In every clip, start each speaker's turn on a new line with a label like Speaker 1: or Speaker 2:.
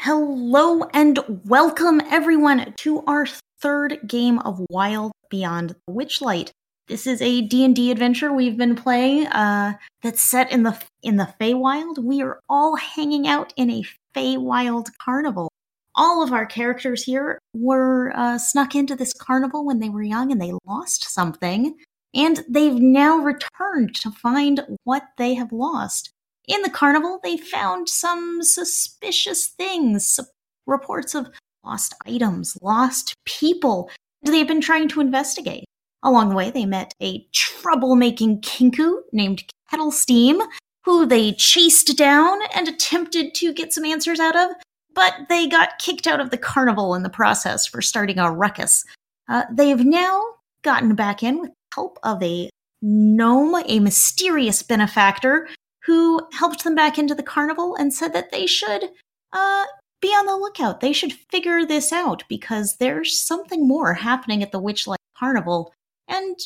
Speaker 1: Hello and welcome everyone to our third game of Wild Beyond the Witchlight. This is a D&D adventure we've been playing uh, that's set in the in the Feywild. We are all hanging out in a Feywild carnival. All of our characters here were uh, snuck into this carnival when they were young and they lost something, and they've now returned to find what they have lost. In the carnival, they found some suspicious things s- reports of lost items, lost people. They've been trying to investigate. Along the way, they met a troublemaking kinku named Kettle Steam, who they chased down and attempted to get some answers out of, but they got kicked out of the carnival in the process for starting a ruckus. Uh, they have now gotten back in with the help of a gnome, a mysterious benefactor who helped them back into the carnival and said that they should uh, be on the lookout. They should figure this out because there's something more happening at the Witchlight Carnival, and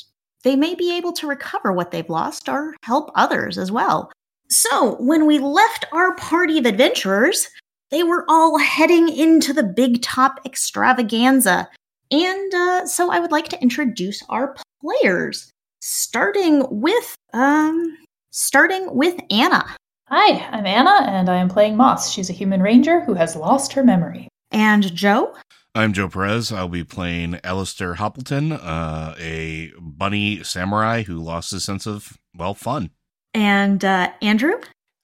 Speaker 1: they may be able to recover what they've lost or help others as well. So, when we left our party of adventurers, they were all heading into the Big Top extravaganza. And uh, so, I would like to introduce our players, starting with um, starting with Anna.
Speaker 2: Hi, I'm Anna, and I am playing Moss. She's a human ranger who has lost her memory.
Speaker 1: And Joe?
Speaker 3: I'm Joe Perez. I'll be playing Alistair Hoppleton, uh, a bunny samurai who lost his sense of, well, fun.
Speaker 1: And uh, Andrew?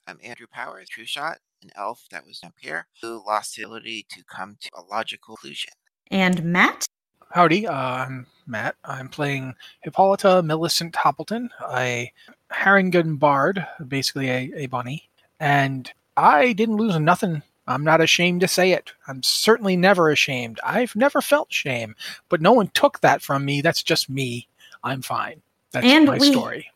Speaker 4: I'm um, Andrew Powers, True Shot, an elf that was up here, who lost the ability to come to a logical conclusion.
Speaker 1: And Matt?
Speaker 5: Howdy, uh, I'm Matt. I'm playing Hippolyta Millicent Hoppleton, a Harrington bard, basically a, a bunny. And I didn't lose nothing. I'm not ashamed to say it. I'm certainly never ashamed. I've never felt shame, but no one took that from me. That's just me. I'm fine. That's
Speaker 1: And
Speaker 5: my
Speaker 1: we-
Speaker 5: story.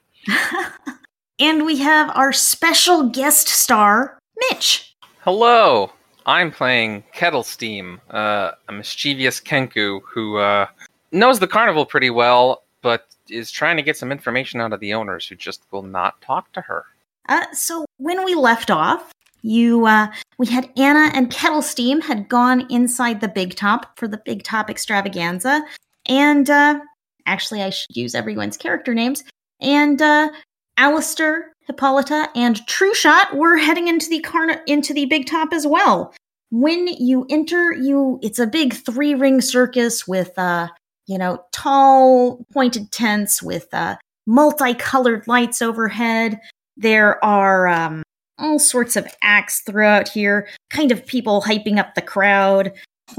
Speaker 1: and we have our special guest star, Mitch.
Speaker 6: Hello, I'm playing Kettle Steam, uh, a mischievous Kenku who uh, knows the carnival pretty well, but is trying to get some information out of the owners who just will not talk to her.
Speaker 1: Uh, so when we left off, you uh, we had Anna and Kettle Steam had gone inside the Big Top for the Big Top extravaganza, and uh, actually I should use everyone's character names. And uh, Alistair, Hippolyta, and True Shot were heading into the carn- into the Big Top as well. When you enter, you it's a big three ring circus with uh, you know tall pointed tents with uh, multicolored lights overhead. There are um, all sorts of acts throughout here, kind of people hyping up the crowd,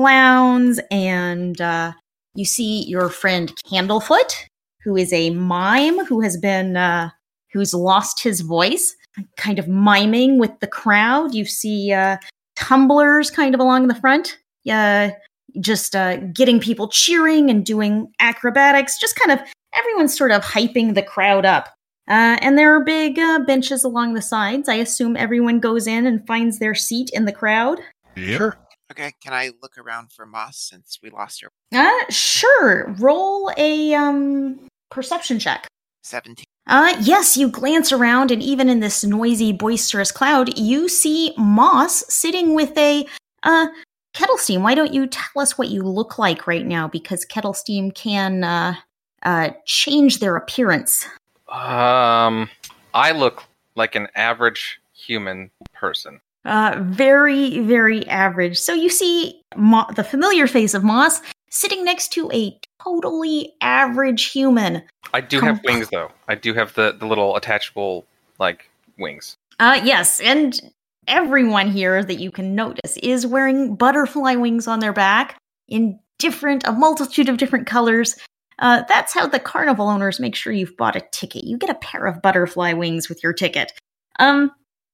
Speaker 1: clowns, and uh, you see your friend Candlefoot, who is a mime who has been, uh, who's lost his voice, kind of miming with the crowd. You see uh, tumblers kind of along the front. Uh, just uh, getting people cheering and doing acrobatics, just kind of everyone's sort of hyping the crowd up. Uh, and there are big uh, benches along the sides. I assume everyone goes in and finds their seat in the crowd.
Speaker 3: Yep.
Speaker 5: Sure.
Speaker 4: Okay, can I look around for Moss since we lost her?
Speaker 1: Uh, sure. Roll a um, perception check.
Speaker 4: 17.
Speaker 1: Uh, yes, you glance around, and even in this noisy, boisterous cloud, you see Moss sitting with a uh, kettle steam. Why don't you tell us what you look like right now? Because kettle steam can uh, uh, change their appearance.
Speaker 6: Um, I look like an average human person.
Speaker 1: Uh, very, very average. So you see Mo- the familiar face of Moss sitting next to a totally average human.
Speaker 6: I do have wings though. I do have the the little attachable like wings.
Speaker 1: Uh, yes, and everyone here that you can notice is wearing butterfly wings on their back in different, a multitude of different colors. Uh, that's how the carnival owners make sure you've bought a ticket. You get a pair of butterfly wings with your ticket. Um,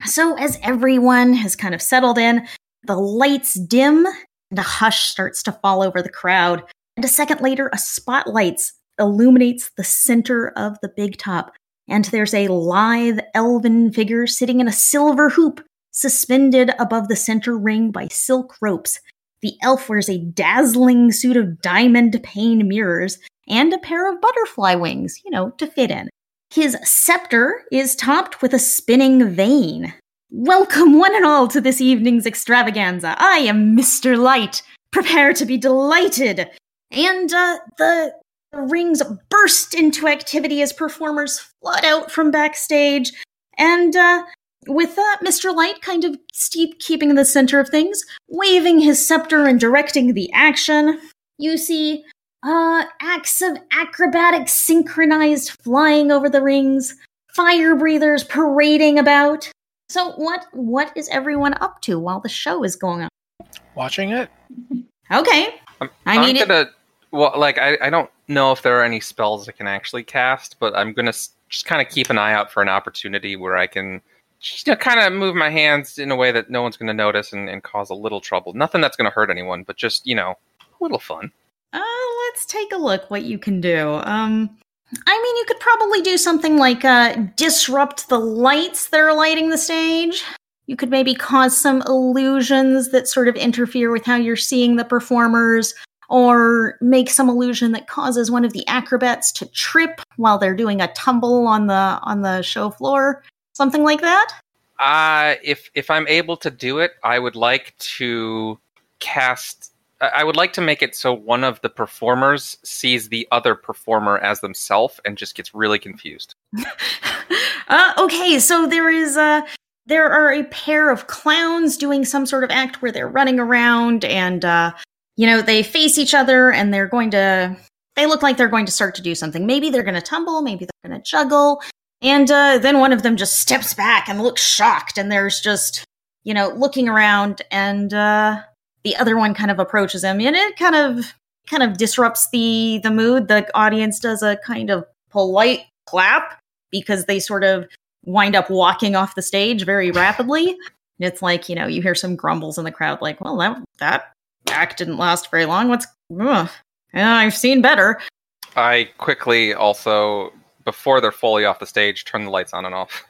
Speaker 1: so as everyone has kind of settled in, the lights dim and a hush starts to fall over the crowd. And a second later, a spotlight illuminates the center of the big top. And there's a lithe elven figure sitting in a silver hoop suspended above the center ring by silk ropes. The elf wears a dazzling suit of diamond pane mirrors and a pair of butterfly wings, you know, to fit in. His scepter is topped with a spinning vane. Welcome, one and all, to this evening's extravaganza. I am Mr. Light. Prepare to be delighted. And uh, the the rings burst into activity as performers flood out from backstage. And uh, with uh, Mr. Light kind of steep keeping in the center of things, waving his scepter and directing the action, you see uh, acts of acrobatic synchronized flying over the rings, fire breathers parading about. So what what is everyone up to while the show is going on?
Speaker 5: Watching it.
Speaker 1: Okay.
Speaker 6: I'm,
Speaker 1: I mean,
Speaker 6: am
Speaker 1: it-
Speaker 6: gonna well, like I, I don't know if there are any spells I can actually cast, but I'm gonna s- just kind of keep an eye out for an opportunity where I can just kind of move my hands in a way that no one's gonna notice and, and cause a little trouble. Nothing that's gonna hurt anyone, but just you know, a little fun.
Speaker 1: Uh, let's take a look what you can do. Um, I mean, you could probably do something like uh, disrupt the lights that are lighting the stage. You could maybe cause some illusions that sort of interfere with how you're seeing the performers, or make some illusion that causes one of the acrobats to trip while they're doing a tumble on the on the show floor. Something like that.
Speaker 6: Uh, if if I'm able to do it, I would like to cast. I I would like to make it so one of the performers sees the other performer as themselves and just gets really confused.
Speaker 1: uh, okay, so there is a there are a pair of clowns doing some sort of act where they're running around and uh, you know they face each other and they're going to they look like they're going to start to do something. Maybe they're going to tumble, maybe they're going to juggle, and uh, then one of them just steps back and looks shocked, and there's just you know looking around and uh, the other one kind of approaches him and it kind of kind of disrupts the the mood. The audience does a kind of polite clap because they sort of wind up walking off the stage very rapidly. and it's like, you know, you hear some grumbles in the crowd, like, well, that, that act didn't last very long. What's, ugh, yeah, I've seen better.
Speaker 6: I quickly also, before they're fully off the stage, turn the lights on and off.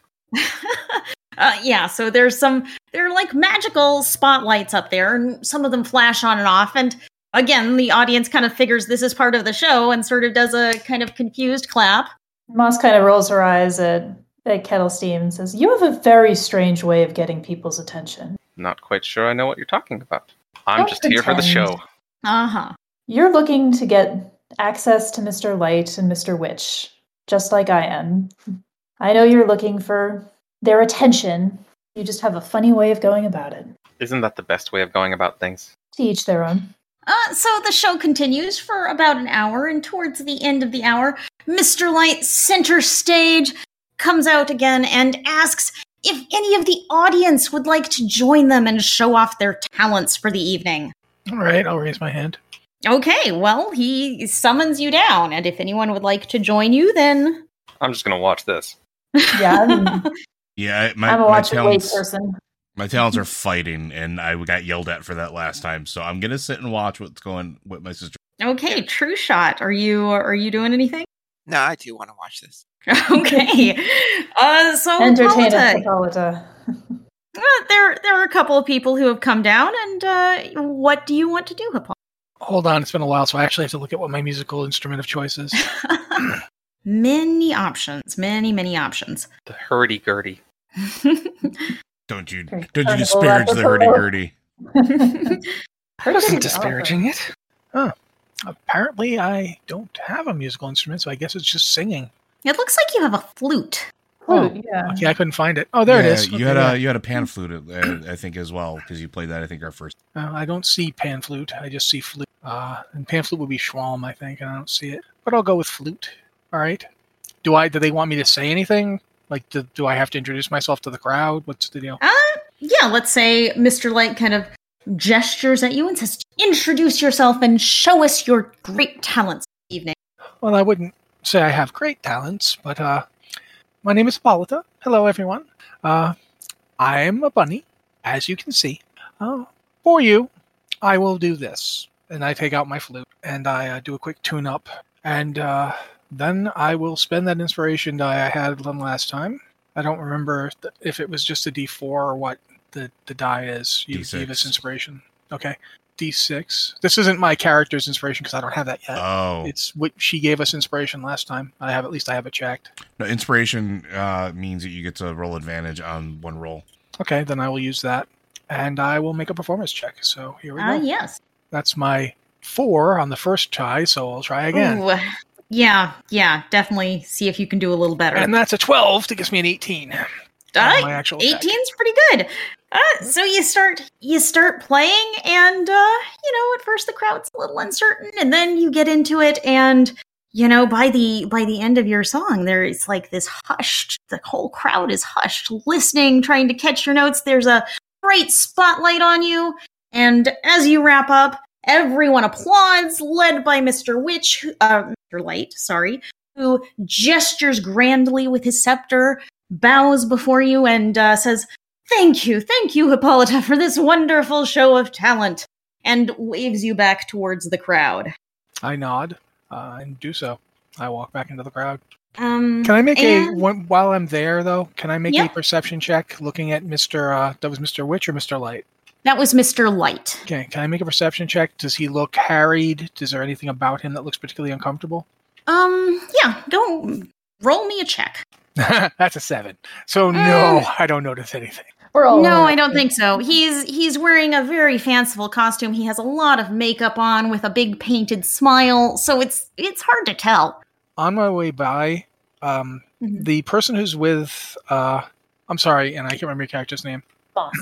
Speaker 1: uh, yeah, so there's some, there are like magical spotlights up there, and some of them flash on and off. And again, the audience kind of figures this is part of the show and sort of does a kind of confused clap.
Speaker 2: Moss kind of rolls her eyes at, at Kettle Steam and says, You have a very strange way of getting people's attention.
Speaker 6: Not quite sure I know what you're talking about. I'm
Speaker 2: Don't
Speaker 6: just here for the
Speaker 2: pretend.
Speaker 6: show.
Speaker 1: Uh huh.
Speaker 2: You're looking to get access to Mr. Light and Mr. Witch, just like I am. I know you're looking for their attention. You just have a funny way of going about it.
Speaker 6: Isn't that the best way of going about things?
Speaker 2: To each their own.
Speaker 1: Uh, so the show continues for about an hour, and towards the end of the hour, Mr. Light, center stage, comes out again and asks if any of the audience would like to join them and show off their talents for the evening.
Speaker 5: All right, I'll raise my hand.
Speaker 1: Okay, well, he summons you down, and if anyone would like to join you, then.
Speaker 6: I'm just going to watch this.
Speaker 2: Yeah, I'm,
Speaker 3: Yeah, I- my,
Speaker 2: I'm a
Speaker 3: my
Speaker 2: watch and wait
Speaker 3: talents
Speaker 2: person.
Speaker 3: my talents are fighting, and I got yelled at for that last time. So I'm gonna sit and watch what's going with my sister.
Speaker 1: Okay, true shot. Are you are you doing anything?
Speaker 4: No, I do want to watch this.
Speaker 1: okay. Uh, so
Speaker 2: Entertain us,
Speaker 1: Hippolyta,
Speaker 2: Hippolyta.
Speaker 1: uh, there there are a couple of people who have come down, and uh, what do you want to do, Hippolyta?
Speaker 5: Hold on, it's been a while, so I actually have to look at what my musical instrument of choice is.
Speaker 1: many options, many many options.
Speaker 6: The hurdy-gurdy.
Speaker 3: Don't you
Speaker 2: Okay.
Speaker 3: don't you
Speaker 2: Carnival
Speaker 3: disparage the
Speaker 2: episode.
Speaker 3: hurdy gurdy?
Speaker 5: That
Speaker 2: Pretty
Speaker 5: isn't
Speaker 2: awesome.
Speaker 5: disparaging it. Huh. Apparently, I don't have a musical instrument, so I guess it's just singing.
Speaker 1: It looks like you have a flute.
Speaker 5: Oh,
Speaker 2: Flute, yeah.
Speaker 5: Lucky I couldn't find it. Oh, there it is.
Speaker 3: You
Speaker 5: Okay,
Speaker 3: had
Speaker 5: yeah.
Speaker 3: a you had a pan flute, uh, I think, as well because you played that. I think our first.
Speaker 5: Uh, I don't see pan flute. I just see flute. Uh, and pan flute would be schwalm, I think, and I don't see it. But I'll go with flute. All right. Do I? Do they want me to say anything? Like, do, do I have to introduce myself to the crowd? What's the deal?
Speaker 1: Uh, yeah, let's say Mr. Light kind of gestures at you and says, "Introduce yourself and show us your great talents." this Evening.
Speaker 5: Well, I wouldn't say I have great talents, but uh, my name is Hippolyta. Hello, everyone. Uh, I am a bunny, as you can see. Uh, for you, I will do this. And I take out my flute and I uh, do a quick tune up. And uh, then I will spend that inspiration die I had one last time. I don't remember th- if it was just a d4 or what the, the die is. You
Speaker 3: D6.
Speaker 5: gave us inspiration. Okay. D6. This isn't my character's inspiration because I don't have that yet.
Speaker 3: Oh,
Speaker 5: It's what she gave us inspiration last time. I have at least I have it checked.
Speaker 3: no, inspiration uh, means that you get to roll advantage on one roll.
Speaker 5: Okay, then I will use that, and I will make a performance check. So here we
Speaker 1: Ah,
Speaker 5: go.
Speaker 1: yes.
Speaker 5: That's my four on the first try. So I'll try again,
Speaker 1: Ooh. Yeah, yeah, definitely. See if you can do a little better.
Speaker 5: and that's a twelve that gives me an eighteen.
Speaker 1: Uh,
Speaker 5: my actual attack.
Speaker 1: 18's pretty good. Uh, so you start you start playing and uh, you know at first the crowd's a little uncertain and then you get into it and you know by the by the end of your song there is like this hushed the whole crowd is hushed listening trying to catch your notes there's a bright spotlight on you and as you wrap up everyone applauds led by Mr. Witch who- uh, Mr. Light sorry who gestures grandly with his scepter bows before you and uh, says, Thank you, thank you, Hippolyta, for this wonderful show of talent, and waves you back towards the crowd.
Speaker 5: I nod uh, and do so. I walk back into the crowd.
Speaker 1: Um,
Speaker 5: Can I make a
Speaker 1: and-
Speaker 5: one, while I'm there though? Can I make
Speaker 1: Yeah.
Speaker 5: a perception check looking at Mister? Uh, that was Mister Witch or Mister Light.
Speaker 1: That was Mr. Light.
Speaker 5: Okay, can I make a perception check? Does he look harried? Is there anything about him that looks particularly uncomfortable?
Speaker 1: Um, yeah, go roll me a check.
Speaker 5: That's a seven. So no, I don't notice anything.
Speaker 2: We're all
Speaker 1: no,
Speaker 2: over
Speaker 1: I
Speaker 2: it.
Speaker 1: don't think so. He's he's wearing a very fanciful costume. He has a lot of makeup on with a big painted smile, so it's it's hard to tell.
Speaker 5: On my way by, um,
Speaker 1: Mhm.
Speaker 5: the person who's with, uh, I'm sorry, and I can't remember your character's name.
Speaker 2: Boss.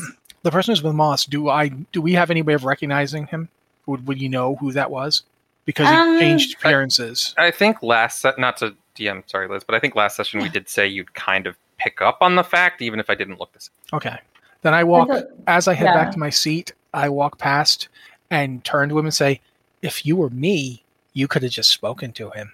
Speaker 5: The person who's with Moss. Do I? Do we have any way of recognizing him? Would Would you know who that was? Because he
Speaker 1: Um,
Speaker 5: changed
Speaker 6: I-
Speaker 5: appearances.
Speaker 6: I think last se- not to DM, sorry, Liz, but I think last session we did say you'd kind of pick up on the fact, even if I didn't look this.
Speaker 5: Okay. Then I walk
Speaker 2: I thought-
Speaker 5: as I head
Speaker 2: yeah.
Speaker 5: back to my seat. I walk past and turn to him and say, "If you were me, you could have just spoken to him."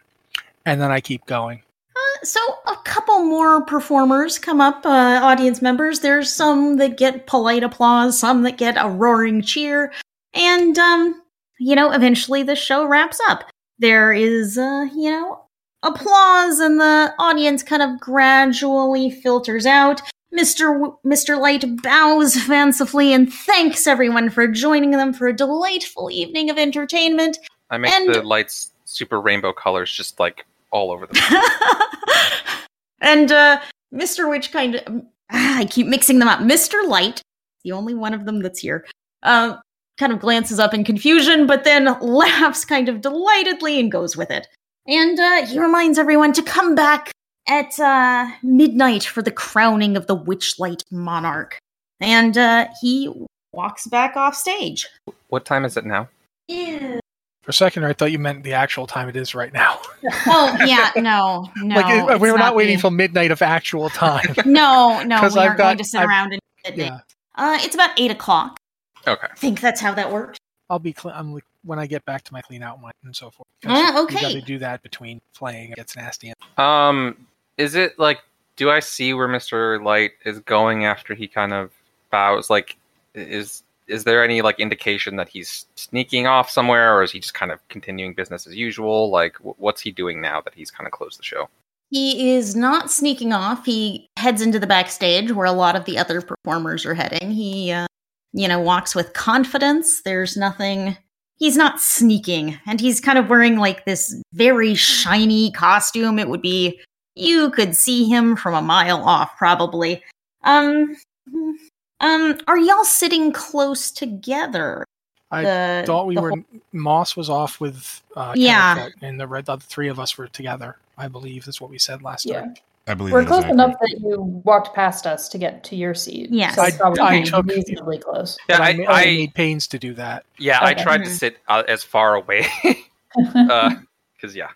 Speaker 5: And then I keep going.
Speaker 1: Uh, So a couple more performers come up, uh, audience members. There's some that get polite applause, some that get a roaring cheer, and um, you know, eventually the show wraps up. There is, uh, you know, applause, and the audience kind of gradually filters out. Mr. W- Mr. Light bows fancifully and thanks everyone for joining them for a delightful evening of entertainment.
Speaker 6: I make
Speaker 1: And-
Speaker 6: the lights super rainbow colors, just like all over the. place.
Speaker 1: and uh, Mr. Witch kind of. Ah, I keep mixing them up. Mr. Light, the only one of them that's here, uh, kind of glances up in confusion, but then laughs kind of delightedly and goes with it. And uh, he reminds everyone to come back at uh, midnight for the crowning of the Witchlight Monarch. And uh, he walks back off stage.
Speaker 6: What time is it now?
Speaker 1: Ew.
Speaker 5: For a second, I thought you meant the actual time it is right now.
Speaker 1: Oh, yeah, no, no.
Speaker 5: like it-
Speaker 1: it's
Speaker 5: we were not waiting
Speaker 1: the-
Speaker 5: till midnight of actual time.
Speaker 1: No, no, we
Speaker 5: 'Cause
Speaker 1: aren't
Speaker 5: I've got-
Speaker 1: going to sit
Speaker 5: I've-
Speaker 1: around and
Speaker 5: yeah,
Speaker 1: Uh, it's about eight o'clock.
Speaker 6: Okay.
Speaker 1: I think that's how that works.
Speaker 5: I'll be. Clean, I'm like- when I get back to my clean out one and so forth.
Speaker 1: Ah,
Speaker 5: You got
Speaker 1: okay.
Speaker 5: to do that between playing. It gets nasty.
Speaker 6: Um, is it like? Do I see where Mister Light is going after he kind of bows? Like, is is there any like indication that he's sneaking off somewhere, or is he just kind of continuing business as usual? Like, wh- what's he doing now that he's kind of closed the show?
Speaker 1: He is not sneaking off. He heads into the backstage where a lot of the other performers are heading. He, uh, you know, walks with confidence. There's nothing. He's not sneaking, and he's kind of wearing like this very shiny costume. It would be you could see him from a mile off, probably. Um, um, are y'all sitting close together?
Speaker 5: I
Speaker 1: The-
Speaker 5: thought we
Speaker 1: the
Speaker 5: were.
Speaker 1: whole-
Speaker 5: Moss was off with. Uh,
Speaker 1: Yeah.
Speaker 5: Calicut, and the red. The three of us were together. I believe is what we said last
Speaker 2: Yeah.
Speaker 5: time.
Speaker 3: I believe
Speaker 2: We're
Speaker 3: that is
Speaker 2: close enough
Speaker 3: accurate.
Speaker 2: that you walked past us to get to your seat.
Speaker 1: Yes.
Speaker 2: so it's
Speaker 5: I-
Speaker 2: probably
Speaker 1: I
Speaker 5: took-
Speaker 2: reasonably close.
Speaker 5: But
Speaker 6: Yeah, I,
Speaker 5: I, ma- I,
Speaker 6: I
Speaker 5: made pains to do that.
Speaker 6: yeah, I
Speaker 2: Okay.
Speaker 6: tried
Speaker 1: Mm-hmm.
Speaker 5: Mm-hmm.
Speaker 6: to sit uh, as far away
Speaker 1: Uh,
Speaker 6: because yeah,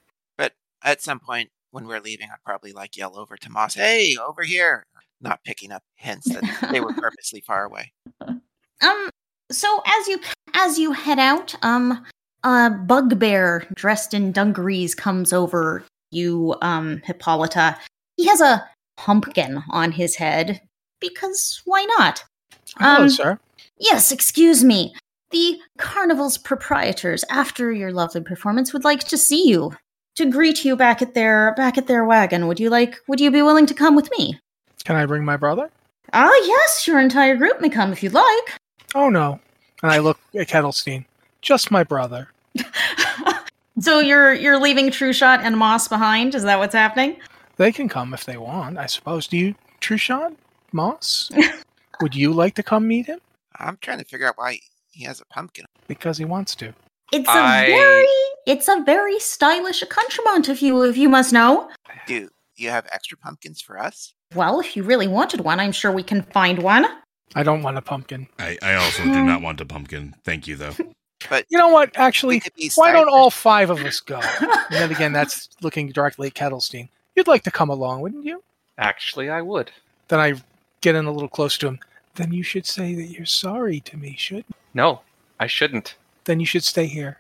Speaker 4: At some point when we're leaving, I'd probably like yell over to Moss, "Hey, over here!" Not picking up hints that they were purposely far away.
Speaker 1: Um. So as you as you head out, um, a bugbear dressed in dungarees comes over you, um, Hippolyta. He has a pumpkin on his head because why not?
Speaker 5: Hello,
Speaker 1: Um,
Speaker 5: sir.
Speaker 1: Yes, excuse me. The carnival's proprietors, after your lovely performance, would like to see you to greet you back at their back at their wagon. Would you like? Would you be willing to come with me?
Speaker 5: Can I bring my brother?
Speaker 1: Ah, yes, your entire group may come if you'd like.
Speaker 5: Oh no. And I look at Kettlestein. Just my brother.
Speaker 1: so you're you're leaving True Shot and Moss behind? Is that what's happening?
Speaker 5: They can come if they want, I suppose. Do you, Trushan? Moss? Would you like to come meet him?
Speaker 4: I'm trying to figure out why he has a pumpkin.
Speaker 5: Because he wants to.
Speaker 1: It's a
Speaker 6: I-
Speaker 1: very it's a very stylish accoutrement if you if you must know.
Speaker 4: Do you have extra pumpkins for us?
Speaker 1: Well, if you really wanted one, I'm sure we can find one.
Speaker 5: I don't want a pumpkin.
Speaker 3: I, I also do not want a pumpkin. Thank you, though.
Speaker 4: But
Speaker 5: You know what?
Speaker 4: we
Speaker 5: Actually,
Speaker 4: could be
Speaker 5: why don't
Speaker 4: snipers.
Speaker 5: all five of us go? And then again, that's looking directly at Kettlestein. You'd like to come along, wouldn't you?
Speaker 6: actually, I would.
Speaker 5: Then I get in a little close to him. Then you should say that you're sorry to me, shouldn't you?
Speaker 6: No, I shouldn't.
Speaker 5: Then you should stay here.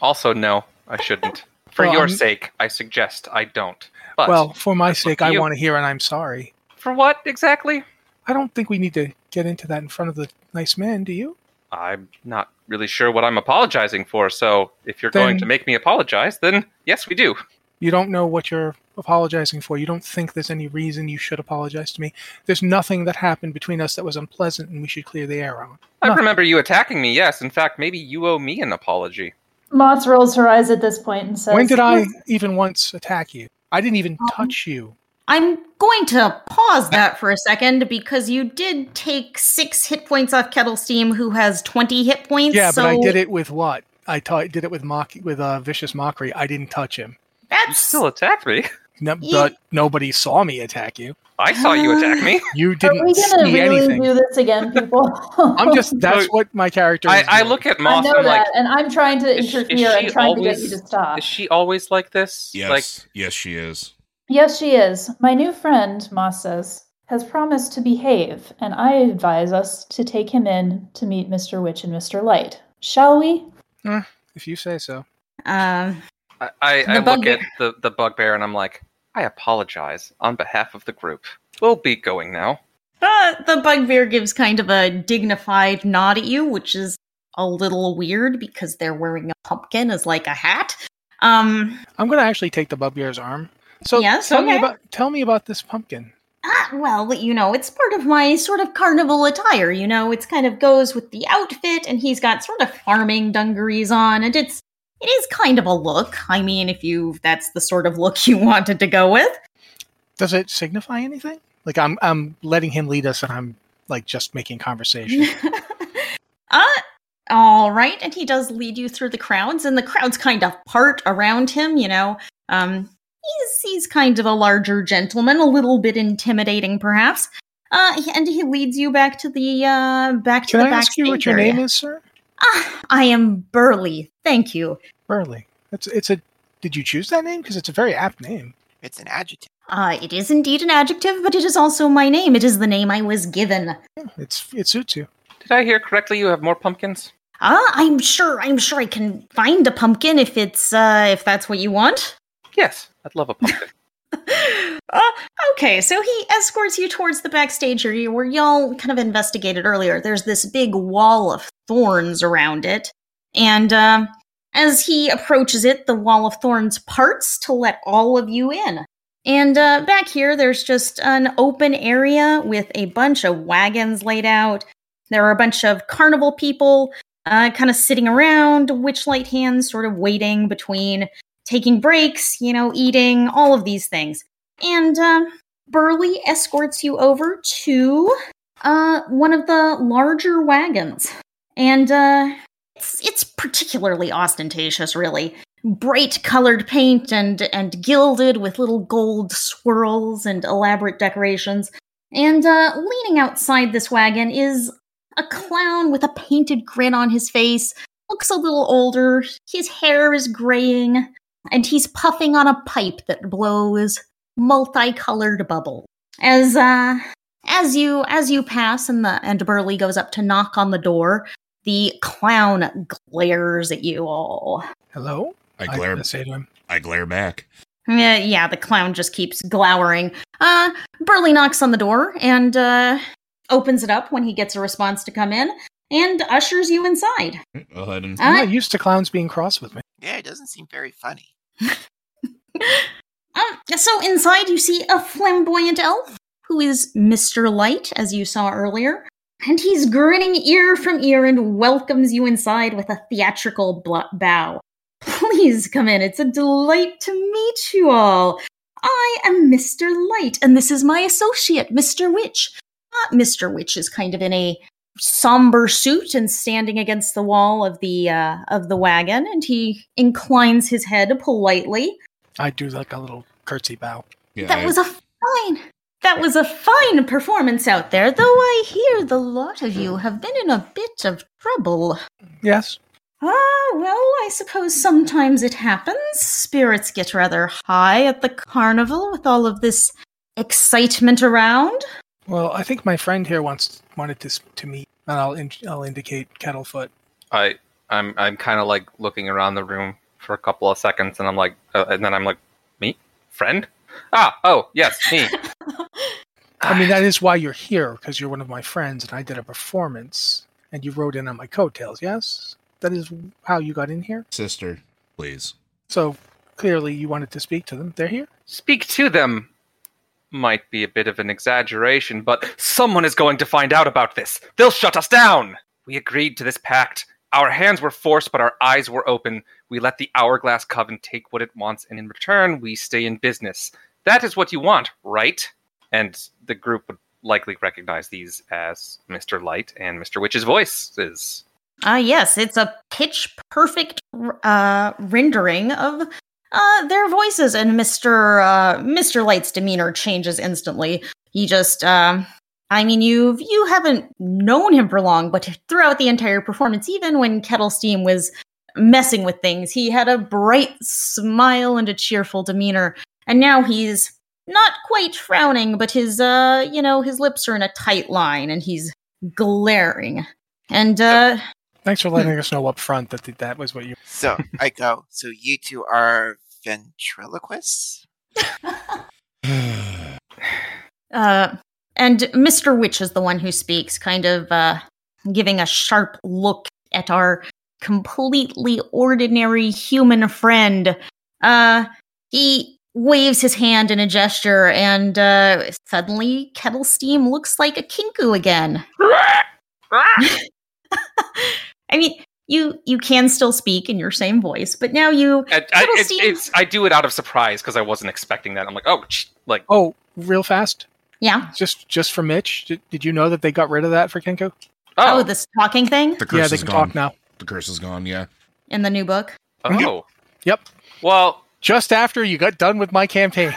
Speaker 6: Also, no, I shouldn't. For
Speaker 5: Well,
Speaker 6: your
Speaker 5: I'm-
Speaker 6: sake, I suggest I don't. But
Speaker 5: well, for my sake, I
Speaker 6: you.
Speaker 5: want to hear and I'm sorry.
Speaker 6: for what exactly?
Speaker 5: I don't think we need to get into that in front of the nice man, do you?
Speaker 6: I'm not really sure what I'm apologizing for. So, if you're going
Speaker 5: Then-
Speaker 6: to make me apologize, then yes, we do.
Speaker 5: You don't know what you're apologizing for. You don't think there's any reason you should apologize to me. There's nothing that happened between us that was unpleasant and we should clear the air on.
Speaker 6: I
Speaker 5: Nothing.
Speaker 6: remember you attacking me. Yes, in fact, maybe you owe me an apology.
Speaker 2: Moss rolls her eyes at this point and Um, says,
Speaker 5: When did I even once attack you? I didn't even touch you.
Speaker 1: I'm going to pause that for a second because you did take six hit points off Kettle Steam, who has twenty hit points.
Speaker 5: Yeah,
Speaker 1: so
Speaker 5: but I did it with what? I ta- did it with mock with uh, vicious mockery. I didn't touch him.
Speaker 6: You
Speaker 1: That's
Speaker 6: still attacked me.
Speaker 5: No,
Speaker 1: Ye-
Speaker 5: but nobody saw me attack you.
Speaker 6: I saw you attack me.
Speaker 5: You
Speaker 2: Are we
Speaker 5: didn't see
Speaker 2: gonna really
Speaker 5: anything.
Speaker 2: do this again, people?
Speaker 5: I'm just that's
Speaker 6: So-
Speaker 5: what my character.
Speaker 6: I,
Speaker 5: is
Speaker 6: I
Speaker 5: doing.
Speaker 6: look at
Speaker 2: I
Speaker 6: Moss.
Speaker 2: know
Speaker 6: and I'm
Speaker 2: that,
Speaker 6: like,
Speaker 2: and I'm trying to
Speaker 6: Is she- is
Speaker 2: interfere
Speaker 6: she
Speaker 2: and trying to
Speaker 6: always-
Speaker 2: get you to stop.
Speaker 6: is she always like this?
Speaker 3: Yes.
Speaker 6: Like,
Speaker 3: yes, she is.
Speaker 2: Yes, she is. My new friend, Moss says, has promised to behave, and I advise us to take him in to meet Mr. Witch and Mr. Light. Shall we?
Speaker 5: If you say so.
Speaker 1: um
Speaker 6: I, I,
Speaker 1: The
Speaker 6: I look
Speaker 1: bugbear.
Speaker 6: at the, the bugbear and I'm like, I apologize on behalf of the group. We'll be going now.
Speaker 1: Uh, the bugbear gives kind of a dignified nod at you, which is a little weird because they're wearing a pumpkin as like a hat. Um,
Speaker 5: I'm going to actually take the bugbear's arm. So
Speaker 1: Yes,
Speaker 5: tell me
Speaker 1: okay.
Speaker 5: about tell me about this pumpkin.
Speaker 1: ah, well, you know, it's part of my sort of carnival attire. You know, it's kind of goes with the outfit, and he's got sort of farming dungarees on, and it's it is kind of a look. I mean, if you that's the sort of look you wanted to go with.
Speaker 5: Does it signify anything? Like I'm I'm letting him lead us, and I'm like just making conversation.
Speaker 1: uh, all right. And he does lead you through the crowds, and the crowds kind of part around him, you know. Um, he's, he's kind of a larger gentleman, a little bit intimidating, perhaps. Uh, he- and he leads you back to the uh, back to
Speaker 5: Can
Speaker 1: the
Speaker 5: I ask you what
Speaker 1: backstage
Speaker 5: your
Speaker 1: area.
Speaker 5: name is, sir?
Speaker 1: Ah, I am Burley. Thank you.
Speaker 5: Burley. It's it's a. Did you choose that name? Because it's a very apt name.
Speaker 4: It's an adjective.
Speaker 1: Uh, it is indeed an adjective, but it is also my name. It is the name I was given.
Speaker 5: It's it suits you.
Speaker 6: Did I hear correctly? You have more pumpkins?
Speaker 1: Ah, I'm sure. I'm sure I can find a pumpkin if it's uh, if that's what you want.
Speaker 6: Yes, I'd love a pumpkin.
Speaker 1: uh, okay, so he escorts you towards the backstage area where y'all kind of investigated earlier. There's this big wall of thorns around it, and um, as he approaches it, the wall of thorns parts to let all of you in. And uh, back here, there's just an open area with a bunch of wagons laid out. There are a bunch of carnival people uh, kind of sitting around, witchlight hands sort of waiting between taking breaks, you know, eating, all of these things. And uh, Burley escorts you over to uh, one of the larger wagons. And uh, it's, it's particularly ostentatious, really. Bright colored paint and, and gilded with little gold swirls and elaborate decorations. And uh, leaning outside this wagon is a clown with a painted grin on his face. Looks a little older. His hair is graying. And he's puffing on a pipe that blows multicolored bubble. As uh, as you as you pass and the and Burley goes up to knock on the door, the clown glares at you all.
Speaker 5: Hello?
Speaker 3: I glare.
Speaker 5: gotta say to him,
Speaker 3: I glare back.
Speaker 1: Yeah, yeah, the clown just keeps glowering. Uh, Burley knocks on the door and uh, opens it up when he gets a response to come in and ushers you inside.
Speaker 3: Go ahead and
Speaker 1: Uh,
Speaker 5: I'm not used to clowns being cross with me.
Speaker 4: Yeah, it doesn't seem very funny.
Speaker 1: Um, so inside you see a flamboyant elf who is Mr. Light, as you saw earlier, and he's grinning ear from ear and welcomes you inside with a theatrical bl- bow. Please come in. It's a delight to meet you all. I am Mr. Light, and this is my associate, Mr. Witch. Uh, Mr. Witch is kind of in a somber suit and standing against the wall of the uh, of the wagon, and he inclines his head politely.
Speaker 5: I do like a little curtsy bow.
Speaker 3: Yeah,
Speaker 1: That
Speaker 3: I-
Speaker 1: was a fine. That was a fine performance out there, though I hear the lot of you have been in a bit of trouble.
Speaker 5: Yes.
Speaker 1: Ah, well, I suppose sometimes it happens. Spirits get rather high at the carnival with all of this excitement around.
Speaker 5: Well, I think my friend here wants wanted to s- to meet, and I'll in, I'll indicate Kettlefoot.
Speaker 6: I I'm I'm kind of like looking around the room for a couple of seconds, and I'm like, uh, and then I'm like, me friend? Ah, oh yes, me.
Speaker 5: I mean, that
Speaker 3: Ah.
Speaker 5: is why you're here because you're one of my friends, and I did a performance, and you rode in on my coattails. Yes, that is how you got in here.
Speaker 3: sister, please.
Speaker 5: So clearly, you wanted to speak to them. They're here.
Speaker 6: Speak to them might be a bit of an exaggeration, but someone is going to find out about this. They'll shut us down. We agreed to this pact. Our hands were forced, but our eyes were open. We let the hourglass coven take what it wants, and in return, we stay in business. That is what you want, right? And the group would likely recognize these as Mr. Light and Mr. Witch's voices.
Speaker 1: Ah, yes, it's a pitch perfect uh, rendering of uh, their voices, and Mister uh, Mister Light's demeanor changes instantly. He just, um, I mean, you've you haven't known him for long, but throughout the entire performance, even when Kettle Steam was messing with things, he had a bright smile and a cheerful demeanor, and now he's not quite frowning, but his, uh, you know, his lips are in a tight line, and he's glaring. And uh,
Speaker 5: Thanks for letting us know up front that th- that was what you.
Speaker 4: So I go, so you two are ventriloquists?
Speaker 1: Uh, and Mr. Witch is the one who speaks, kind of uh, giving a sharp look at our completely ordinary human friend. Uh, he waves his hand in a gesture, and uh, suddenly Kettle Steam looks like a kinku again. I mean, you you can still speak in your same voice, but now you
Speaker 6: I, I,
Speaker 1: Little
Speaker 6: it's,
Speaker 1: Steve.
Speaker 6: it's, I do it out of surprise because I wasn't expecting that. I'm like, oh, sh- like
Speaker 5: Oh, real fast,
Speaker 1: yeah
Speaker 5: just just for Mitch. Did, did you know that they got rid of that for Kenko?
Speaker 1: oh,
Speaker 6: oh,
Speaker 1: this talking thing
Speaker 3: The curse
Speaker 5: Yeah, they
Speaker 3: is
Speaker 5: can
Speaker 3: gone.
Speaker 5: talk now.
Speaker 3: The curse is gone. Yeah.
Speaker 1: in the new book.
Speaker 6: oh.
Speaker 5: Yep.
Speaker 6: Well,
Speaker 5: Just after you got done with my campaign, So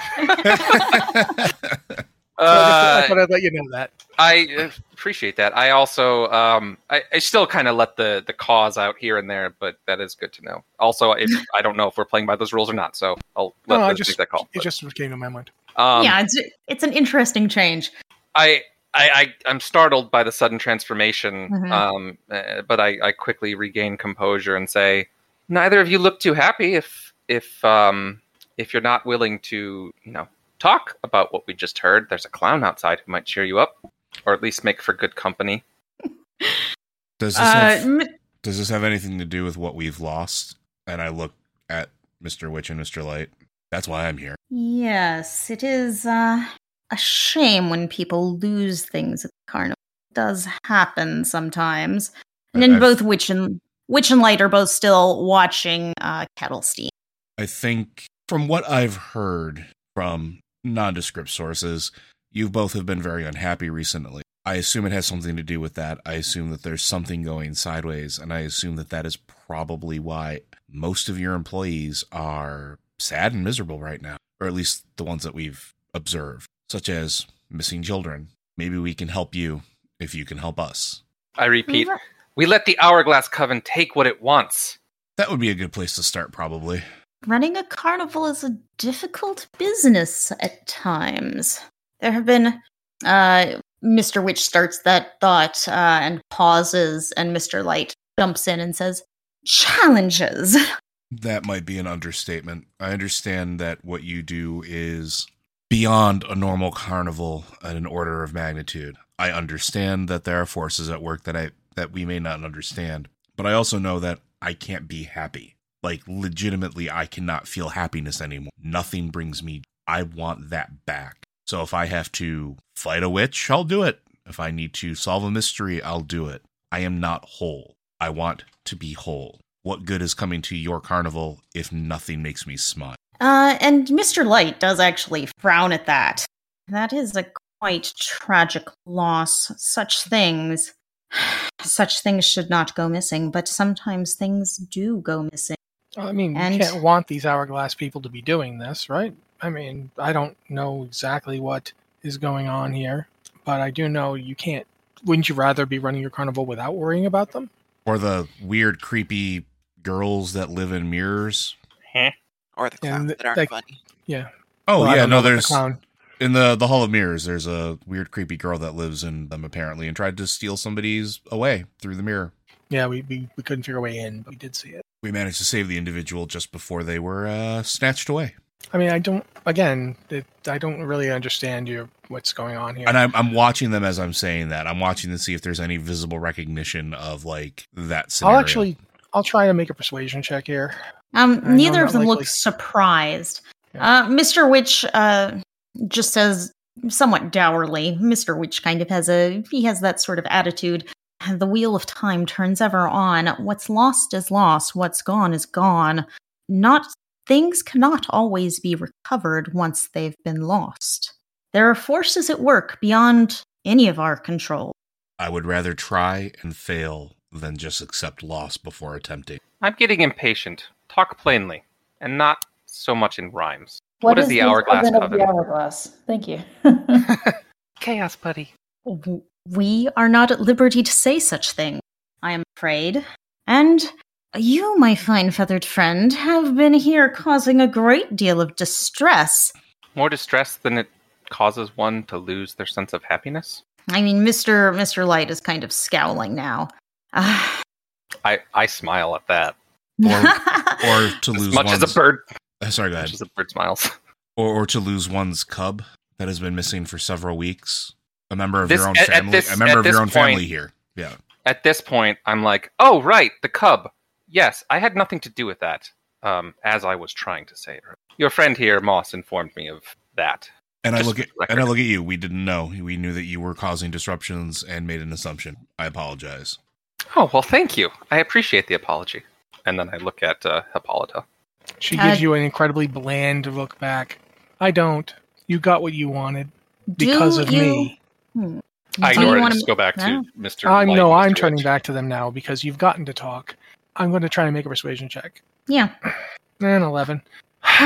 Speaker 5: I, just, I
Speaker 6: uh,
Speaker 5: thought I'd let you know that.
Speaker 6: I appreciate that. I also, um, I, I still kind of let the the cause out here and there, but that is good to know. Also, if, I don't know if we're playing by those rules or not, so I'll let
Speaker 5: No, I
Speaker 6: them
Speaker 5: just
Speaker 6: make that call.
Speaker 5: it just came to my mind.
Speaker 6: um,
Speaker 1: yeah, it's it's an interesting change.
Speaker 6: I, I, I, I'm startled by the sudden transformation,
Speaker 5: Mm-hmm.
Speaker 1: Mhm.
Speaker 6: um, uh, but I, I quickly regain composure and say, neither of you look too happy. If, if, um, if you're not willing to, you know, talk about what we just heard, there's a clown outside who might cheer you up, or at least make for good company.
Speaker 3: Does this
Speaker 1: Uh,
Speaker 3: have,
Speaker 1: m-
Speaker 3: does this have anything to do with what we've lost? And I look at Mister Witch and Mister Light. That's why I'm here.
Speaker 1: Yes, it is uh, a shame when people lose things at the carnival. It does happen sometimes. And then
Speaker 3: I've-
Speaker 1: both Witch and Witch and Light are both still watching uh, Kettle Steam.
Speaker 3: I think from what I've heard from nondescript sources, you both have been very unhappy recently. I assume it has something to do with that. I assume that there's something going sideways, and I assume that that is probably why most of your employees are sad and miserable right now, or at least the ones that we've observed, such as missing children. Maybe we can help you if you can help us.
Speaker 6: I repeat, we let the Hourglass Coven take what it wants.
Speaker 3: That would be a good place to start, probably.
Speaker 1: Running a carnival is a difficult business at times. There have been. Uh, Mr. Witch starts that thought uh, and pauses, and Mr. Light jumps in and says, Challenges.
Speaker 3: That might be an understatement. I understand that what you do is beyond a normal carnival at an order of magnitude. I understand that there are forces at work that I that we may not understand, but I also know that I can't be happy. Like legitimately I cannot feel happiness anymore. Nothing brings me I want that back. So if I have to fight a witch, I'll do it. If I need to solve a mystery, I'll do it. I am not whole. I want to be whole. What good is coming to your carnival if nothing makes me smile?
Speaker 1: Uh, and Mr. Light does actually frown at that. That is a quite tragic loss. Such things, such things should not go missing, but sometimes things do go missing.
Speaker 5: I mean,
Speaker 1: And-
Speaker 5: you can't want these hourglass people to be doing this, right? I mean, I don't know exactly what is going on here, but I do know you can't. Wouldn't you rather be running your carnival without worrying about them?
Speaker 3: Or the weird, creepy girls that live in mirrors?
Speaker 6: Heh.
Speaker 4: Or the
Speaker 5: Yeah,
Speaker 4: clowns
Speaker 5: th-
Speaker 4: that aren't
Speaker 5: like-
Speaker 4: funny.
Speaker 5: Yeah.
Speaker 3: Oh
Speaker 5: Well, I
Speaker 3: yeah,
Speaker 5: don't
Speaker 3: no,
Speaker 5: know about the
Speaker 3: there's
Speaker 5: clown.
Speaker 3: in the the Hall of Mirrors. There's a weird, creepy girl that lives in them apparently, and tried to steal somebody's away through the mirror.
Speaker 5: Yeah, we, we we couldn't figure a way in, but we did see it.
Speaker 3: We managed to save the individual just before they were uh, snatched away.
Speaker 5: I mean, I don't. Again, it, I don't really understand your what's going on here.
Speaker 3: And I'm, I'm watching them as I'm saying that. I'm watching to see if there's any visible recognition of like that scenario.
Speaker 5: I'll actually, I'll try to make a persuasion check here.
Speaker 1: Um,
Speaker 5: I know,
Speaker 1: neither of
Speaker 5: not
Speaker 1: them
Speaker 5: likely.
Speaker 1: look surprised. Uh, Mr. Witch uh, just says somewhat dourly. Mr. Witch kind of has a he has that sort of attitude. The wheel of time turns ever on. What's lost is lost. What's gone is gone. Not things cannot always be recovered once they've been lost. There are forces at work beyond any of our control.
Speaker 3: I would rather try and fail than just accept loss before attempting.
Speaker 6: I'm getting impatient. Talk plainly, and not so much in rhymes.
Speaker 2: What,
Speaker 6: What is the Hourglass
Speaker 2: covenant of
Speaker 6: Coven?
Speaker 2: the hourglass? Thank you.
Speaker 6: Chaos, buddy.
Speaker 1: W- We are not at liberty to say such things, I am afraid. And you, my fine feathered friend, have been here causing a great deal of distress.
Speaker 6: More distress than it causes one to lose their sense of happiness.
Speaker 1: I mean, Mr. Mr. Light is kind of scowling now. Ah.
Speaker 6: I, I smile at that.
Speaker 3: Or to
Speaker 6: As
Speaker 3: lose
Speaker 6: much
Speaker 3: one's,
Speaker 6: as a bird.
Speaker 3: Uh, Sorry, go
Speaker 6: As much
Speaker 3: ahead.
Speaker 6: as a bird smiles.
Speaker 3: Or, or to lose one's cub that has been missing for several weeks. A member of
Speaker 6: This-
Speaker 3: your own
Speaker 6: at- at
Speaker 3: family.
Speaker 6: this-
Speaker 3: a
Speaker 6: at
Speaker 3: member of
Speaker 6: this
Speaker 3: your own family
Speaker 6: point-
Speaker 3: here. Yeah.
Speaker 6: At this point, I'm like, oh right, the cub. Yes, I had nothing to do with that. Um, as I was trying to say earlier. Your friend here, Moss, informed me of that.
Speaker 3: And I
Speaker 6: Just
Speaker 3: look at
Speaker 6: for the record.
Speaker 3: and I look at you. We didn't know. We knew that you were causing disruptions and made an assumption. I apologize.
Speaker 6: Oh well thank you. I appreciate the apology. And then I look at uh, Hippolyta.
Speaker 5: She
Speaker 1: Uh,
Speaker 5: gives you an incredibly bland look back. I don't. You got what you wanted because
Speaker 1: Do
Speaker 5: of
Speaker 1: you-
Speaker 5: me.
Speaker 1: Hmm.
Speaker 6: I
Speaker 1: Do
Speaker 6: ignore
Speaker 1: you
Speaker 6: it and
Speaker 1: wanna-
Speaker 6: just go back
Speaker 1: No.
Speaker 6: to Mr.
Speaker 5: I
Speaker 6: Light,
Speaker 5: know
Speaker 6: Mr.
Speaker 5: I'm
Speaker 6: Witch.
Speaker 5: turning back to them now because you've gotten to talk. I'm going to try and make a persuasion check.
Speaker 1: Yeah.
Speaker 5: And 11.
Speaker 1: Uh,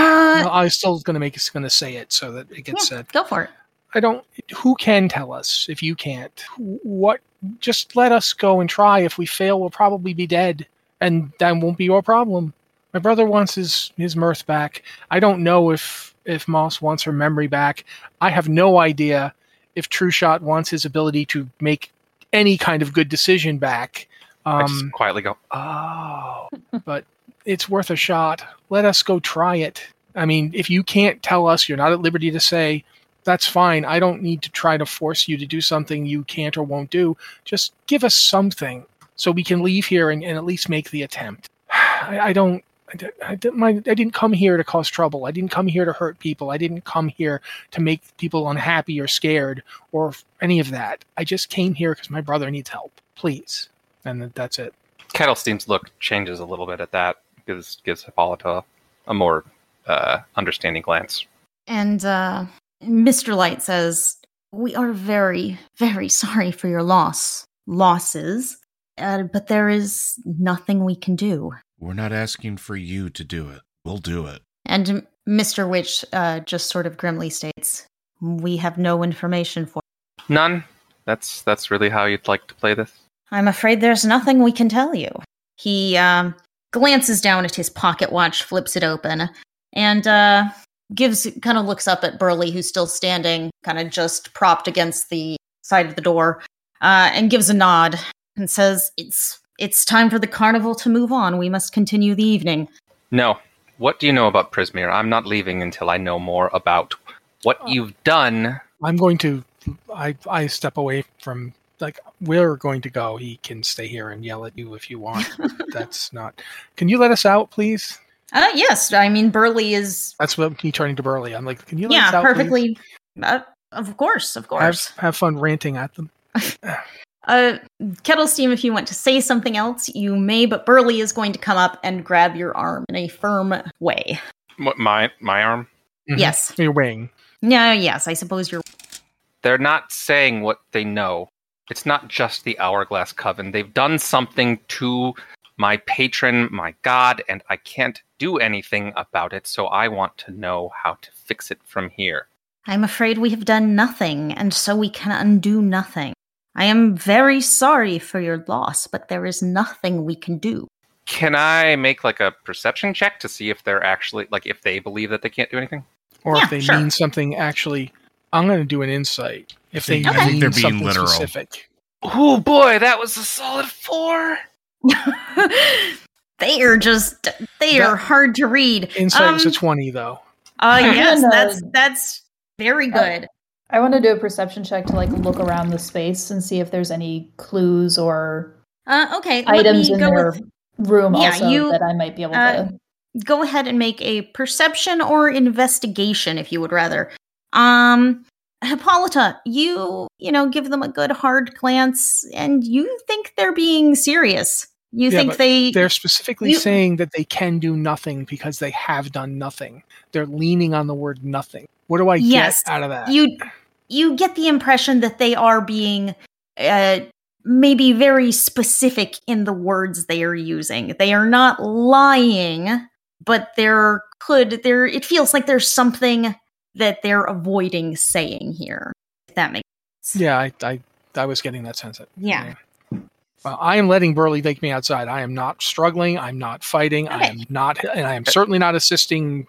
Speaker 5: Well, I'm still going to make it's going to say it so that it gets
Speaker 1: yeah,
Speaker 5: said.
Speaker 1: go for it.
Speaker 5: I don't who can tell us if you can't. What just let us go and try if we fail we'll probably be dead and that won't be your problem. My brother wants his his mirth back. I don't know if if Moss wants her memory back. I have no idea if True Shot wants his ability to make any kind of good decision back.
Speaker 6: I
Speaker 5: Um,
Speaker 6: just quietly go, "Ah."
Speaker 5: Oh, but it's worth a shot. Let us go try it. I mean, if you can't tell us, you're not at liberty to say, that's fine. I don't need to try to force you to do something you can't or won't do. Just give us something so we can leave here and, and at least make the attempt. I, I don't. I, di- I didn't, my, I didn't come here to cause trouble. I didn't come here to hurt people. I didn't come here to make people unhappy or scared or f- any of that. I just came here because my brother needs help. Please. And th- that's it.
Speaker 6: Kettle Steam's look changes a little bit at that. Gives gives Hippolyta a more uh, understanding glance.
Speaker 1: And uh, Mr. Light says, We are very, very sorry for your loss, losses, uh, but there is nothing we can do.
Speaker 3: We're not asking for you to do it. We'll do it.
Speaker 1: And M- Mr. Witch uh, just sort of grimly states, We have no information for.
Speaker 6: None. That's that's really how you'd like to play this.
Speaker 1: I'm afraid there's nothing we can tell you. He um, glances down at his pocket watch, flips it open, and uh, gives kind of looks up at Burley, who's still standing, kind of just propped against the side of the door, uh, and gives a nod and says, "It's it's time for the carnival to move on. We must continue the evening."
Speaker 6: No. What do you know about Prismir? I'm not leaving until I know more about what you've done.
Speaker 5: I'm going to, I, I step away from, like, we're going to go. He can stay here and yell at you if you want. that's not, can you let us out, please?
Speaker 1: Uh, yes, I mean Burley is
Speaker 5: That's what me turning to Burley. I'm like, can you let
Speaker 1: yeah
Speaker 5: us out? please?
Speaker 1: perfectly. Uh, of course, of
Speaker 5: Have,
Speaker 1: course.
Speaker 5: have fun ranting at them.
Speaker 1: Uh, Kettle Steam, if you want to say something else, you may, but Burley is going to come up and grab your arm in a firm way.
Speaker 6: What my my arm?
Speaker 5: Mhm.
Speaker 1: Yes.
Speaker 5: Your wing.
Speaker 1: No, yes, I suppose you're.
Speaker 6: They're not saying what they know. It's not just the Hourglass Coven. They've done something to my patron, my god, and I can't do anything about it, so I want to know how to fix it from here.
Speaker 1: I'm afraid we have done nothing, and so we can undo nothing. I am very sorry for your loss, but there is nothing we can do.
Speaker 6: Can I make like a perception check to see if they're actually like if they believe that they can't do anything?
Speaker 5: Or
Speaker 1: Yeah,
Speaker 5: if they
Speaker 1: sure.
Speaker 5: mean something actually, I'm going to do an insight. If they
Speaker 3: I think- I think
Speaker 5: mean
Speaker 3: they're being
Speaker 5: something
Speaker 3: literal.
Speaker 5: specific.
Speaker 6: Oh boy, that was a solid four.
Speaker 1: they are just. They are
Speaker 5: That-
Speaker 1: hard to read.
Speaker 5: Insight was a
Speaker 1: Um,
Speaker 5: 20, though.
Speaker 1: uh,
Speaker 2: I
Speaker 1: yes,
Speaker 2: know.
Speaker 1: that's that's very good.
Speaker 2: I want to do a perception check to like look around the space and see if there's any clues or
Speaker 1: Uh, okay, let
Speaker 2: items
Speaker 1: me
Speaker 2: in
Speaker 1: go
Speaker 2: their
Speaker 1: with
Speaker 2: room
Speaker 1: Yeah,
Speaker 2: also
Speaker 1: you-
Speaker 2: that I might be able
Speaker 1: uh,
Speaker 2: to.
Speaker 1: go ahead and make a perception or investigation if you would rather. Um Hippolyta, you, you know, give them a good hard glance and you think they're being serious. You
Speaker 5: Yeah,
Speaker 1: think
Speaker 5: but
Speaker 1: they
Speaker 5: They're specifically
Speaker 1: You-
Speaker 5: saying that they can do nothing because they have done nothing. They're leaning on the word nothing. What do I
Speaker 1: Yes,
Speaker 5: get out of that?
Speaker 1: you you get the impression that they are being uh maybe very specific in the words they are using. They are not lying, but there could there it feels like there's something that they're avoiding saying here. If that makes
Speaker 5: yeah, I, I, I was getting that sense. Of,
Speaker 1: Yeah.
Speaker 5: Well, I am letting Burley take me outside. I am not struggling. I'm not fighting. I
Speaker 1: Okay.
Speaker 5: am not, and I am certainly not assisting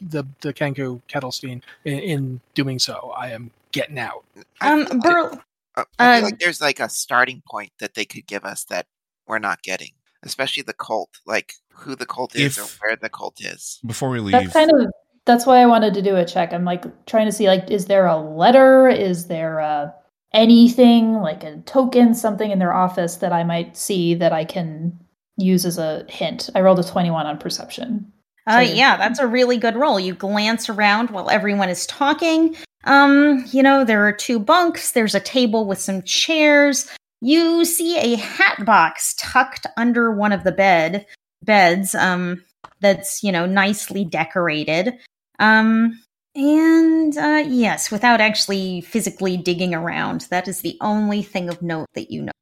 Speaker 5: the the Kenku Kettlestein in, in doing so. I am getting out.
Speaker 4: I
Speaker 1: Um,
Speaker 4: feel like-
Speaker 1: Burl,
Speaker 4: Uh, I feel
Speaker 1: Um,
Speaker 4: like there's like a starting point that they could give us that we're not getting, especially the cult, like who the cult is or
Speaker 3: If-
Speaker 4: where the cult is.
Speaker 3: Before we leave,
Speaker 2: That's kind of that's why I wanted to do a check. I'm like trying to see like is there a letter? Is there a anything like a token something in their office that I might see that I can use as a hint? I rolled a 21 on perception.
Speaker 1: uh,
Speaker 2: So-
Speaker 1: yeah, that's a really good roll. You glance around while everyone is talking. Um, you know, there are two bunks, there's a table with some chairs. You see a hat box tucked under one of the bed beds, um, that's, you know, nicely decorated. Um, and uh, yes, without actually physically digging around, that is the only thing of note that you know.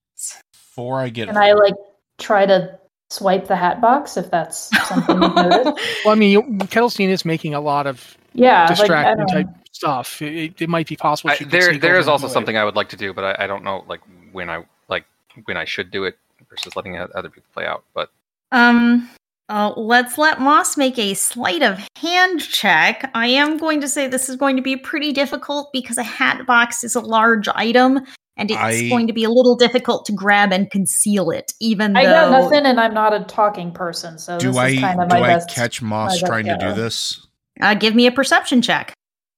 Speaker 3: before I get
Speaker 2: Can I like try to swipe the hat box if that's something you noticed?
Speaker 5: Well, I mean, you, Kettlestein is making a lot of
Speaker 2: Yeah, like, I
Speaker 5: distracting
Speaker 2: don't
Speaker 5: type stuff. It, it, it might be possible.
Speaker 6: I,
Speaker 5: she could
Speaker 6: there
Speaker 5: sneak
Speaker 6: there
Speaker 5: over
Speaker 6: is
Speaker 5: and
Speaker 6: also
Speaker 5: do it.
Speaker 6: something I would like to do, but I, I don't know like when I like when I should do it versus letting o- other people play out. But
Speaker 1: Um, uh, let's let Moss make a sleight of hand check. I am going to say this is going to be pretty difficult because a hat box is a large item, and it's
Speaker 3: I-
Speaker 1: going to be a little difficult to grab and conceal it. Even
Speaker 2: I
Speaker 1: though
Speaker 2: got nothing, and I'm not a talking person, so
Speaker 3: do
Speaker 2: this
Speaker 3: I
Speaker 2: is kind of
Speaker 3: do
Speaker 2: my
Speaker 3: I
Speaker 2: best.
Speaker 3: catch Moss
Speaker 2: my best
Speaker 3: trying to do
Speaker 2: guess.
Speaker 3: this?
Speaker 1: Uh, give me a perception check.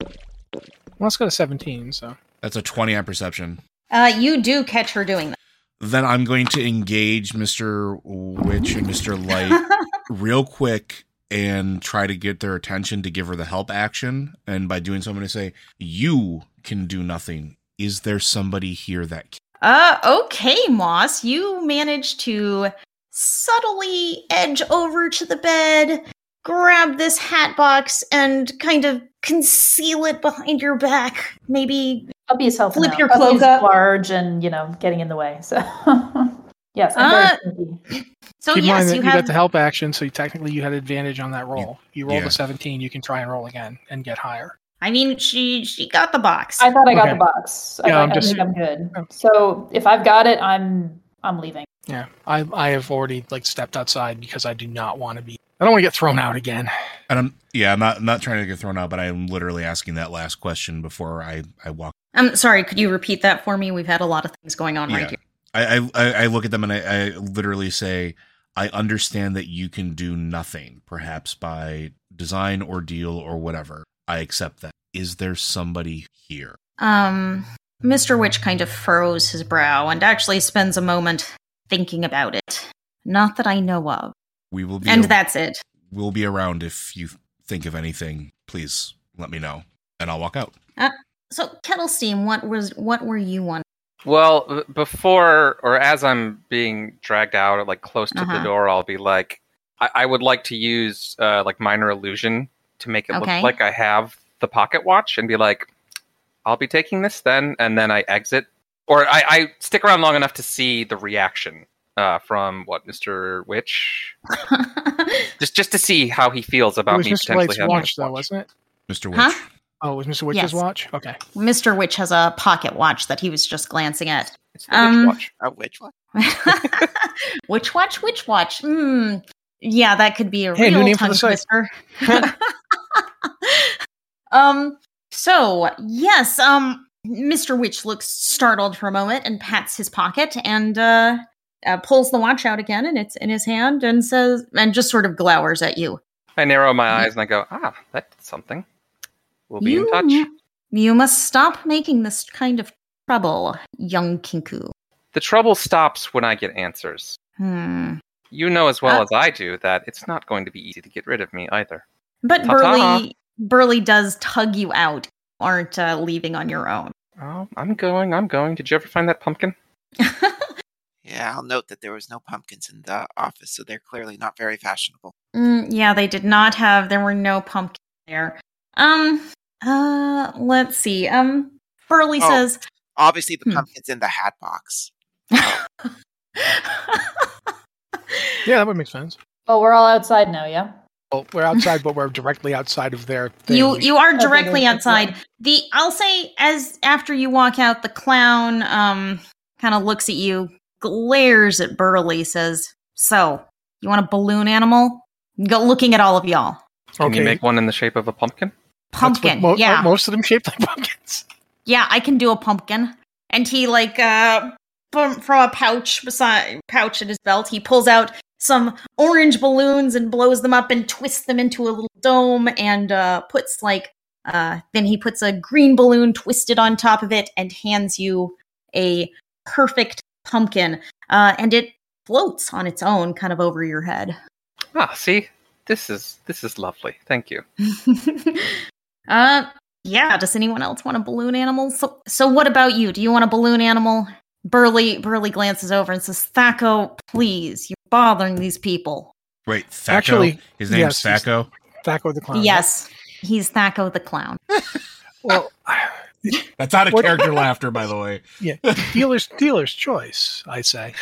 Speaker 5: Well, let's go to 17. So
Speaker 3: That's a twenty on perception.
Speaker 1: Uh, you do catch her doing
Speaker 3: Then I'm going to engage Mr. Witch and Mr. Light
Speaker 1: that.
Speaker 3: real quick and try to get their attention to give her the help action. And by doing so, I'm going to say, You can do nothing. Is there somebody here that can?
Speaker 1: Uh, okay, Moss, you manage to subtly edge over to the bed, grab this hat box, and kind of conceal it behind your back. Maybe
Speaker 2: I'll be yourself.
Speaker 1: Flip
Speaker 2: now.
Speaker 1: your
Speaker 2: I'll
Speaker 1: cloak
Speaker 2: use
Speaker 1: up.
Speaker 2: large and you know getting in the way. So yes, I'm
Speaker 1: Uh,
Speaker 2: very sneaky.
Speaker 1: so.
Speaker 5: Keep in
Speaker 1: yes,
Speaker 5: mind that you,
Speaker 1: you have
Speaker 5: got the help action, so you, technically you had advantage on that roll. You rolled
Speaker 3: yeah.
Speaker 5: a 17, you can try and roll again and get higher.
Speaker 1: I mean, she she got the box.
Speaker 2: I thought I got
Speaker 5: okay.
Speaker 2: the box. I,
Speaker 5: Yeah,
Speaker 2: thought-
Speaker 5: I'm
Speaker 2: I
Speaker 5: just-
Speaker 2: think I'm good.
Speaker 5: Oh.
Speaker 2: So if I've got it, I'm I'm leaving.
Speaker 5: Yeah, I I have already like stepped outside because I do not want to be. I don't want to get thrown out again.
Speaker 3: And I'm, yeah, I'm not, not trying to get thrown out, but I'm literally asking that last question before I, I walk.
Speaker 1: I'm um, sorry. Could you repeat that for me? We've had a lot of things going on right
Speaker 3: Yeah.
Speaker 1: here.
Speaker 3: I, I- I, I look at them and I, I literally say, I understand that you can do nothing, perhaps by design or deal or whatever. I accept that. Is there somebody here?
Speaker 1: Um, Mr. Witch kind of furrows his brow and actually spends a moment thinking about it. Not that I know of.
Speaker 3: We will be
Speaker 1: And
Speaker 3: a-
Speaker 1: that's it.
Speaker 3: we'll be around if you think of anything. Please let me know, and I'll walk out.
Speaker 1: Uh, So, Kettle Steam, what was what were you on?
Speaker 6: Well, b- before or as I'm being dragged out, or like close to the
Speaker 1: Uh-huh.
Speaker 6: door, I'll be like, I, I would like to use uh, like minor illusion to make it
Speaker 1: Okay.
Speaker 6: look like I have the pocket watch, and be like, I'll be taking this then, and then I exit, or I, I stick around long enough to see the reaction uh, from what Mister Witch, just just to see how he feels
Speaker 5: It
Speaker 6: about
Speaker 5: was
Speaker 6: me
Speaker 5: Mr.
Speaker 6: potentially
Speaker 5: Light's
Speaker 6: having
Speaker 5: watch,
Speaker 6: watch,
Speaker 5: though, Oh, wasn't it?
Speaker 3: Mr. Witch.
Speaker 1: Huh?
Speaker 5: Oh, it was Mr. Witch's
Speaker 1: Yes.
Speaker 5: watch. Okay.
Speaker 1: Mr. Witch has a pocket watch that he was just glancing at.
Speaker 6: It's the witch
Speaker 1: Um,
Speaker 6: watch.
Speaker 4: A witch one?
Speaker 1: which watch? Which watch? Hmm. Yeah, that could be a
Speaker 5: Hey, new
Speaker 1: real
Speaker 5: name for
Speaker 1: tongue
Speaker 5: the site.
Speaker 1: twister. um. So yes. Um. Mr. Witch looks startled for a moment and pats his pocket and uh, uh, pulls the watch out again, and it's in his hand, and says, and just sort of glowers at you.
Speaker 6: I narrow my eyes and I go, ah, that's something. We'll be
Speaker 1: You-
Speaker 6: in touch.
Speaker 1: You must stop making this kind of trouble, young Kinku.
Speaker 6: The trouble stops when I get answers.
Speaker 1: Hmm.
Speaker 6: You know as well
Speaker 1: Ah.
Speaker 6: as I do that it's not going to be easy to get rid of me either.
Speaker 1: But
Speaker 6: Ta-ta.
Speaker 1: Burley, Burley does tug you out. Aren't uh, leaving on your own.
Speaker 6: Oh, I'm going, I'm going. Did you ever find that pumpkin?
Speaker 4: Yeah, I'll note that there was no pumpkins in the office, so they're clearly not very fashionable.
Speaker 1: Mm, yeah, they did not have. There were no pumpkins there. Um. Uh. Let's see. Um. Burley
Speaker 4: Oh.
Speaker 1: says.
Speaker 4: Obviously, the
Speaker 1: Hmm.
Speaker 4: pumpkin's in the hat box.
Speaker 5: Yeah, that would make sense.
Speaker 2: Well, Oh, we're all outside now. Yeah.
Speaker 5: Well, we're outside, but we're directly outside of their. Thing.
Speaker 1: you you are
Speaker 2: Okay,
Speaker 1: directly
Speaker 2: there's the
Speaker 1: outside. The I'll say as after you walk out, the clown um kind of looks at you, glares at Burley, says, "So you want a balloon animal? Go looking at all of y'all.
Speaker 6: Can you
Speaker 5: Okay.
Speaker 6: make one in the shape of a pumpkin?
Speaker 5: That's what
Speaker 1: Pumpkin.
Speaker 5: mo-
Speaker 1: yeah,
Speaker 5: Most of them shaped like pumpkins.
Speaker 1: yeah, I can do a pumpkin. And he like uh from from a pouch beside pouch in his belt, he pulls out some orange balloons and blows them up and twists them into a little dome and uh puts like uh then he puts a green balloon twisted on top of it and hands you a perfect pumpkin. Uh and it floats on its own kind of over your head.
Speaker 6: Ah, see? This is this is lovely. Thank you.
Speaker 1: uh yeah, does anyone else want a balloon animal? So so what about you? Do you want a balloon animal? Burley Burley glances over and says, Thaco, please, you're bothering these people.
Speaker 3: Wait, Thaco.
Speaker 5: Actually,
Speaker 3: his name's
Speaker 5: yes,
Speaker 3: Thaco.
Speaker 5: Thaco the clown.
Speaker 1: yes. He's Thaco the clown.
Speaker 5: Well,
Speaker 3: That's out of
Speaker 5: What-
Speaker 3: character laughter, by the way.
Speaker 5: yeah. Dealer's dealer's choice, I say.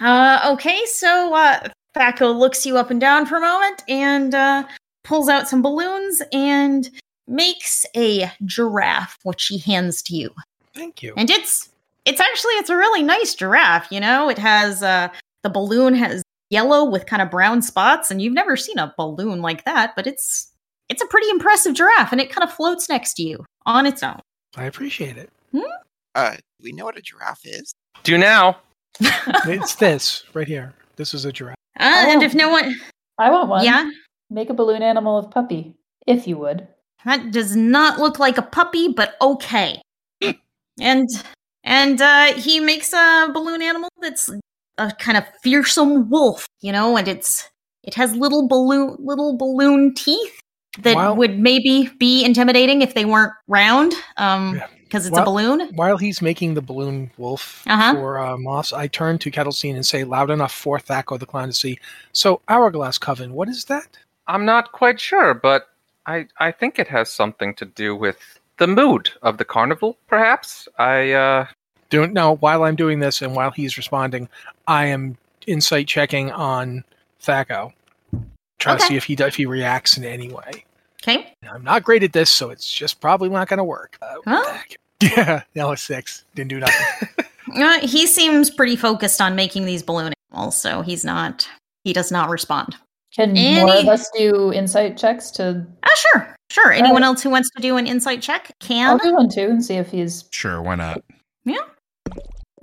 Speaker 1: Uh okay, so uh Thaco looks you up and down for a moment and uh pulls out some balloons and makes a giraffe, which she hands to you.
Speaker 5: Thank you.
Speaker 1: and it's it's actually it's a really nice giraffe you know it has uh the balloon has yellow with kind of brown spots and you've never seen a balloon like that but it's it's a pretty impressive giraffe and it kind of floats next to you on its own
Speaker 5: I appreciate it.
Speaker 1: Hmm?
Speaker 4: Uh, do we know what a giraffe is?
Speaker 6: Do now.
Speaker 5: It's this right here. This is a giraffe.
Speaker 1: Uh, and if
Speaker 2: Oh.
Speaker 1: no one
Speaker 2: I want one.
Speaker 1: yeah
Speaker 2: Make a balloon animal of puppy, if you would.
Speaker 1: that does not look like a puppy but okay and and uh he makes a balloon animal that's a kind of fearsome wolf you know and it's It has little balloon little balloon teeth that
Speaker 5: Wow.
Speaker 1: would maybe be intimidating if they weren't round, um,
Speaker 5: Yeah.
Speaker 1: because it's
Speaker 5: Wow.
Speaker 1: a balloon.
Speaker 5: While he's making the balloon wolf
Speaker 1: Uh-huh.
Speaker 5: for uh, Moss, I turn to Kettlestein and say loud enough for Thaco the clown to see. So, hourglass coven, what is that?
Speaker 6: I'm not quite sure, but I I think it has something to do with the mood of the carnival, perhaps. I uh
Speaker 5: Don't know. While I'm doing this and while he's responding, I am insight checking on Thaco, trying to
Speaker 1: Okay.
Speaker 5: see if he if he reacts in any way.
Speaker 1: Okay.
Speaker 5: I'm not great at this, so it's just probably not going to work. Uh,
Speaker 1: Huh?
Speaker 5: yeah, that was six. Didn't do nothing.
Speaker 1: Uh, he seems pretty focused on making these balloon animals, so he's not he does not respond.
Speaker 2: Can more of
Speaker 1: Any-
Speaker 2: us do insight checks to?
Speaker 1: Ah, sure. Sure. Anyone
Speaker 2: Right.
Speaker 1: else who wants to do an insight check
Speaker 2: I'll
Speaker 1: can.
Speaker 2: do one too and see if he's.
Speaker 3: Sure, why not?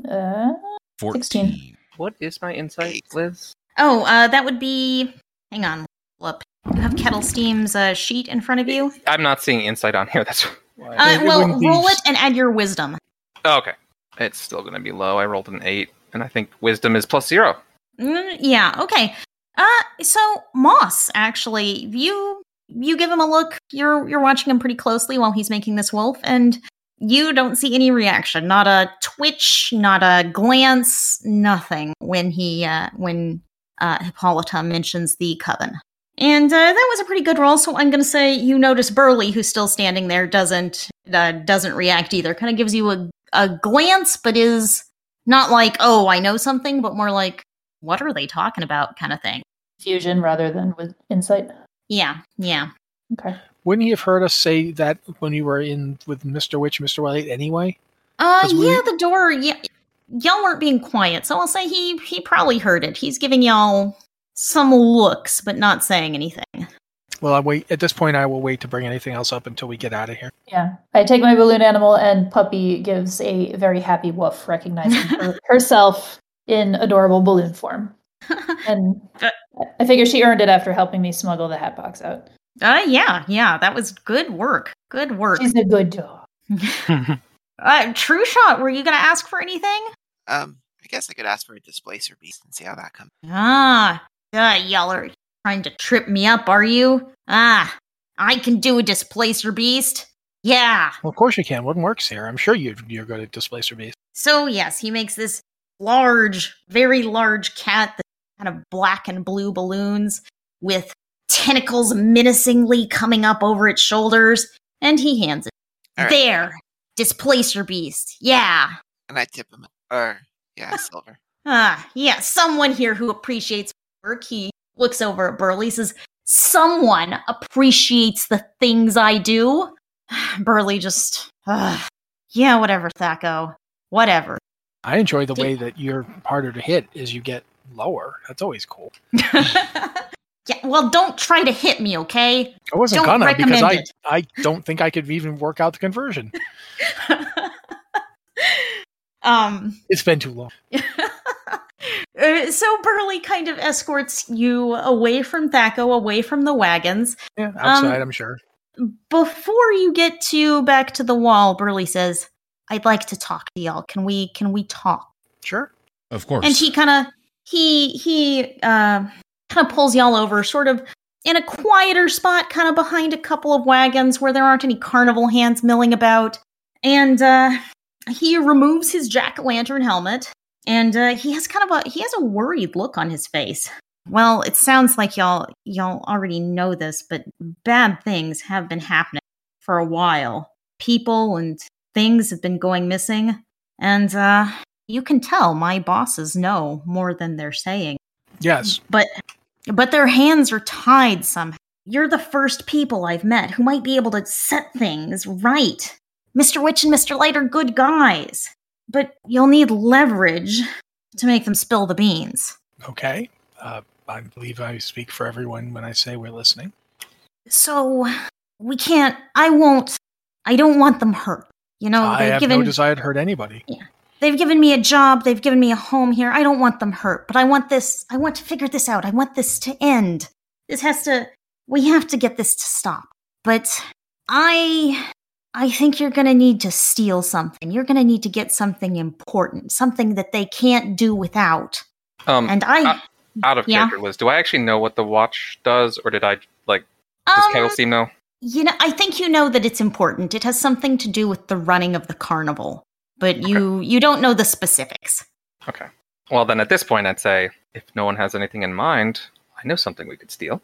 Speaker 2: Uh,
Speaker 3: 14.
Speaker 2: 16.
Speaker 6: what is my insight,
Speaker 4: Eight.
Speaker 6: Liz?
Speaker 1: Oh, uh, that would be. Hang on. Look, you have Kettle Steam's uh, sheet in front of you.
Speaker 6: I'm not seeing insight on here. That's
Speaker 1: Uh,
Speaker 5: It
Speaker 1: well,
Speaker 5: wouldn't be
Speaker 1: roll it and add your wisdom.
Speaker 6: oh, okay. It's still going to be low. I rolled an eight, and I think wisdom is plus zero.
Speaker 1: Mm, yeah. Okay. Uh, so Moss, actually, you you give him a look. You're you're watching him pretty closely while he's making this wolf, and you don't see any reaction. Not a twitch. Not a glance. Nothing when he uh, when uh, Hippolyta mentions the coven. And uh, that was a pretty good roll. So I'm going to say you notice Burley, who's still standing there, doesn't uh, doesn't react either. Kind of gives you a a glance, but is not like oh I know something, but more like what are they talking about kind of thing.
Speaker 2: fusion rather than with insight.
Speaker 1: Yeah, yeah.
Speaker 2: Okay.
Speaker 5: Wouldn't he have heard us say that when you were in with Mr. Witch, Mr. White anyway?
Speaker 1: Uh
Speaker 5: 'Cause we-
Speaker 1: yeah, the door yeah y'all weren't being quiet, so I'll say he he probably heard it. He's giving y'all some looks, but not saying anything.
Speaker 5: Well, I wait at this point. I will wait to bring anything else up until we get out of here.
Speaker 2: Yeah. I take my balloon animal, and Puppy gives a very happy woof, recognizing her, herself in adorable balloon form. And
Speaker 1: Uh,
Speaker 2: I- I figure she earned it after helping me smuggle the hat box out.
Speaker 1: Uh yeah, yeah, that was good work. Good work.
Speaker 2: She's a good dog.
Speaker 1: Uh True Shot, were you gonna ask for anything?
Speaker 4: Um, I guess I could ask for a displacer beast and see how that comes.
Speaker 1: Ah, uh, y'all are trying to trip me up, are you? Ah, I can do a displacer beast. Yeah.
Speaker 5: Well, of course you can. One works here. I'm sure you you're good at displacer beast.
Speaker 1: So, yes, he makes this large, very large cat, that kind of black and blue balloons with tentacles menacingly coming up over its shoulders, and he hands it.
Speaker 4: All right.
Speaker 1: There, displacer beast. Yeah.
Speaker 4: And I tip him, or yeah, silver.
Speaker 1: Ah, yeah, someone here who appreciates work. He looks over at Burley, says, Someone appreciates the things I do. Burley just, "Ugh. yeah, whatever, Thaco. Whatever.
Speaker 5: I enjoy the
Speaker 1: Did-
Speaker 5: way that you're harder to hit as you get lower. That's always cool.
Speaker 1: yeah, well, don't try to hit me, okay?
Speaker 5: I wasn't
Speaker 1: Don't
Speaker 5: gonna because I
Speaker 1: recommend
Speaker 5: I don't think I could even work out the conversion.
Speaker 1: um,
Speaker 5: It's been too long.
Speaker 1: Uh, so Burley kind of escorts you away from Thaco, away from the wagons, Um,
Speaker 5: Yeah, outside, I'm sure.
Speaker 1: before you get to back to the wall, Burley says, "I'd like to talk to y'all. Can we? Can we talk?"
Speaker 5: Sure.
Speaker 3: Of course.
Speaker 1: And he kind of he he uh, kind of pulls y'all over, sort of in a quieter spot, kind of behind a couple of wagons where there aren't any carnival hands milling about, and uh, he removes his jack o' lantern helmet, and uh, he has kind of a he has a worried look on his face. Well, it sounds like y'all y'all already know this, but bad things have been happening for a while. People and things have been going missing, and uh, you can tell my bosses know more than they're saying.
Speaker 5: Yes.
Speaker 1: But but their hands are tied somehow. You're the first people I've met who might be able to set things right. Mr. Witch and Mr. Light are good guys, but you'll need leverage to make them spill the beans.
Speaker 5: Okay. Uh, I believe I speak for everyone when I say we're listening.
Speaker 1: So we can't I won't I don't want them hurt. You know,
Speaker 5: I
Speaker 1: they've
Speaker 5: have
Speaker 1: Oh, given
Speaker 5: no desire to hurt anybody.
Speaker 1: They've given me a job, they've given me a home here. I don't want them hurt, but I want this I want to figure this out. I want this to end. This has to we have to get this to stop. But I I think you're going to need to steal something. You're going to need to get something important, something that they can't do without.
Speaker 6: um,
Speaker 1: And I
Speaker 6: Uh, out of
Speaker 1: Yeah.
Speaker 6: character, Liz, do I actually know what the watch does, or did I like does
Speaker 1: Um,
Speaker 6: Kettle Steam know?
Speaker 1: You know, I think you know that it's important. It has something to do with the running of the carnival, but you you don't know the specifics.
Speaker 6: Okay. Well, then at this point, I'd say if no one has anything in mind, I know something we could steal.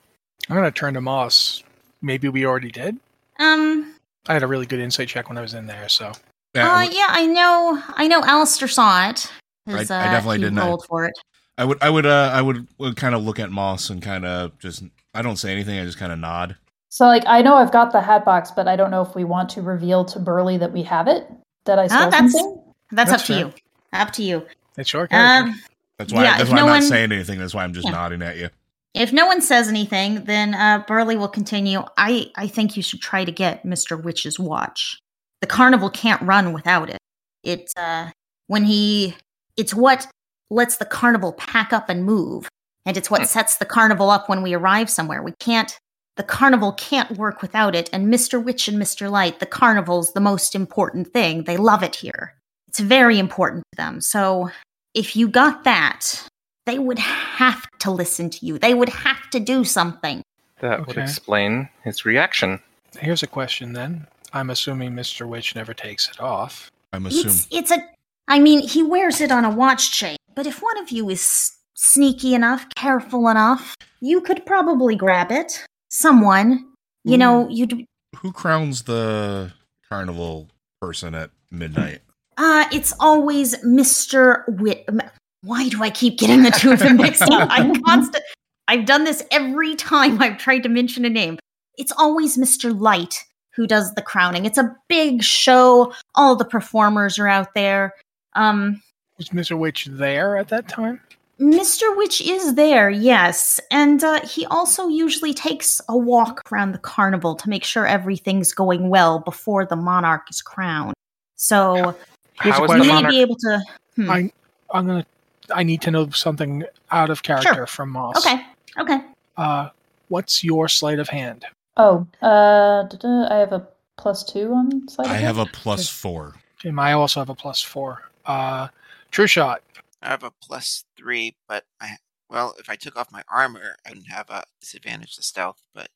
Speaker 5: I'm going to turn to Moss. Maybe we already did.
Speaker 1: Um.
Speaker 5: I had a really good insight check when I was in there, so
Speaker 1: uh, yeah, I know. I know. Alistair saw it. 'cause,
Speaker 3: I- I definitely
Speaker 1: he
Speaker 3: didn't. I-
Speaker 1: rolled for it.
Speaker 3: I would, I would, uh, I would, would kind of look at Moss and kind of just, I don't say anything. I just kind of nod.
Speaker 2: So, like, I know I've got the hat box, but I don't know if we want to reveal to Burley that we have it. That I stole
Speaker 1: Ah, that's-
Speaker 2: something.
Speaker 1: That's,
Speaker 5: That's
Speaker 1: up
Speaker 5: fair.
Speaker 1: to you. Up to you.
Speaker 5: it's your character.
Speaker 1: Um,
Speaker 3: That's why,
Speaker 1: Yeah,
Speaker 3: that's
Speaker 1: if
Speaker 3: why
Speaker 1: no
Speaker 3: I'm not
Speaker 1: one-
Speaker 3: saying anything. That's why I'm just
Speaker 1: Yeah.
Speaker 3: nodding at you.
Speaker 1: if no one says anything, then uh, Burley will continue. I I think you should try to get Mister Witch's watch. The carnival can't run without it. It's uh, when he. It's what lets the carnival pack up and move, and it's what sets the carnival up when we arrive somewhere. We can't. The carnival can't work without it. And Mister Witch and Mister Light, the carnival's the most important thing. They love it here. It's very important to them. So if you got that, they would have to listen to you. They would have to do something.
Speaker 6: That would
Speaker 5: Okay.
Speaker 6: explain his reaction.
Speaker 5: Here's a question then. I'm assuming Mr. Witch never takes it off.
Speaker 3: I'm assuming.
Speaker 1: It's it's a I mean, he wears it on a watch chain. But if one of you is s- sneaky enough, careful enough, you could probably grab it. Someone, you know,
Speaker 3: Mm.
Speaker 1: you'd
Speaker 3: Who crowns the carnival person at midnight?
Speaker 1: uh it's always Mr. Wit M- Why do I keep getting the two of them mixed up? I constant I've done this every time I've tried to mention a name. It's always Mr. Light who does the crowning. It's a big show. All the performers are out there. Um
Speaker 5: Was Mr. Witch there at that time?
Speaker 1: Mr. Witch is there, yes. And uh, he also usually takes a walk around the carnival to make sure everything's going well before the monarch is crowned. So
Speaker 5: Here's
Speaker 6: How
Speaker 5: a
Speaker 6: is
Speaker 1: you
Speaker 6: the
Speaker 5: question.
Speaker 1: may
Speaker 6: monarch?
Speaker 1: be able to. hmm.
Speaker 5: I- I'm gonna I need to know something out of character
Speaker 1: Sure.
Speaker 5: from Moss.
Speaker 1: Okay, okay.
Speaker 5: Uh what's your sleight of hand?
Speaker 2: Oh, uh, duh, duh, I have a plus two on sleight. of
Speaker 3: I
Speaker 2: hand?
Speaker 3: have a plus four.
Speaker 5: Jim, I also have a plus four. Uh true shot.
Speaker 4: I have a plus three, but I well, if I took off my armor, I would have a disadvantage to stealth. But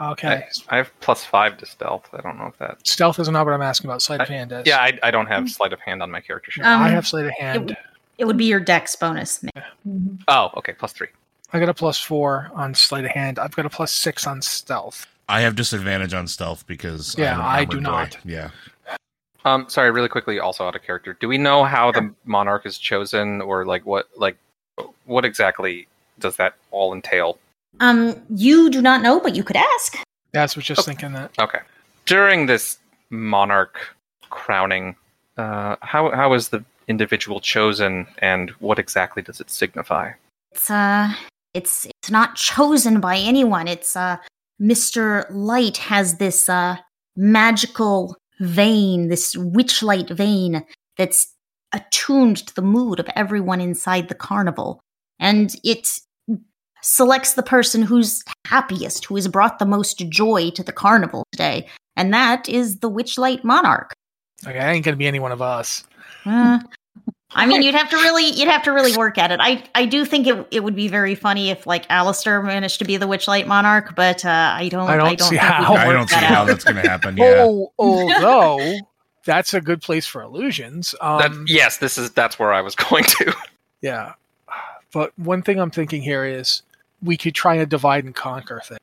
Speaker 5: Okay.
Speaker 6: I have plus five to stealth. I don't know if that.
Speaker 5: Stealth is not what I'm asking about. Sleight of hand is.
Speaker 6: Yeah, I, I don't have sleight of hand on my character sheet.
Speaker 1: Mm. Um,
Speaker 5: I have sleight of hand.
Speaker 1: It would be your dex bonus. ma-
Speaker 2: Mhm.
Speaker 6: oh, okay, plus three.
Speaker 5: I got a plus four on sleight of hand. I've got a plus six on stealth.
Speaker 3: I have disadvantage on stealth because
Speaker 5: Yeah,
Speaker 3: I'm an
Speaker 5: I
Speaker 3: armored
Speaker 5: do
Speaker 3: boy.
Speaker 5: not.
Speaker 3: Yeah,
Speaker 6: Um, sorry, really quickly, also out of character. Do we know how the monarch is chosen, or like what, like what exactly does that all entail?
Speaker 1: Um, you do not know, but you could ask.
Speaker 5: That's was just
Speaker 1: Oh.
Speaker 5: thinking that.
Speaker 6: Okay. During this monarch crowning, uh, how how is the individual chosen, and what exactly does it signify?
Speaker 1: It's uh, it's it's not chosen by anyone. It's uh, Mr. Light has this uh magical vein, this witchlight vein that's attuned to the mood of everyone inside the carnival, and it selects the person who's happiest, who has brought the most joy to the carnival today, and that is the witchlight monarch.
Speaker 5: Okay, that ain't gonna be any one of us. Eh.
Speaker 1: Uh, I mean, you'd have to really, you'd have to really work at it. I, I do think it, it would be very funny if like Alistair managed to be the Witchlight Monarch, but uh, I don't,
Speaker 5: I don't see
Speaker 1: think
Speaker 5: how.
Speaker 1: we
Speaker 5: I'll
Speaker 3: I
Speaker 1: can
Speaker 3: don't
Speaker 1: work
Speaker 3: see
Speaker 1: that
Speaker 3: how
Speaker 1: out.
Speaker 3: that's going to happen. Yeah,
Speaker 5: Oh, although that's a good place for illusions.
Speaker 6: That,
Speaker 5: Um,
Speaker 6: yes, this is that's where I was going to.
Speaker 5: Yeah. But one thing I'm thinking here is we could try a divide and conquer thing.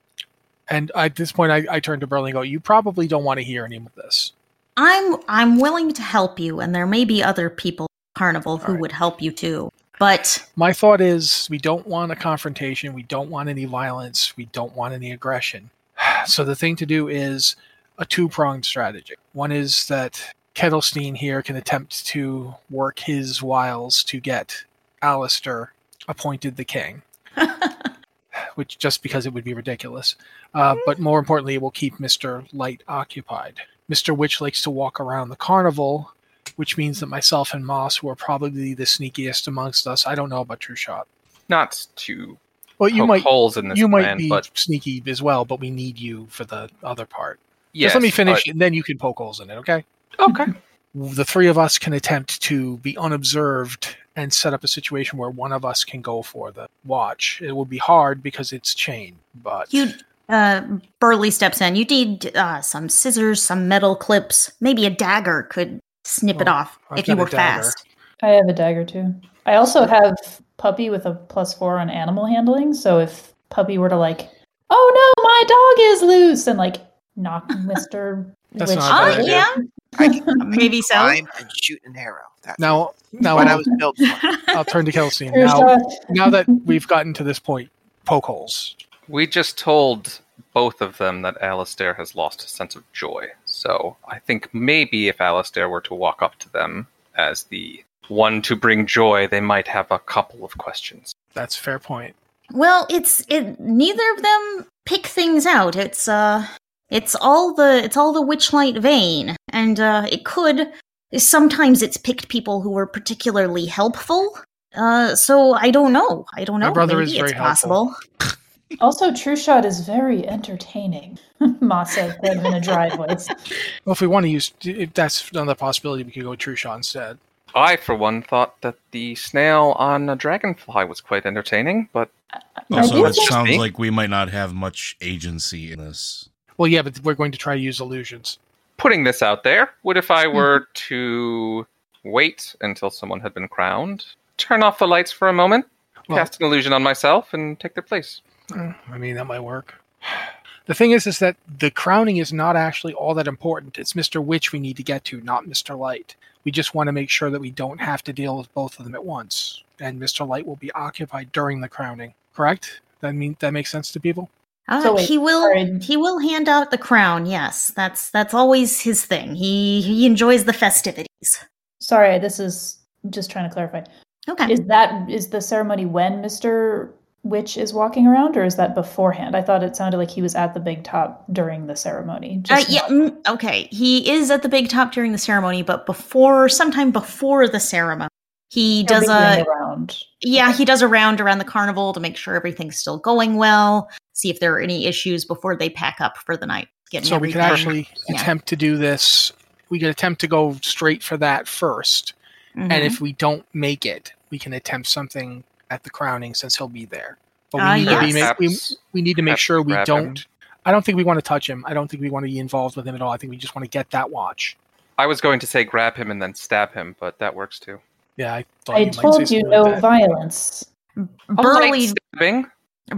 Speaker 5: And at this point, I, I turn to Burley and go, You probably don't want to hear any of this.
Speaker 1: I'm, I'm willing to help you, and there may be other people at Carnival who
Speaker 5: All right.
Speaker 1: would help you too. But
Speaker 5: My thought is we don't want a confrontation. We don't want any violence. We don't want any aggression. So the thing to do is a two pronged strategy. One is that Kettlestein here can attempt to work his wiles to get Alistair appointed the king, which just because it would be ridiculous. Uh, but more importantly, it will keep Mr. Light occupied. Mr. Witch likes to walk around the carnival which means that myself and Moss, who are probably the sneakiest amongst us, I don't know about True Shot.
Speaker 6: Not to
Speaker 5: Well,
Speaker 6: poke
Speaker 5: you might
Speaker 6: holes in this
Speaker 5: you might
Speaker 6: plan,
Speaker 5: be
Speaker 6: but
Speaker 5: sneaky as well, but we need you for the other part.
Speaker 6: yes,
Speaker 5: Just let me finish,
Speaker 6: but-
Speaker 5: and then you can poke holes in it. Okay.
Speaker 6: Okay.
Speaker 5: The three of us can attempt to be unobserved and set up a situation where one of us can go for the watch. It will be hard because it's chained, but
Speaker 1: You, uh, Burley steps in. You need uh, some scissors, some metal clips, maybe a dagger could snip it
Speaker 5: Oh,
Speaker 1: off
Speaker 5: I've
Speaker 1: if you
Speaker 5: got a
Speaker 1: were
Speaker 5: dagger.
Speaker 1: fast.
Speaker 2: I have a dagger too. I also have puppy with a plus four on animal handling. So if puppy were to like, oh no, my dog is loose, and like knock Mister
Speaker 5: That's
Speaker 2: Witch
Speaker 5: not a
Speaker 2: out,
Speaker 5: bad idea.
Speaker 1: yeah.
Speaker 4: I can
Speaker 1: Maybe so.
Speaker 4: climb and shoot an arrow. That's
Speaker 5: now now
Speaker 4: what I
Speaker 5: I'll,
Speaker 4: was built for.
Speaker 5: I'll turn to Kelsey.
Speaker 2: there's
Speaker 5: Now,
Speaker 2: a-
Speaker 5: now that we've gotten to this point, poke holes.
Speaker 6: We just told both of them that Alistair has lost his sense of joy. So I think maybe if Alistair were to walk up to them as the one to bring joy, they might have a couple of questions.
Speaker 5: That's a fair point.
Speaker 1: Well, it's it. Neither of them pick things out. It's uh, it's all the it's all the witchlight vein, and uh, it could. Sometimes it's picked people who were particularly helpful. Uh, so I don't know. I don't
Speaker 5: My
Speaker 1: know.
Speaker 5: brother
Speaker 1: Maybe
Speaker 5: is very
Speaker 1: it's possible.
Speaker 2: also True Shot is very entertaining. Ma says them in a dry voice.
Speaker 5: Well, if we want to use, if that's another possibility, we could go true shot instead.
Speaker 6: I, for one, thought that the snail on a dragonfly was quite entertaining, but
Speaker 2: I
Speaker 3: Also,
Speaker 2: do
Speaker 3: it
Speaker 2: think-
Speaker 3: sounds like we might not have much agency in this.
Speaker 5: Well, yeah, but we're going to try to use illusions.
Speaker 6: putting this out there, what if I were to wait until someone had been crowned, turn off the lights for a moment,
Speaker 5: Well-
Speaker 6: cast an illusion on myself, and take their place?
Speaker 5: Uh, I mean, that might work. The thing is, is that the crowning is not actually all that important. It's Mr. Witch we need to get to, not Mr. Light. We just want to make sure that we don't have to deal with both of them at once. And Mr. Light will be occupied during the crowning, correct? That mean that makes sense to people?
Speaker 1: Uh,
Speaker 2: So wait,
Speaker 1: he will
Speaker 2: sorry.
Speaker 1: he will hand out the crown. Yes, that's that's always his thing. He he enjoys the festivities.
Speaker 2: Sorry, this is just trying to clarify.
Speaker 1: Okay.
Speaker 2: Is that is the ceremony when Mister Witch is walking around, or is that beforehand? I thought it sounded like he was at the big top during the ceremony.
Speaker 1: Uh,
Speaker 2: just
Speaker 1: yeah. mm, Okay. He is at the big top during the ceremony, but before, sometime before the ceremony, he does a
Speaker 2: Everything around.
Speaker 1: yeah. He does a round around the carnival to make sure everything's still going well. See if there are any issues before they pack up for the night. Getting
Speaker 5: So we
Speaker 1: everything-
Speaker 5: could actually
Speaker 1: Yeah.
Speaker 5: attempt to do this. We could attempt to go straight for that 1st
Speaker 1: Mhm.
Speaker 5: And if we don't make it, we can attempt something at the crowning since he'll be there. But we
Speaker 1: Ah,
Speaker 5: need to be
Speaker 1: yes.
Speaker 5: ma- we,
Speaker 6: Perhaps-
Speaker 5: we need to make
Speaker 6: perhaps
Speaker 5: sure we
Speaker 6: grab him.
Speaker 5: don't I don't think we want to touch him. I don't think we want to be involved with him at all. I think we just want to get that watch.
Speaker 6: I was going to say grab him and then stab him, but that works too.
Speaker 5: Yeah, I thought
Speaker 2: I
Speaker 5: you might
Speaker 2: told
Speaker 5: say
Speaker 2: you
Speaker 5: something
Speaker 2: no
Speaker 5: like that.
Speaker 2: violence.
Speaker 1: Burley
Speaker 6: Light stabbing.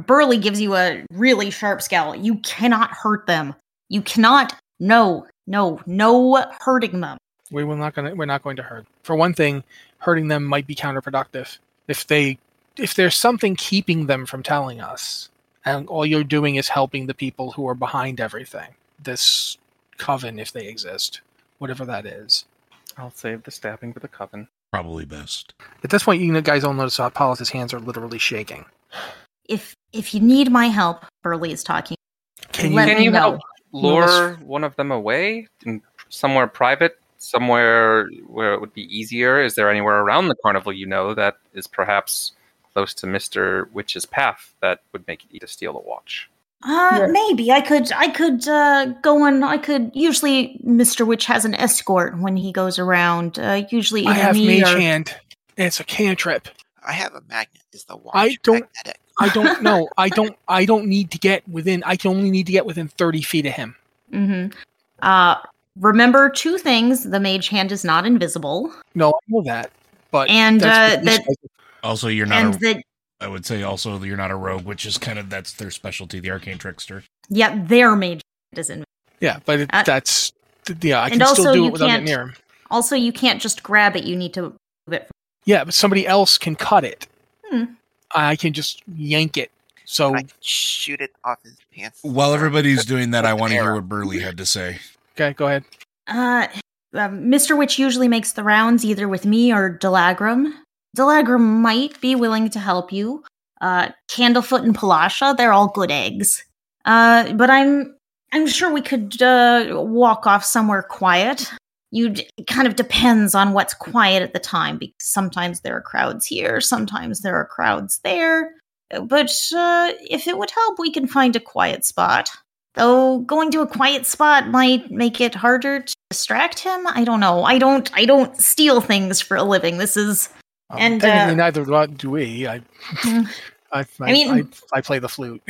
Speaker 1: Burley gives you a really sharp scowl. You cannot hurt them. You cannot. No. No. No hurting them.
Speaker 5: We will not gonna we're not going to hurt. For one thing, hurting them might be counterproductive. If they if there's something keeping them from telling us, and all you're doing is helping the people who are behind everything, this coven if they exist, whatever that is.
Speaker 6: I'll save the stabbing for the coven.
Speaker 3: Probably best.
Speaker 5: At this point, you guys all notice how Apollos' hands are literally shaking.
Speaker 1: If if you need my help, Burley is talking.
Speaker 5: Can you?
Speaker 1: Let
Speaker 6: Can
Speaker 1: me
Speaker 6: you
Speaker 1: know.
Speaker 6: help lure
Speaker 5: Lewis-
Speaker 6: one of them away in somewhere private, somewhere where it would be easier? Is there anywhere around the carnival you know that is perhaps close to Mister Witch's path that would make it easy to steal the watch?
Speaker 1: Uh,
Speaker 2: Yeah.
Speaker 1: maybe I could. I could uh, go and I could. Usually, Mister Witch has an escort when he goes around. Uh, usually, either
Speaker 5: I have
Speaker 1: me
Speaker 5: mage
Speaker 1: or-
Speaker 5: hand. It's a cantrip.
Speaker 4: I have a magnet. Is the watch
Speaker 5: I don't-
Speaker 4: magnetic?
Speaker 5: I don't know. I don't. I don't need to get within. I can only need to get within thirty feet of him.
Speaker 1: Mhm. Uh, remember two things: the mage hand is not invisible,
Speaker 5: No, I know that. But
Speaker 1: and uh,
Speaker 5: that's what
Speaker 1: that
Speaker 5: he's-
Speaker 3: Also, you're not.
Speaker 1: and
Speaker 3: a-
Speaker 1: that
Speaker 3: I would say also you're not a rogue, which is kind of that's their specialty, the arcane trickster.
Speaker 1: yeah, their mage hand is invisible.
Speaker 5: yeah, but it,
Speaker 1: Uh,
Speaker 5: that's yeah. I
Speaker 1: and
Speaker 5: can still
Speaker 1: also
Speaker 5: do
Speaker 1: you
Speaker 5: it without getting
Speaker 1: can't-
Speaker 5: near him.
Speaker 1: Also, you can't just grab it; you need to move it.
Speaker 5: Yeah, but somebody else can cut it.
Speaker 1: Hmm.
Speaker 5: I can just yank it. So
Speaker 4: I can shoot it off his pants.
Speaker 3: While everybody's doing that, I want to hear
Speaker 4: Arrow.
Speaker 3: what Burley had to say.
Speaker 5: okay, go ahead.
Speaker 1: Uh, uh, Mr. Witch usually makes the rounds either with me or Delagrim. Delagrim might be willing to help you. Uh, Candlefoot and Palasha, they're all good eggs. Uh, but I'm I'm sure we could uh, walk off somewhere quiet. You d- it kind of depends on what's quiet at the time because sometimes there are crowds here, sometimes there are crowds there. Uh, But uh, if it would help, we can find a quiet spot. Though going to a quiet spot might make it harder to distract him. I don't know. I don't I don't steal things for a living. This is
Speaker 5: Um,
Speaker 1: And,
Speaker 5: technically,
Speaker 1: uh,
Speaker 5: neither do I- do we. I,
Speaker 1: Mm.
Speaker 5: I, I,
Speaker 1: I mean-
Speaker 5: I, I play the flute.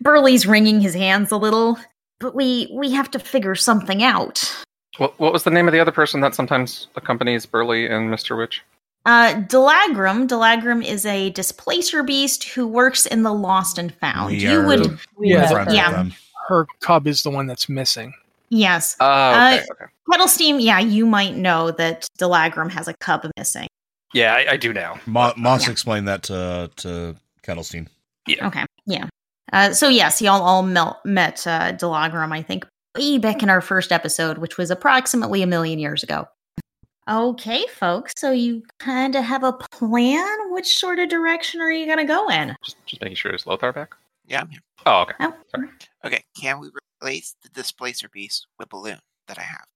Speaker 1: Burley's wringing his hands a little, but we we have to figure something out.
Speaker 6: What, what was the name of the other person that sometimes accompanies Burley and Mr. Witch?
Speaker 1: Uh, Delagram. Delagram is a displacer beast who works in the lost and found.
Speaker 3: We
Speaker 1: you
Speaker 3: are
Speaker 1: would,
Speaker 2: We
Speaker 5: Yeah,
Speaker 2: met
Speaker 3: friends with
Speaker 2: her.
Speaker 1: yeah.
Speaker 3: them.
Speaker 5: Her cub is the one that's missing.
Speaker 1: yes, Uh,
Speaker 6: Oh, okay, okay.
Speaker 1: Kettle Steam. Yeah, you might know that Delagram has a cub missing.
Speaker 6: Yeah, I, I do now.
Speaker 3: Mo- Moss
Speaker 1: Yeah.
Speaker 3: explained that to to Kettlestein.
Speaker 1: Okay, yeah. Uh, so yes, y'all all mel- met uh, Delagram. I think way back in our first episode, which was approximately a million years ago. Okay, folks. So you kind of have a plan. Which sort of direction are you gonna go in?
Speaker 6: Just, just making sure is Lothar back.
Speaker 4: Yeah, I'm here.
Speaker 6: Oh, okay.
Speaker 1: Oh,
Speaker 4: Okay, can we replace the displacer beast with balloon that I have?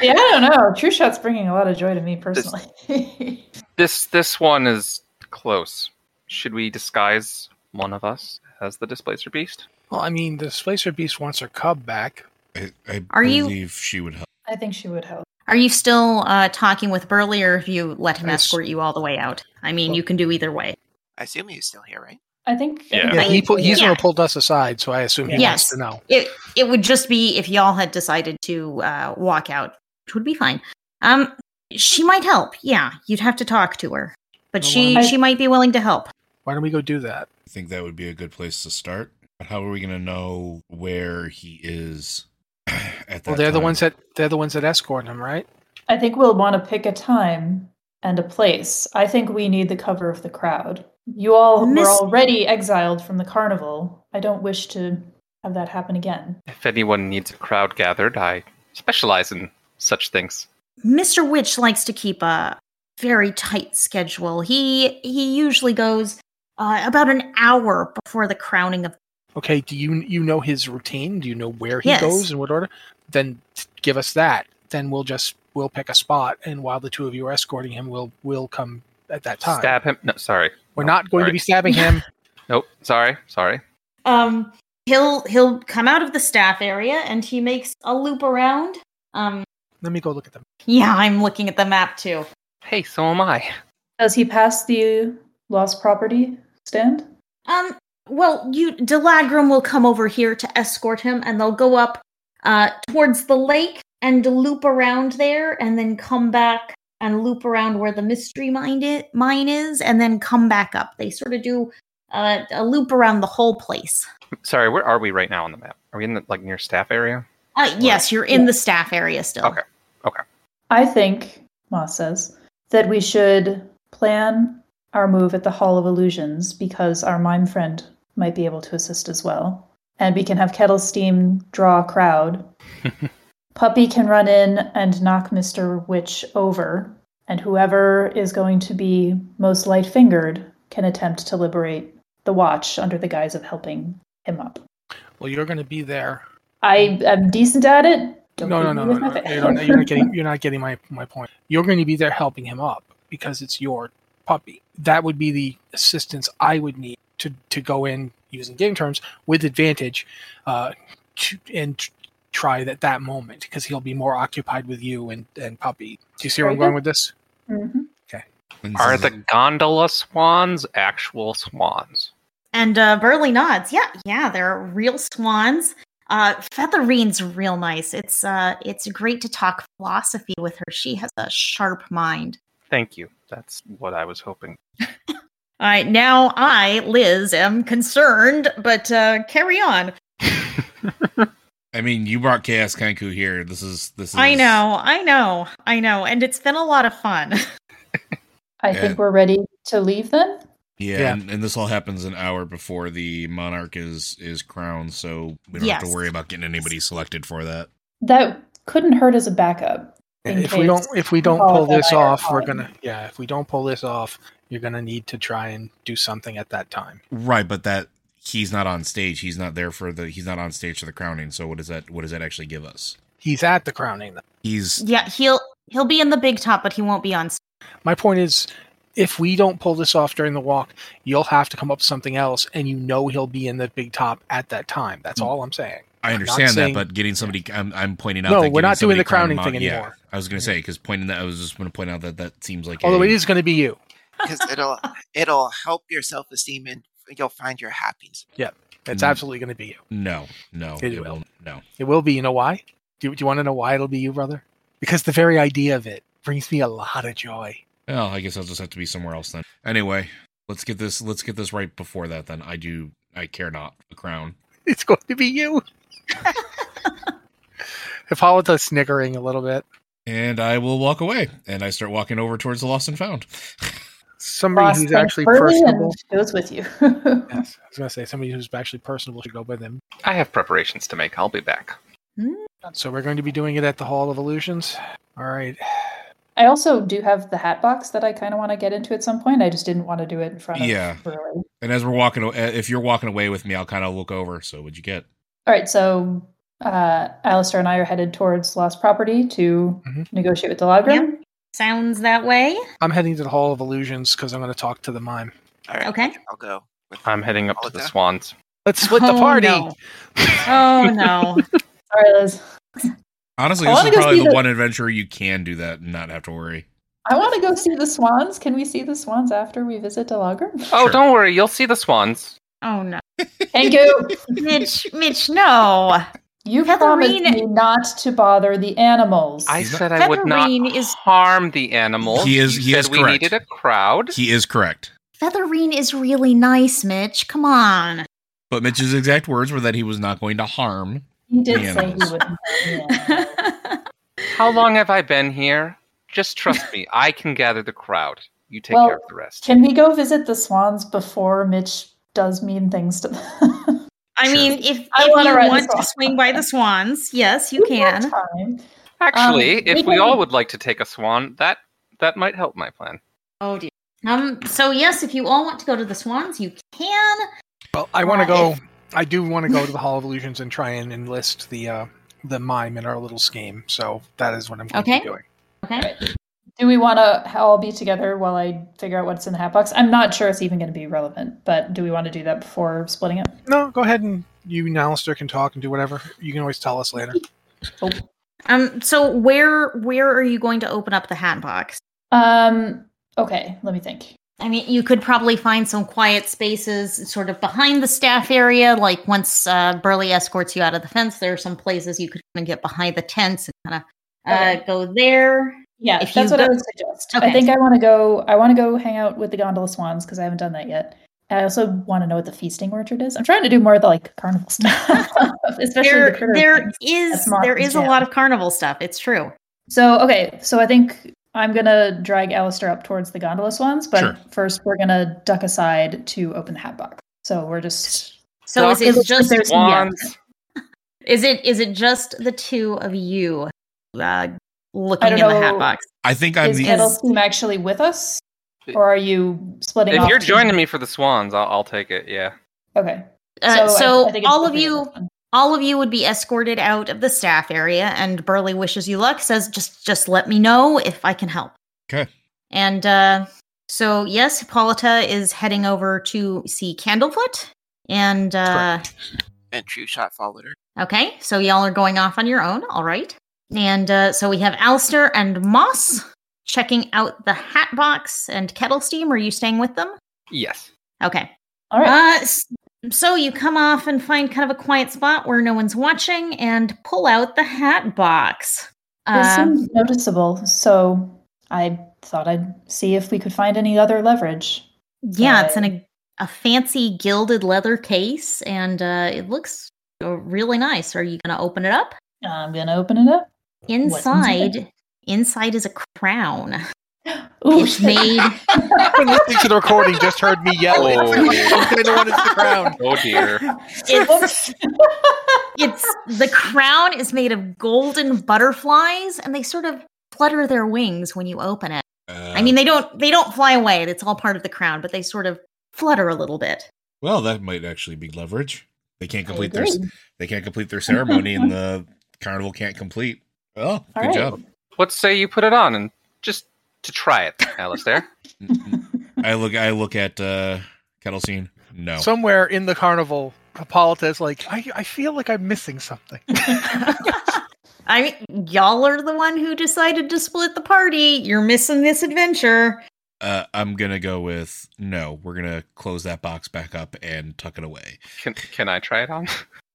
Speaker 2: Yeah, I don't know. True Shot's bringing a lot of joy to me personally.
Speaker 6: This this one is close. Should we disguise one of us as the displacer beast?
Speaker 5: Well, I mean, the displacer beast wants her cub back.
Speaker 3: I, I
Speaker 1: Are you-
Speaker 3: believe she would help.
Speaker 2: I think she would help.
Speaker 1: Are you still uh, talking with Burley, or if you let him
Speaker 5: Yes.
Speaker 1: escort you all the way out? I mean, you can do either way.
Speaker 4: I assume he's still here, right?
Speaker 2: I think. I
Speaker 6: Yeah.
Speaker 2: think
Speaker 5: Yeah, he pull, he's the
Speaker 1: Yeah.
Speaker 5: one who pulled us aside, so I assume he
Speaker 1: Yes.
Speaker 5: wants to know.
Speaker 1: It it would just be if y'all had decided to uh, walk out, which would be fine. Um, she might help. Yeah, you'd have to talk to her, but
Speaker 5: Well,
Speaker 1: she
Speaker 2: why-
Speaker 1: she might be willing to help.
Speaker 5: Why don't we go do that?
Speaker 3: I think that would be a good place to start. But how are we going to know where he is at that
Speaker 5: Well, they're the
Speaker 3: time?
Speaker 5: ones that they're the ones that escort him, right?
Speaker 2: I think we'll want to pick a time and a place. I think we need the cover of the crowd. You all
Speaker 1: Miss-
Speaker 2: were already exiled from the carnival. I don't wish to have that happen again.
Speaker 6: If anyone needs a crowd gathered, I specialize in such things.
Speaker 1: Mister Witch likes to keep a very tight schedule. He he usually goes uh, about an hour before the crowning of.
Speaker 5: Okay. Do you you know his routine? Do you know where he
Speaker 1: Yes.
Speaker 5: goes in what order? Then t- give us that. Then we'll just we'll pick a spot, and while the two of you are escorting him, we'll we'll come at that time.
Speaker 6: Stab him? No, sorry.
Speaker 5: We're not going to be stabbing him.
Speaker 6: Nope. Sorry. Sorry.
Speaker 1: um he'll he'll come out of the staff area and he makes a loop around um
Speaker 5: Let me go look at them.
Speaker 1: yeah i'm looking at the map too
Speaker 6: Hey, so am I.
Speaker 2: Does he pass the lost property stand?
Speaker 1: um well you delagram will come over here to escort him and they'll go up uh towards the lake and loop around there and then come back and loop around where the mystery mine, i- mine is and then come back up they sort of do uh, a loop around the whole place
Speaker 6: Sorry. Where are we right now on the map? Are we in the like near staff area?
Speaker 1: uh, yes you're in the staff area still
Speaker 6: Okay.
Speaker 2: I think, Moss says, that we should plan our move at the Hall of Illusions because our mime friend might be able to assist as well. And we can have Kettle Steam draw a crowd. Puppy can run in and knock Mr. Witch over, and whoever is going to be most light fingered can attempt to liberate the watch under the guise of helping him up.
Speaker 5: Well, you're going to be there.
Speaker 2: I am decent at it. Don't
Speaker 5: no,
Speaker 2: beat me
Speaker 5: no, no,
Speaker 2: with
Speaker 5: no,
Speaker 2: my
Speaker 5: no.
Speaker 2: fa-
Speaker 5: You're not, you're not getting. You're not getting my my point. You're going to be there helping him up because it's your puppy. That would be the assistance I would need to to go in using game terms with advantage, uh, to, and tr- try that that moment because he'll be more occupied with you and and puppy. Do you see where I'm
Speaker 2: Very good.
Speaker 5: going with this?
Speaker 2: Mhm.
Speaker 6: Are the gondola swans actual swans?
Speaker 1: And uh, Burley nods. Yeah, yeah, they're real swans. Uh, Featherine's real nice. It's uh, it's great to talk philosophy with her. She has a sharp mind.
Speaker 6: Thank you. That's what I was hoping.
Speaker 1: All right, now I, Liz, am concerned, but uh, carry on.
Speaker 3: I mean, you brought Chaos Kanku here. This is this. Is,
Speaker 1: I know, I know, I know, and it's been a lot of fun.
Speaker 2: I
Speaker 3: Yeah.
Speaker 2: think we're ready to leave then.
Speaker 3: Yeah,
Speaker 5: Yeah.
Speaker 3: And, and this all happens an hour before the monarch is is crowned, so we don't
Speaker 1: Yes.
Speaker 3: have to worry about getting anybody selected for that.
Speaker 2: That couldn't hurt as a backup. in
Speaker 5: If we don't
Speaker 2: case
Speaker 5: if we don't
Speaker 2: all
Speaker 5: pull
Speaker 2: that
Speaker 5: this
Speaker 2: I are
Speaker 5: off, we're
Speaker 2: calling.
Speaker 5: gonna yeah. If we don't pull this off, you're gonna need to try and do something at that time.
Speaker 3: Right, but that he's not on stage. He's not there for the. He's not on stage for the crowning. So what does that? What does that actually give us?
Speaker 5: He's at the crowning. Though.
Speaker 3: He's
Speaker 1: yeah, he'll he'll be in the big top, but he won't be on. s-
Speaker 5: My point is, if we don't pull this off during the walk, you'll have to come up with something else, and you know he'll be in the big top at that time. That's all I'm saying.
Speaker 3: Hmm. I
Speaker 5: not
Speaker 3: understand that,
Speaker 5: saying-
Speaker 3: but getting somebody, I'm, I'm pointing out.
Speaker 5: No,
Speaker 3: that
Speaker 5: we're
Speaker 3: getting
Speaker 5: not doing
Speaker 3: somebody
Speaker 5: the crowning
Speaker 3: crowned
Speaker 5: thing
Speaker 3: mon- yeah,
Speaker 5: anymore.
Speaker 3: I was going to say because pointing that, I was just going to point out that that seems like.
Speaker 5: Although
Speaker 3: a-
Speaker 5: it is going to be you.
Speaker 4: because it'll it'll help your self esteem and you'll find your happiness.
Speaker 5: It's
Speaker 3: Mm.
Speaker 6: Hmm.
Speaker 5: absolutely going to be you.
Speaker 3: no, no,
Speaker 5: It
Speaker 3: it
Speaker 5: will.
Speaker 3: will no.
Speaker 5: It will be. You know why? Do, do you want to know why it'll be you, brother? Because the very idea of it brings me a lot of joy.
Speaker 3: Well, I guess I'll just have to be somewhere else then. Anyway, let's get this. Let's get this right before that. Then I do. I care not the crown.
Speaker 5: It's going to be you. Hippolyta snickering a little bit.
Speaker 3: And I will walk away, and I start walking over towards the lost and found.
Speaker 5: Somebody
Speaker 2: Ross
Speaker 5: who's
Speaker 2: thanks
Speaker 5: actually
Speaker 2: Burley and
Speaker 5: personable.
Speaker 2: goes with you.
Speaker 5: Yes, I was going to say somebody who's actually personable should go with him.
Speaker 6: I have preparations to make. I'll be back.
Speaker 5: So we're going to be doing it at the Hall of Illusions. All right.
Speaker 2: I also do have the hat box that I kind of want to get into at some point. I just didn't want to do it in front of
Speaker 3: Yeah.
Speaker 2: Burley.
Speaker 3: And as we're walking, aw- if you're walking away with me, I'll kind of look over. So, what'd you get?
Speaker 2: All right, so uh, Alistair and I are headed towards lost property to
Speaker 5: Mhm.
Speaker 2: negotiate with the Lodgrim.
Speaker 1: Sounds that way.
Speaker 5: I'm heading to the Hall of Illusions because I'm going to talk to the mime.
Speaker 4: All right,
Speaker 1: Okay.
Speaker 4: I'll go. With
Speaker 6: I'm heading up to the
Speaker 4: Hippolyta.
Speaker 6: swans.
Speaker 5: Let's split the
Speaker 1: Oh,
Speaker 5: party.
Speaker 1: no. Oh no.
Speaker 2: All right, Liz.
Speaker 3: Honestly,
Speaker 2: I
Speaker 3: this
Speaker 2: wanna
Speaker 3: is
Speaker 2: go
Speaker 3: probably
Speaker 2: see
Speaker 3: the,
Speaker 2: the-
Speaker 3: one adventure you can do that and not have to worry.
Speaker 2: I want to go see the swans. Can we see the swans after we visit Delagrim?
Speaker 6: Oh,
Speaker 3: Sure.
Speaker 6: don't worry. You'll see the swans.
Speaker 1: Oh no.
Speaker 2: Thank you.
Speaker 1: Mitch, Mitch, no.
Speaker 2: You
Speaker 1: Catherine-
Speaker 2: promised me not to bother the animals.
Speaker 6: I
Speaker 3: He's not-
Speaker 6: said I would not
Speaker 1: Featherween is-
Speaker 6: harm the animals.
Speaker 3: He is-
Speaker 6: You
Speaker 3: he
Speaker 6: said
Speaker 3: is
Speaker 6: we
Speaker 3: correct.
Speaker 6: needed a crowd.
Speaker 3: He is correct.
Speaker 1: Feathereen is really nice, Mitch. Come on.
Speaker 3: But Mitch's exact words were that he was not going to harm.
Speaker 2: he did
Speaker 3: the
Speaker 2: say he
Speaker 3: animals.
Speaker 2: wouldn't. Yeah.
Speaker 1: Feathereen
Speaker 6: How long have I been here? Just trust me. I can gather the crowd. You take
Speaker 2: Well,
Speaker 6: care of the rest.
Speaker 2: Can um, we go visit the swans before Mitch does mean things to them?
Speaker 1: I
Speaker 3: Sure.
Speaker 1: mean, if, if
Speaker 2: I
Speaker 1: you
Speaker 2: wanna ride the
Speaker 1: want to
Speaker 2: swan.
Speaker 1: swing by the swans, yes, you
Speaker 2: We've got
Speaker 1: can.
Speaker 2: time.
Speaker 6: Actually,
Speaker 2: Um,
Speaker 6: if
Speaker 2: we
Speaker 6: we all
Speaker 2: can-
Speaker 6: would like to take a swan, that that might help my plan.
Speaker 1: Oh dear. Um. So yes, if you all want to go to the swans, you can.
Speaker 5: Well, I want to
Speaker 1: Right.
Speaker 5: go. I do want to go to the Hall of Illusions and try and enlist the uh, the mime in our little scheme. So that is what I'm going to
Speaker 1: Okay.
Speaker 5: be doing.
Speaker 1: Okay.
Speaker 2: Do we want to all be together while I figure out what's in the hat box? I'm not sure it's even going to be relevant, but do we want to do that before splitting up?
Speaker 5: No, go ahead and you and Alistair can talk and do whatever. You can always tell us later.
Speaker 1: Um. So where where are you going to open up the hat box?
Speaker 2: Um. Okay, let me think.
Speaker 1: I mean, you could probably find some quiet spaces, sort of behind the staff area. Like once uh, Burley escorts you out of the fence, there are some places you could kind of get behind the tents and kind of uh,
Speaker 2: Okay.
Speaker 1: go there.
Speaker 2: Yeah,
Speaker 1: If
Speaker 2: that's
Speaker 1: you
Speaker 2: what I
Speaker 1: go-
Speaker 2: would suggest. I
Speaker 1: Okay.
Speaker 2: think I want to go. I want to go hang out with the gondola swans because I haven't done that yet. I also want to know what the feasting orchard is. I'm trying to do more of the like carnival stuff, especially the
Speaker 1: There,
Speaker 2: critter
Speaker 1: there
Speaker 2: things.
Speaker 1: is
Speaker 2: That's Mark
Speaker 1: there
Speaker 2: and
Speaker 1: is a
Speaker 2: Jan.
Speaker 1: lot of carnival stuff. It's true.
Speaker 2: So okay, so I think I'm gonna drag Alistair up towards the gondola swans, but
Speaker 3: Sure.
Speaker 2: first we're gonna duck aside to open the hat box. So we're just
Speaker 1: So
Speaker 6: Well,
Speaker 1: is
Speaker 2: looks
Speaker 1: it
Speaker 2: like
Speaker 1: just
Speaker 2: there's- yeah.
Speaker 6: Swans.
Speaker 1: is it is it just the two of you uh,
Speaker 2: I
Speaker 1: looking in
Speaker 2: don't
Speaker 1: the hat
Speaker 2: know.
Speaker 1: box?
Speaker 3: I think I'm
Speaker 2: is
Speaker 3: the.
Speaker 2: Kettle Steam actually with us, or are you splitting?
Speaker 6: If
Speaker 2: off
Speaker 6: you're
Speaker 2: to-
Speaker 6: joining me for the swans, I'll, I'll take it. Yeah.
Speaker 2: okay.
Speaker 1: Uh,
Speaker 2: I-
Speaker 1: so
Speaker 2: I think it's
Speaker 1: all of
Speaker 2: okay with
Speaker 1: you
Speaker 2: this one.
Speaker 1: all of you would be escorted out of the staff area and burley wishes you luck says just just let me know if i can help
Speaker 3: Okay.
Speaker 1: and uh so yes hippolyta is heading over to see candlefoot and uh
Speaker 4: And True Shot followed her.
Speaker 1: okay so y'all are going off on your own all right and uh so we have Alistair and moss checking out the hat box and kettle steam are you staying with them
Speaker 6: Yes.
Speaker 1: okay
Speaker 2: All right.
Speaker 1: uh, s- so you come off and find kind of a quiet spot where no one's watching and pull out the hat box.
Speaker 2: This
Speaker 1: Um,
Speaker 2: seems noticeable, so I thought I'd see if we could find any other leverage.
Speaker 1: yeah, it's in a, a fancy gilded leather case and uh, it looks uh, really nice. Are you going to open it up?
Speaker 2: I'm gonna open it up.
Speaker 1: Inside, inside is a crown.
Speaker 2: Ooh,
Speaker 1: It's made.
Speaker 5: Everyone listening to the recording just heard me yell.
Speaker 6: Oh.
Speaker 5: It's the one is the crown.
Speaker 6: Oh dear.
Speaker 1: It's, it's the crown is made of golden butterflies and they sort of flutter their wings when you open it.
Speaker 3: uh,
Speaker 1: I mean, they don't they don't fly away. That's all part of the crown, but they sort of flutter a little bit.
Speaker 3: well, that might actually be leverage. They can't
Speaker 2: I
Speaker 3: complete their
Speaker 2: agree.
Speaker 3: they can't complete their ceremony, and the carnival can't complete. Well,
Speaker 2: All
Speaker 3: good
Speaker 2: right.
Speaker 3: job.
Speaker 6: What say you put it on and just to try it, Alistair?
Speaker 3: I look I look at uh, kettle scene. No,
Speaker 5: Somewhere in the carnival, Hippolyta is like, I, I feel like I'm missing something.
Speaker 1: I mean, y'all are the one who decided to split the party. You're missing this adventure.
Speaker 3: Uh, I'm gonna go with no. We're gonna close that box back up and tuck it away.
Speaker 6: Can can I try it on?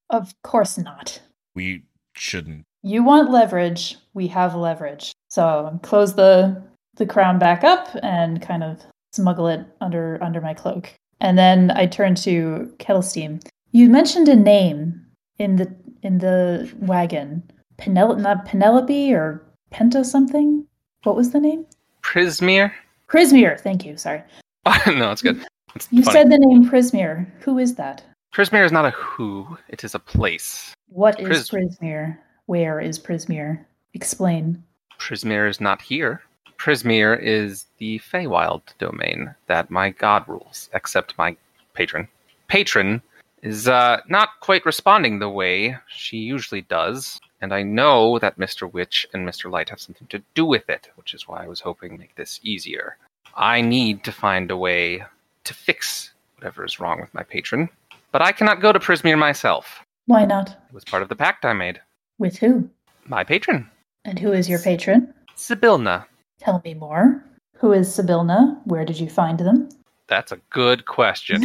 Speaker 2: Of course not.
Speaker 3: We shouldn't.
Speaker 2: You want leverage. We have leverage. So close the the crown back up and kind of smuggle it under under my cloak. And then I turn to Kettlesteam. You mentioned a name in the in the wagon. Penel not Penelope or Penta something. What was the name?
Speaker 6: Prismere?
Speaker 2: Prismere. Thank you. Sorry.
Speaker 6: no, it's good. It's
Speaker 2: You
Speaker 6: funny.
Speaker 2: said the name Prismere. Who is that?
Speaker 6: Prismere is not a who; it is a place.
Speaker 2: What is
Speaker 6: Pris-
Speaker 2: Prismere? Where is Prismere? Explain.
Speaker 6: Prismere is not here. Prismere is the Feywild domain that my god rules, except my patron. Patron is uh, not quite responding the way she usually does, and I know that Mr. Witch and Mr. Light have something to do with it, which is why I was hoping to make this easier. I need to find a way to fix whatever is wrong with my patron, but I cannot go to Prismere myself.
Speaker 2: Why not?
Speaker 6: It was part of the pact I made.
Speaker 2: With who?
Speaker 6: My patron,
Speaker 2: And who is your patron?
Speaker 6: Sibilna,
Speaker 2: Tell me more. Who is Sibilna? Where did you find them?
Speaker 6: That's a good question.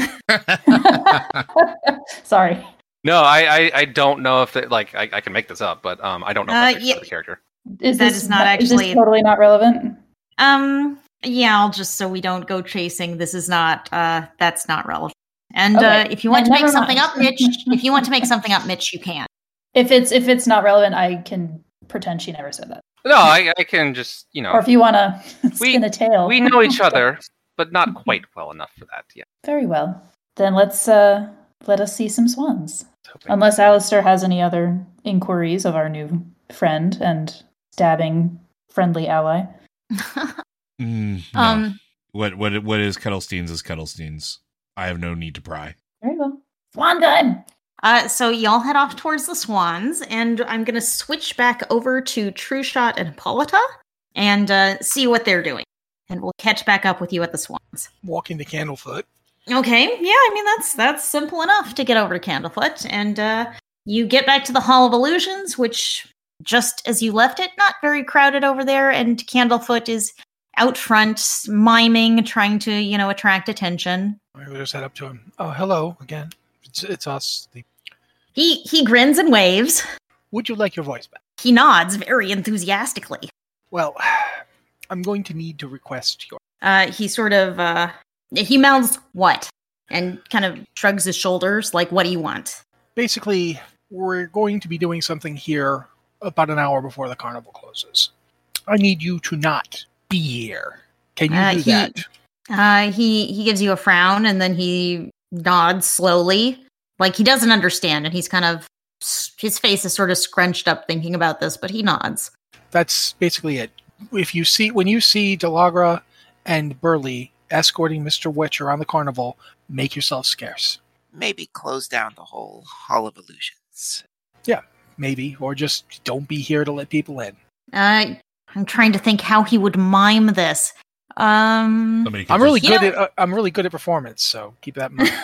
Speaker 2: Sorry.
Speaker 6: no, I, I, I don't know if it, like I, I can make this up, but um, I don't know if
Speaker 1: Uh,
Speaker 6: I picture
Speaker 1: yeah.
Speaker 6: the character.
Speaker 2: Is
Speaker 1: That
Speaker 2: this
Speaker 1: is not
Speaker 2: is
Speaker 1: actually-
Speaker 2: this totally not relevant?
Speaker 1: Um, yeah, I'll just so we don't go chasing. This is not. Uh, that's not relevant. And uh,
Speaker 2: Okay.
Speaker 1: if you want
Speaker 2: Then
Speaker 1: to make
Speaker 2: never
Speaker 1: something
Speaker 2: mind.
Speaker 1: up, Mitch, if you want to make something up, Mitch, you can.
Speaker 2: If it's if it's not relevant, I can pretend she never said that.
Speaker 6: No, I, I can just you
Speaker 2: Or
Speaker 6: know
Speaker 2: if you want to
Speaker 6: We-
Speaker 2: spin a tail,
Speaker 6: we know each other, but not quite well enough for that yet.
Speaker 2: Very well. Then let's uh, let us see some swans.
Speaker 6: Hoping-
Speaker 2: Unless Alistair has any other inquiries of our new friend and stabbing friendly ally.
Speaker 3: Mm, no.
Speaker 1: um,
Speaker 3: what what what is Kettlestein's is Kettlestein's. I have no need to pry.
Speaker 2: Very well. Swan time.
Speaker 1: uh, so y'all head off towards the swans, and I'm gonna switch back over to True Shot and Hippolyta and uh, see what they're doing, and we'll catch back up with you at the swans.
Speaker 5: Walking to Candlefoot.
Speaker 1: Okay, yeah, I mean that's that's simple enough to get over to Candlefoot, and uh, you get back to the Hall of Illusions, which just as you left it, not very crowded over there, and Candlefoot is out front miming, trying to you know attract attention.
Speaker 5: I just head up to him. Oh, hello again. It's, it's us. The-
Speaker 1: He he grins and waves.
Speaker 5: Would you like your voice back?
Speaker 1: He nods very enthusiastically.
Speaker 5: Well, I'm going to need to request your.
Speaker 1: Uh, he sort of uh, he mouths what and kind of shrugs his shoulders, like, "What do you want?"
Speaker 5: Basically, we're going to be doing something here about an hour before the carnival closes. I need you to not be here. Can you
Speaker 1: Uh,
Speaker 5: do
Speaker 1: he-
Speaker 5: that?
Speaker 1: Uh, he he gives you a frown and then he nods slowly, like he doesn't understand, and he's kind of his face is sort of scrunched up thinking about this, but he nods.
Speaker 5: That's basically it. If you see when you see Delagra and Burley escorting Mr. Witch around the carnival, make yourself scarce.
Speaker 4: Maybe close down the whole Hall of Illusions.
Speaker 5: Maybe, or just don't be here to let people in.
Speaker 1: Uh, I'm trying to think how he would mime this. Um,
Speaker 3: Somebody could
Speaker 5: I'm really
Speaker 3: just-
Speaker 1: You
Speaker 5: good
Speaker 1: know-
Speaker 5: at uh, I'm really good at performance, so keep that in mind.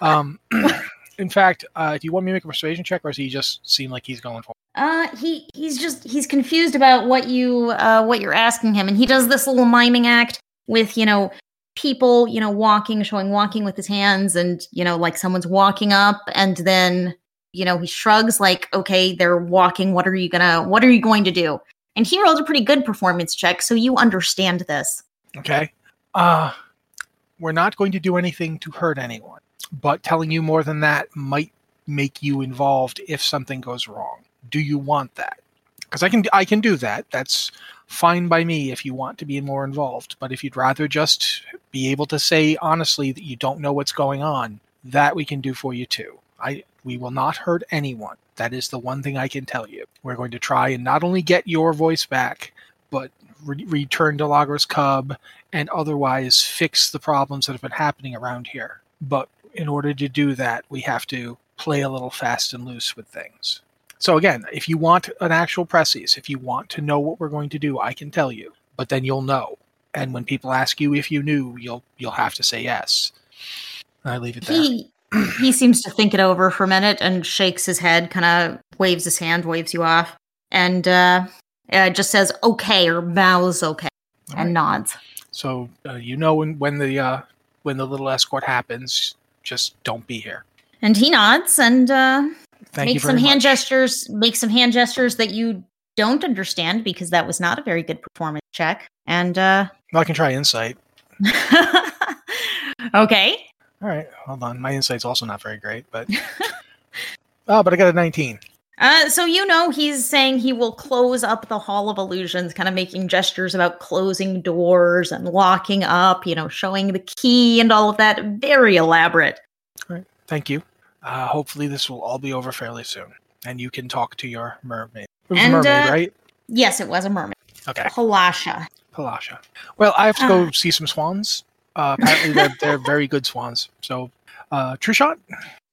Speaker 5: um, in fact, uh, do you want me to make a persuasion check, or does he just seem like he's going for?
Speaker 1: uh, he he's just he's confused about what you uh what you're asking him, and he does this little miming act with you know people you know walking, showing walking with his hands, and you know like someone's walking up, and then you know he shrugs like okay they're walking what are you gonna what are you going to do and he rolled a pretty good performance check so you understand this
Speaker 5: it? Okay, uh, we're not going to do anything to hurt anyone, but telling you more than that might make you involved if something goes wrong. Do you want that? Because I can I can do that. That's fine by me if you want to be more involved. But if you'd rather just be able to say honestly that you don't know what's going on, that we can do for you too. I we will not hurt anyone. That is the one thing I can tell you. We're going to try and not only get your voice back, but re- return to Lagra's Cub and otherwise fix the problems that have been happening around here. But in order to do that, we have to play a little fast and loose with things. So again, if you want an actual pressies, if you want to know what we're going to do, I can tell you. But then you'll know. And when people ask you if you knew, you'll you'll have to say yes. I leave it there.
Speaker 1: he he seems to think it over for a minute and shakes his head, kind of waves his hand, waves you off, and uh, uh, just says okay or bows okay
Speaker 5: All
Speaker 1: and
Speaker 5: right.
Speaker 1: nods.
Speaker 5: So uh, you know when when the uh, when the little escort happens, just don't be here.
Speaker 1: And he nods and uh,
Speaker 5: Thank you
Speaker 1: makes some
Speaker 5: very
Speaker 1: hand
Speaker 5: much.
Speaker 1: gestures. Makes some hand gestures that you don't understand because that was not a very good performance check. And uh,
Speaker 5: Well, I can try insight.
Speaker 1: okay,
Speaker 5: All right, hold on. My insight's also not very great, but oh, but I got a nineteen.
Speaker 1: Uh, so you know he's saying he will close up the Hall of Illusions, kind of making gestures about closing doors and locking up, you know, showing the key and all of that. Very elaborate.
Speaker 5: Thank you. Uh, hopefully, this will all be over fairly soon, and you can talk to your mermaid. It was
Speaker 1: And,
Speaker 5: mermaid,
Speaker 1: uh,
Speaker 5: right?
Speaker 1: Yes, it was a mermaid.
Speaker 5: Okay,
Speaker 1: Halasha.
Speaker 5: Palasha. Well, I have to go
Speaker 1: Ah.
Speaker 5: see some swans. Uh, apparently, they're, they're very good swans. So, uh, true shot.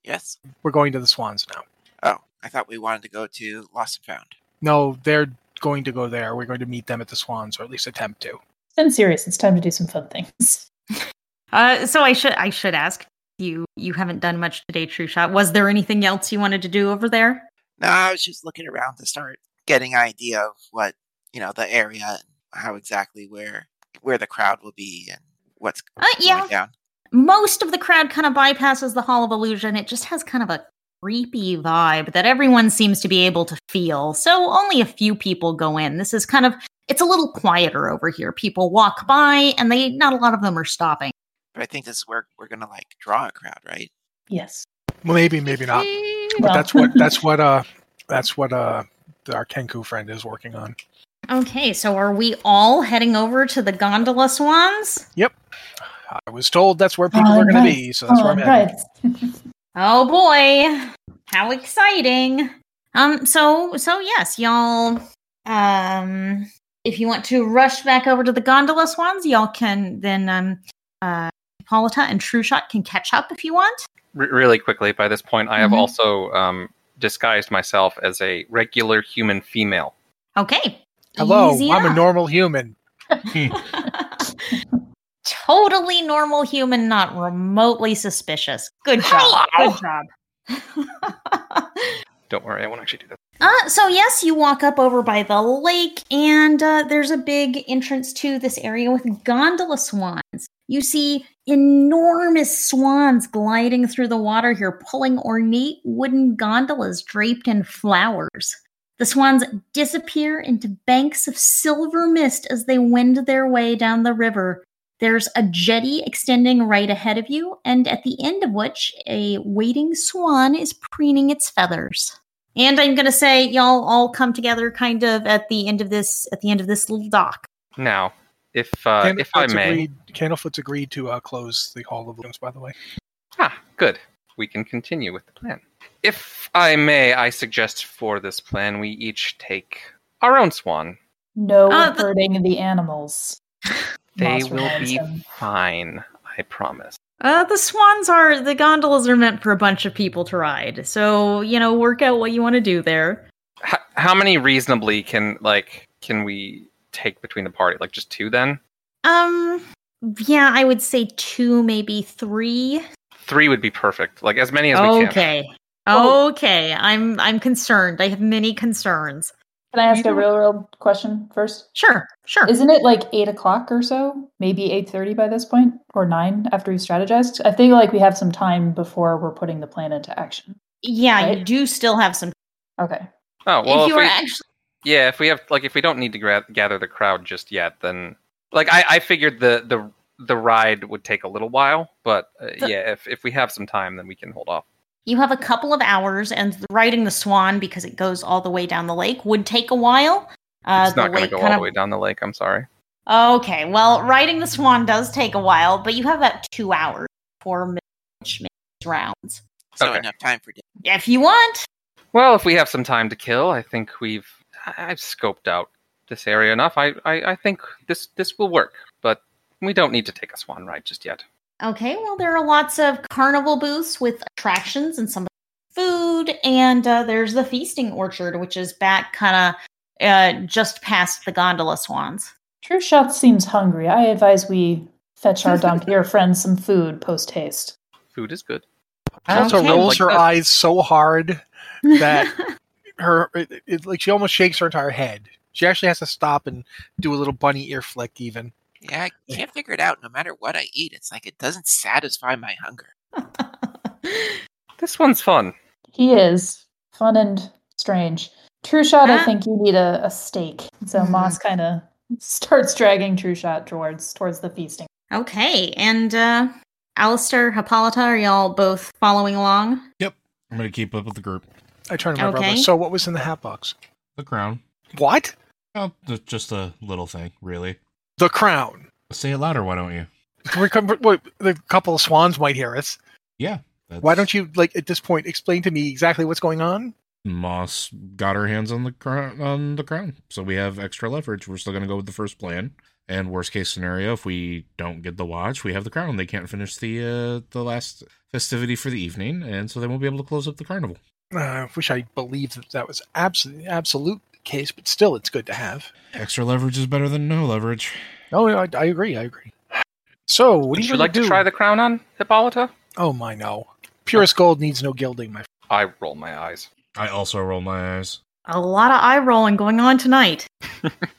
Speaker 4: Yes.
Speaker 5: We're going to the swans now.
Speaker 4: Oh, I thought we wanted to go to Lost and Found.
Speaker 5: No, they're going to go there. We're going to meet them at the swans, or at least attempt to.
Speaker 2: It's been serious. It's time to do some fun things.
Speaker 1: Uh, so I should I should ask you. You haven't done much today, True Shot. Was there anything else you wanted to do over there?
Speaker 4: No, I was just looking around to start getting an idea of what you know the area, and how exactly where where the crowd will be, and what's
Speaker 1: Uh, yeah,
Speaker 4: going down.
Speaker 1: most of the crowd kind of bypasses the Hall of Illusion. It just has kind of a creepy vibe that everyone seems to be able to feel. So only a few people go in. This is kind of it's a little quieter over here. People walk by and they not a lot of them are stopping.
Speaker 4: But I think this is where we're gonna like draw a crowd, right?
Speaker 2: Yes.
Speaker 5: Well, maybe, maybe not. But
Speaker 2: Well.
Speaker 5: that's what that's what uh that's what uh our Kenku friend is working on.
Speaker 1: Okay, so are we all heading over to the gondola swans?
Speaker 5: I was told that's where people are going to be, so that's where I'm at.
Speaker 2: right.
Speaker 1: Oh boy, how exciting! Um, so so yes, y'all. Um, if you want to rush back over to the gondola swans, y'all can then um, uh, Hippolyta and True Shot can catch up if you want.
Speaker 6: Re- really quickly, by this point, I have
Speaker 1: Mhm.
Speaker 6: also um, disguised myself as a regular human female.
Speaker 1: Okay.
Speaker 5: Hello,
Speaker 1: Easy
Speaker 5: I'm a
Speaker 1: enough.
Speaker 5: normal human.
Speaker 1: totally normal human, not remotely suspicious. Good job. Good job.
Speaker 6: Don't worry, I won't actually do that.
Speaker 1: Uh, so yes, you walk up over by the lake, and uh, there's a big entrance to this area with gondola swans. You see enormous swans gliding through the water here, pulling ornate wooden gondolas draped in flowers. The swans disappear into banks of silver mist as they wind their way down the river. There's a jetty extending right ahead of you, and at the end of which, a waiting swan is preening its feathers. And I'm gonna say y'all all come together kind of at the end of this at the end of this little dock.
Speaker 6: Now, if uh,
Speaker 5: Candlefoot's
Speaker 6: if I may,
Speaker 5: agreed, Candlefoot's agreed to uh, close the Hall of Looms, by the way.
Speaker 6: ah, good, we can continue with the plan. If I may, I suggest for this plan we each take our own swan.
Speaker 2: No
Speaker 1: Uh, the-
Speaker 2: hurting the animals.
Speaker 6: They
Speaker 2: Moss
Speaker 6: will
Speaker 2: reminds
Speaker 6: be
Speaker 2: him.
Speaker 6: fine, I promise.
Speaker 1: Uh, the swans are the gondolas are meant for a bunch of people to ride, so you know work out what you want to do there.
Speaker 6: H- how many reasonably can like can we take between the party? Like just two then?
Speaker 1: Um, yeah, I would say two, maybe three.
Speaker 6: Three would be perfect. Like as many as we can.
Speaker 1: okay,
Speaker 2: Oh.
Speaker 1: okay. I'm I'm concerned. I have many concerns.
Speaker 2: Can I ask a real, real question first?
Speaker 1: Sure, sure.
Speaker 2: Isn't it like eight o'clock or so? Maybe eight thirty by this point, or nine after we've strategized. I feel like we have some time before we're putting the plan into action.
Speaker 1: yeah, you
Speaker 2: right?
Speaker 1: do still have some.
Speaker 2: Okay.
Speaker 6: Oh well,
Speaker 1: if
Speaker 6: if,
Speaker 1: you
Speaker 6: we,
Speaker 1: were actually
Speaker 6: yeah, if we have like if we don't need to gra- gather the crowd just yet, then like I, I figured the the the ride would take a little while, but uh,
Speaker 1: The-
Speaker 6: yeah, if if we have some time, then we can hold off.
Speaker 1: You have a couple of hours, and riding the swan because it goes all the way down the lake would take a while. Uh,
Speaker 6: it's not
Speaker 1: the
Speaker 6: going to
Speaker 1: lake
Speaker 6: go
Speaker 1: kind
Speaker 6: all
Speaker 1: of-
Speaker 6: the way down the lake. I'm sorry.
Speaker 1: Okay, well, riding the swan does take a while, but you have about two hours for Mitch Mitch's rounds.
Speaker 4: So
Speaker 6: Okay.
Speaker 4: enough time for dinner.
Speaker 1: If you want,
Speaker 6: Well, if we have some time to kill, I think we've I- I've scoped out this area enough. I I, I think this this will work, but we don't need to take a swan ride just yet.
Speaker 1: Okay, well, there are lots of carnival booths with attractions and some food, and uh, there's the feasting orchard, which is back kind of uh, just past the gondola swans.
Speaker 2: True Shot seems hungry. I advise we fetch our Dampier friends some food post haste.
Speaker 6: Food is good.
Speaker 5: Also
Speaker 1: Okay.
Speaker 6: Like
Speaker 5: rolls her
Speaker 6: that.
Speaker 5: eyes so hard that her it, it, like she almost shakes her entire head. She actually has to stop and do a little bunny ear flick even.
Speaker 4: Yeah, I can't figure it out. No matter what I eat, it's like it doesn't satisfy my hunger.
Speaker 6: This one's fun.
Speaker 2: He is fun and strange. True Shot, I
Speaker 1: Ah.
Speaker 2: think you need a, a stake. So
Speaker 1: Mhm.
Speaker 2: Moss kind of starts dragging True Shot towards towards the feasting.
Speaker 1: okay, and uh, Alistair, Hippolyta, are y'all both following along?
Speaker 3: I'm going to keep up with the group.
Speaker 5: I turn to my brother.
Speaker 1: Okay.
Speaker 5: So what was in the hat box?
Speaker 3: The crown.
Speaker 5: What?
Speaker 3: Oh, th- just a little thing, really.
Speaker 5: The crown.
Speaker 3: Say it louder, why don't you?
Speaker 5: We're, com- wait, the couple of swans might hear us.
Speaker 3: Yeah. That's...
Speaker 5: Why don't you like at this point explain to me exactly what's going on?
Speaker 3: Moss got her hands on the crown, on the crown, so we have extra leverage. We're still going to go with the first plan. And worst case scenario, if we don't get the watch, we have the crown. They can't finish the uh, the last festivity for the evening, and so they won't be able to close up the carnival.
Speaker 5: Uh, I wish I believed that that was absolute absolute case, but still, it's good to have.
Speaker 3: Extra leverage is better than no leverage.
Speaker 5: No, I, I agree. I agree. So, what
Speaker 6: Would
Speaker 5: do
Speaker 6: you,
Speaker 5: you
Speaker 6: like
Speaker 5: do?
Speaker 6: to try the crown on, Hippolyta?
Speaker 5: Oh my no! Purest gold needs no gilding, my.
Speaker 6: I roll my eyes.
Speaker 3: I also roll my eyes.
Speaker 1: A lot of eye rolling going on tonight.
Speaker 5: Friend.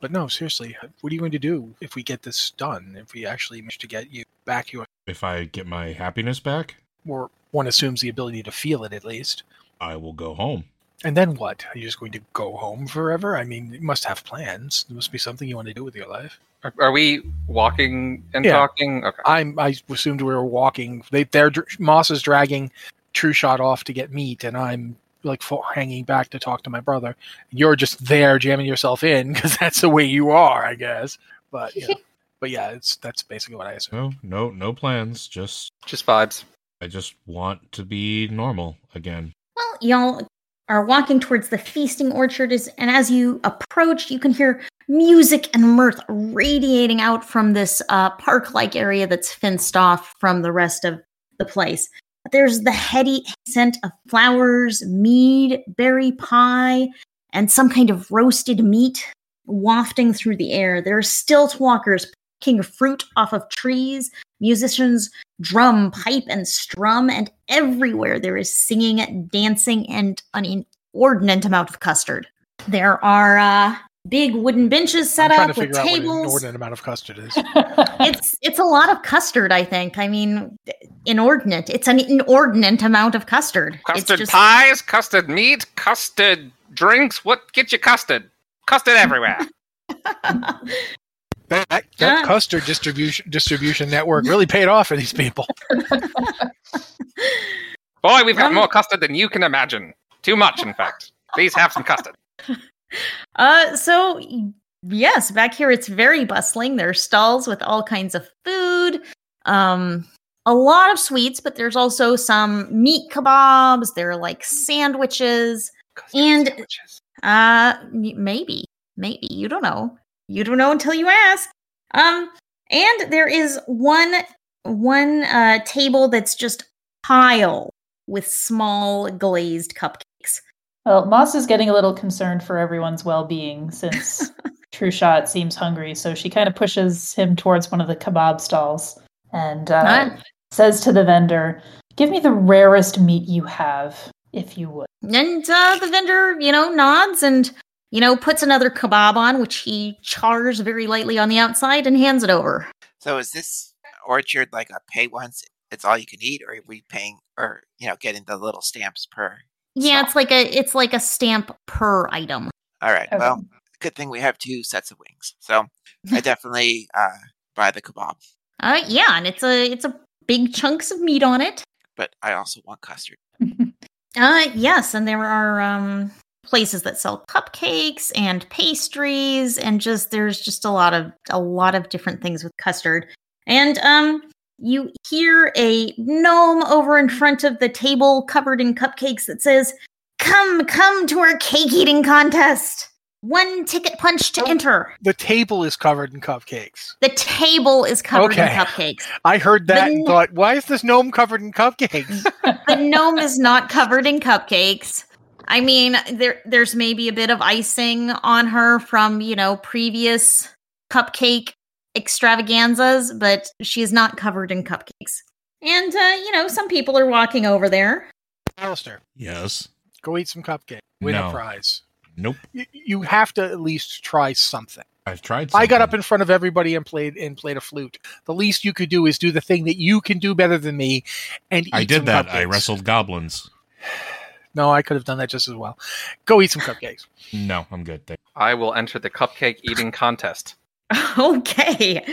Speaker 5: But no, seriously, what are you going to do if we get this done? If we actually manage to get you back, your
Speaker 3: If I get my happiness back,
Speaker 5: or one assumes the ability to feel it at least.
Speaker 3: I will go home.
Speaker 5: And then what? Are you just going to go home forever? I mean, you must have plans. There must be something you want to do with your life.
Speaker 6: Are, are we walking and
Speaker 5: Yeah.
Speaker 6: talking? Okay.
Speaker 5: I'm. I assumed we were walking. They, they're dr- Moss is dragging True Shot off to get meat, and I'm like fo- hanging back to talk to my brother. You're just there jamming yourself in because that's the way you are, I guess. But you know. but yeah, it's that's basically what I assume.
Speaker 3: No, no, no plans. Just
Speaker 6: Just vibes.
Speaker 3: I just want to be normal again.
Speaker 1: Well, y'all are walking towards the feasting orchard, is, and as you approach, you can hear music and mirth radiating out from this uh, park like area that's fenced off from the rest of the place. There's the heady scent of flowers, mead, berry pie, and some kind of roasted meat wafting through the air. There are stilt walkers picking fruit off of trees, musicians drum, pipe, and strum, and everywhere there is singing, dancing, and an inordinate amount of custard. There are uh, big wooden benches set
Speaker 5: I'm trying
Speaker 1: up
Speaker 5: to
Speaker 1: with
Speaker 5: figure out what an
Speaker 1: tables.
Speaker 5: inordinate amount of custard is.
Speaker 1: It's it's a lot of custard, I think. I mean, inordinate. It's an inordinate amount of custard.
Speaker 6: Custard
Speaker 1: it's just-
Speaker 6: pies, custard meat, custard drinks. What? Get you custard. Custard everywhere.
Speaker 5: that that, that
Speaker 1: Ah.
Speaker 5: custard distribution distribution network really paid off for these people.
Speaker 6: Boy, we've got
Speaker 1: Um,
Speaker 6: more custard than you can imagine. Too much, in fact. Please have some custard.
Speaker 1: Uh, so y- yes, back here it's very bustling. There are stalls with all kinds of food, um, a lot of sweets, but there's also some meat kebabs. There are like sandwiches,
Speaker 6: Custard
Speaker 1: And-
Speaker 6: sandwiches.
Speaker 1: uh, m- maybe, maybe you don't know. You don't know until you ask. Um, and there is one one uh, table that's just pile with small glazed cupcakes.
Speaker 2: Well, Moss is getting a little concerned for everyone's well-being since True Shot seems hungry, so she kind of pushes him towards one of the kebab stalls and uh,
Speaker 1: Alright.
Speaker 2: says to the vendor, "Give me the rarest meat you have, if you would."
Speaker 1: And uh, the vendor, you know, nods and, you know, puts another kebab on, which he chars very lightly on the outside and hands it over.
Speaker 4: So is this orchard like a pay once? It's all you can eat, or are we paying, or you know, getting the little stamps per?
Speaker 1: Yeah,
Speaker 4: So-
Speaker 1: it's like a it's like a stamp per item.
Speaker 4: All right.
Speaker 1: Oh.
Speaker 2: Okay.
Speaker 4: Well, good thing we have two sets of wings. So I definitely uh, buy the kebab,
Speaker 1: Uh, yeah, and it's a it's a big chunks of meat on it.
Speaker 4: but I also want custard.
Speaker 1: Uh, yes, and there are um places that sell cupcakes and pastries and just there's just a lot of a lot of different things with custard. And um you hear a gnome over in front of the table covered in cupcakes that says, "Come, come to our cake eating contest. One ticket punch to enter."
Speaker 5: The table is covered in cupcakes.
Speaker 1: The table is covered
Speaker 5: Okay.
Speaker 1: in cupcakes.
Speaker 5: I heard that and
Speaker 1: Then-
Speaker 5: thought, why is this gnome covered in cupcakes?
Speaker 1: The gnome is not covered in cupcakes. I mean, there there's maybe a bit of icing on her from, you know, previous cupcake extravaganzas, but she is not covered in cupcakes. And, uh, you know, some people are walking over there.
Speaker 5: Alistair,
Speaker 3: Yes.
Speaker 5: go eat some cupcake. Win
Speaker 3: No.
Speaker 5: a prize.
Speaker 3: Nope.
Speaker 5: You, you have to at least try something.
Speaker 3: I've tried.
Speaker 5: I got
Speaker 3: something.
Speaker 5: up in front of everybody and played and played a flute. The least you could do is do the thing that you can do better than me. And eat
Speaker 3: I
Speaker 5: some
Speaker 3: did that. I
Speaker 5: cupcakes.
Speaker 3: wrestled goblins.
Speaker 5: No, I could have done that just as well. Go eat some cupcakes.
Speaker 3: No, I'm good. Thank-
Speaker 6: I will enter the cupcake eating contest.
Speaker 1: okay.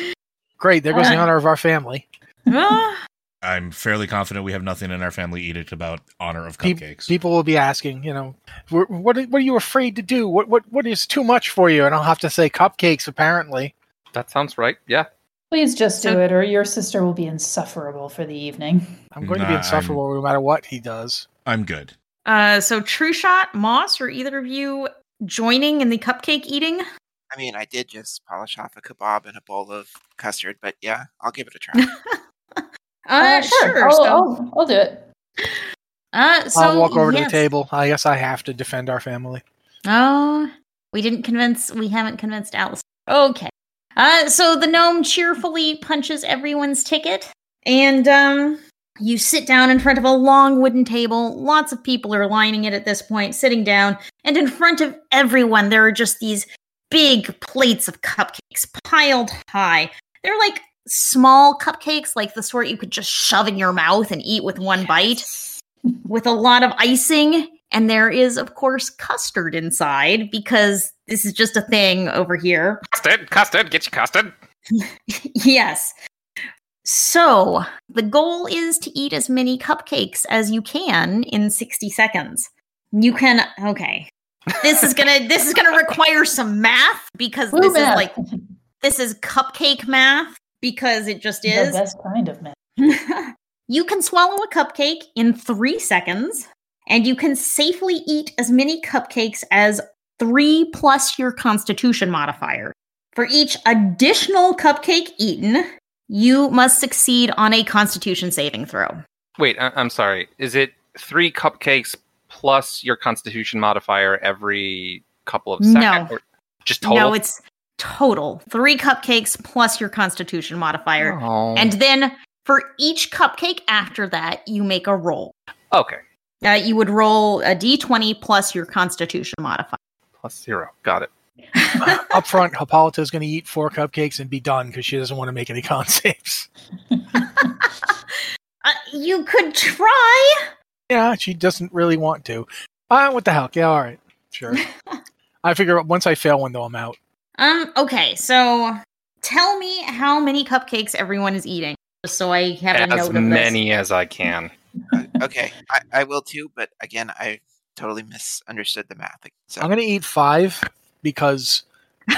Speaker 5: Great, there goes the
Speaker 1: Uh.
Speaker 5: honor of our family.
Speaker 1: Ah.
Speaker 3: I'm fairly confident we have nothing in our family edict about honor of
Speaker 5: Pe-
Speaker 3: cupcakes.
Speaker 5: people will be asking, you know, "Wh- what are- what are you afraid to do? What what what is too much for you? And I'll have to say cupcakes. Apparently,
Speaker 6: That sounds right. Yeah.
Speaker 2: Please just do
Speaker 1: So-
Speaker 2: it, or your sister will be insufferable for the evening.
Speaker 5: I'm going to
Speaker 3: Nah,
Speaker 5: be
Speaker 3: I'm-
Speaker 5: insufferable no matter what he does.
Speaker 3: I'm good.
Speaker 1: Uh, so, True Shot, Moss, are either of you joining in the cupcake eating?
Speaker 4: I mean, I did just polish off a kebab and a bowl of custard, but yeah, I'll give it a try.
Speaker 1: Uh,
Speaker 2: Uh,
Speaker 1: sure.
Speaker 2: I'll,
Speaker 1: so,
Speaker 2: I'll, I'll do it.
Speaker 1: uh, so
Speaker 5: I'll walk over to
Speaker 1: yes.
Speaker 5: the table. I guess I have to defend our family.
Speaker 1: Oh, we didn't convince, we haven't convinced Alice. Okay. Uh, so the gnome cheerfully punches everyone's ticket, and um, you sit down in front of a long wooden table. Lots of people are lining it at this point, sitting down, and in front of everyone, there are just these big plates of cupcakes piled high. They're like small cupcakes, like the sort you could just shove in your mouth and eat with one bite with a lot of icing. And there is, of course, custard inside because this is just a thing over here.
Speaker 6: Custard, custard, get your custard.
Speaker 1: yes. So the goal is to eat as many cupcakes as you can in 60 seconds. You can, okay. This is gonna this is gonna require some math because
Speaker 2: Blue
Speaker 1: this
Speaker 2: math.
Speaker 1: is like this is cupcake math because it just
Speaker 2: the
Speaker 1: is.
Speaker 2: best kind of man.
Speaker 1: you can swallow a cupcake in three seconds, and you can safely eat as many cupcakes as three plus your constitution modifier. For each additional cupcake eaten, you must succeed on a constitution saving throw.
Speaker 6: Wait, I- I'm sorry. Is it three cupcakes plus your constitution modifier every couple of
Speaker 1: No.
Speaker 6: seconds? Or just total?
Speaker 1: No, it's total three cupcakes plus your constitution modifier.
Speaker 6: Oh.
Speaker 1: And then for each cupcake after that, you make a roll.
Speaker 6: okay.
Speaker 1: Uh, you would roll a d20 plus your constitution modifier.
Speaker 6: Plus zero. Got it.
Speaker 5: up front, Hippolyta is going to eat four cupcakes and be done because she doesn't want to make any con saves.
Speaker 1: Uh, you could try.
Speaker 5: Yeah, she doesn't really want to. Ah, what the hell? Yeah, all right, sure. I figure once I fail one, though, I'm out.
Speaker 1: Um. Okay. So, tell me how many cupcakes everyone is eating, just so I have a note
Speaker 6: As
Speaker 1: of this.
Speaker 6: many as I can.
Speaker 4: Uh, okay, I, I will too, but again, I totally misunderstood the math. So
Speaker 5: I'm going to eat five because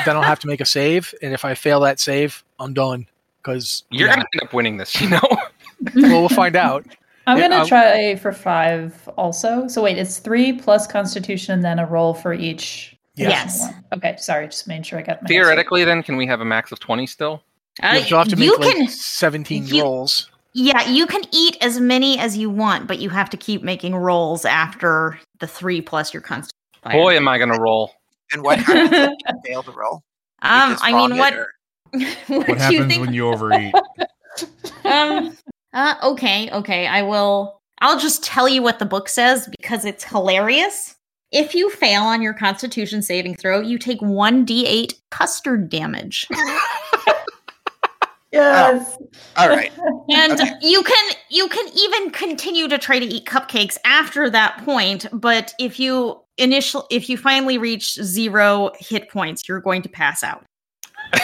Speaker 5: then I'll have to make a save, and if I fail that save, I'm done. Because
Speaker 6: You're going to end up winning this, you know?
Speaker 5: well, we'll find out.
Speaker 2: I'm
Speaker 5: Yeah,
Speaker 2: gonna
Speaker 5: I'll-
Speaker 2: try for five also. So wait, it's three plus Constitution, and then a roll for each.
Speaker 5: Yes.
Speaker 1: Yes.
Speaker 2: Okay, sorry, just made sure I got my
Speaker 6: Theoretically, then, can we have a max of 20 still?
Speaker 1: Uh,
Speaker 5: You'll have to make
Speaker 1: you
Speaker 5: like
Speaker 1: can.
Speaker 5: 17
Speaker 1: you-
Speaker 5: rolls.
Speaker 1: Yeah, you can eat as many as you want, but you have to keep making rolls after the three plus your constitution. modifier.
Speaker 6: Boy, am I going to roll.
Speaker 4: and what happens if you fail the roll? You
Speaker 1: Um.
Speaker 4: just
Speaker 1: I
Speaker 4: vomit
Speaker 1: mean, what?
Speaker 4: or-
Speaker 1: what
Speaker 3: What
Speaker 1: do you
Speaker 3: happens
Speaker 1: think?
Speaker 3: when you overeat?
Speaker 1: um. Uh. Okay. Okay. I will. I'll just tell you what the book says because it's hilarious. If you fail on your constitution saving throw, you take 1d8 custard damage.
Speaker 2: Yes.
Speaker 4: All right,
Speaker 1: and
Speaker 4: Okay.
Speaker 1: you can you can even continue to try to eat cupcakes after that point but if you initial if you finally reach zero hit points you're going to pass out
Speaker 4: oh,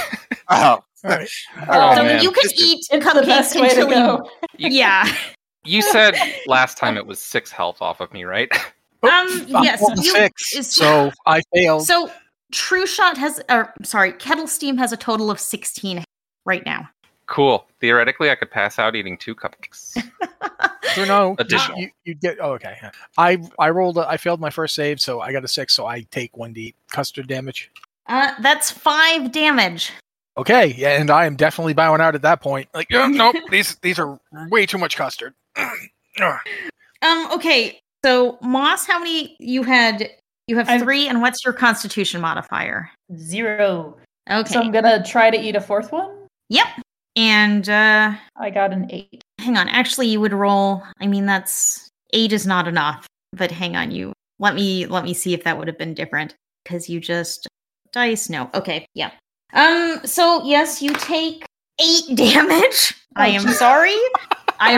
Speaker 5: All right.
Speaker 6: Oh,
Speaker 1: so
Speaker 6: man.
Speaker 1: you can
Speaker 4: This is-
Speaker 1: eat
Speaker 2: It's
Speaker 1: cupcakes
Speaker 2: the best way to
Speaker 1: until
Speaker 2: go.
Speaker 1: you yeah
Speaker 6: You said last time it was six health off of me, right?
Speaker 1: um
Speaker 5: I'm
Speaker 1: yes
Speaker 5: rolling
Speaker 1: you-
Speaker 5: six,
Speaker 1: is-
Speaker 5: so I failed.
Speaker 1: so true shot has or sorry kettle steam has a total of 16 right now
Speaker 6: Cool. Theoretically, I could pass out eating two cupcakes.
Speaker 5: So no,
Speaker 6: Additional.
Speaker 5: You, you get oh, okay. I I rolled. A, I failed my first save, so I got a six. So I take one d custard damage.
Speaker 1: uh that's five damage
Speaker 5: Okay, yeah, and I am definitely bowing out at that point. Like, "Yeah, nope, these these are way too much custard. Ugh.
Speaker 1: um okay so moss how many you had you have
Speaker 2: I've-
Speaker 1: three and what's your constitution modifier
Speaker 2: Zero.
Speaker 1: okay
Speaker 2: So I'm gonna try to eat a fourth one.
Speaker 1: Yep. And uh
Speaker 2: I got an eight.
Speaker 1: hang on. Actually, you would roll. I mean, that's eight is not enough. But hang on, you let me let me see if that would have been different because you just dice. No, okay, yeah. Um. So yes, you take eight damage. I am sorry. I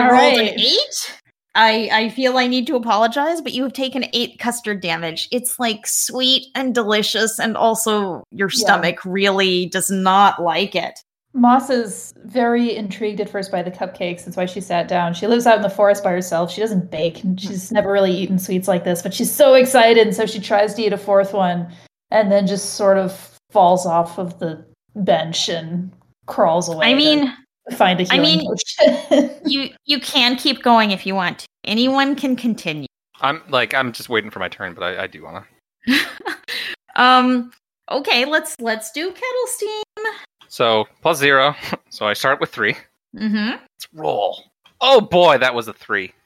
Speaker 2: All
Speaker 1: rolled
Speaker 2: right.
Speaker 1: an eight. I I feel I need to apologize, but you have taken eight custard damage. It's like sweet and delicious, and also your
Speaker 2: Yeah.
Speaker 1: stomach really does not like it.
Speaker 2: Moss is very intrigued at first by the cupcakes. That's why she sat down. She lives out in the forest by herself. She doesn't bake, and
Speaker 1: Mm.
Speaker 2: she's never really eaten sweets like this. But she's so excited, and so she tries to eat a fourth one, and then just sort of falls off of the bench and crawls away.
Speaker 1: I
Speaker 2: to
Speaker 1: mean.
Speaker 2: find a
Speaker 1: I
Speaker 2: healing
Speaker 1: mean-
Speaker 2: potion.
Speaker 1: you you can keep going if you want to. Anyone can continue.
Speaker 6: I'm like I'm just waiting for my turn, but I, I do wanna.
Speaker 1: um okay, let's let's do kettle steam.
Speaker 6: So plus zero, so I start with three.
Speaker 1: Mhm.
Speaker 6: Let's roll. Oh boy, that was a three.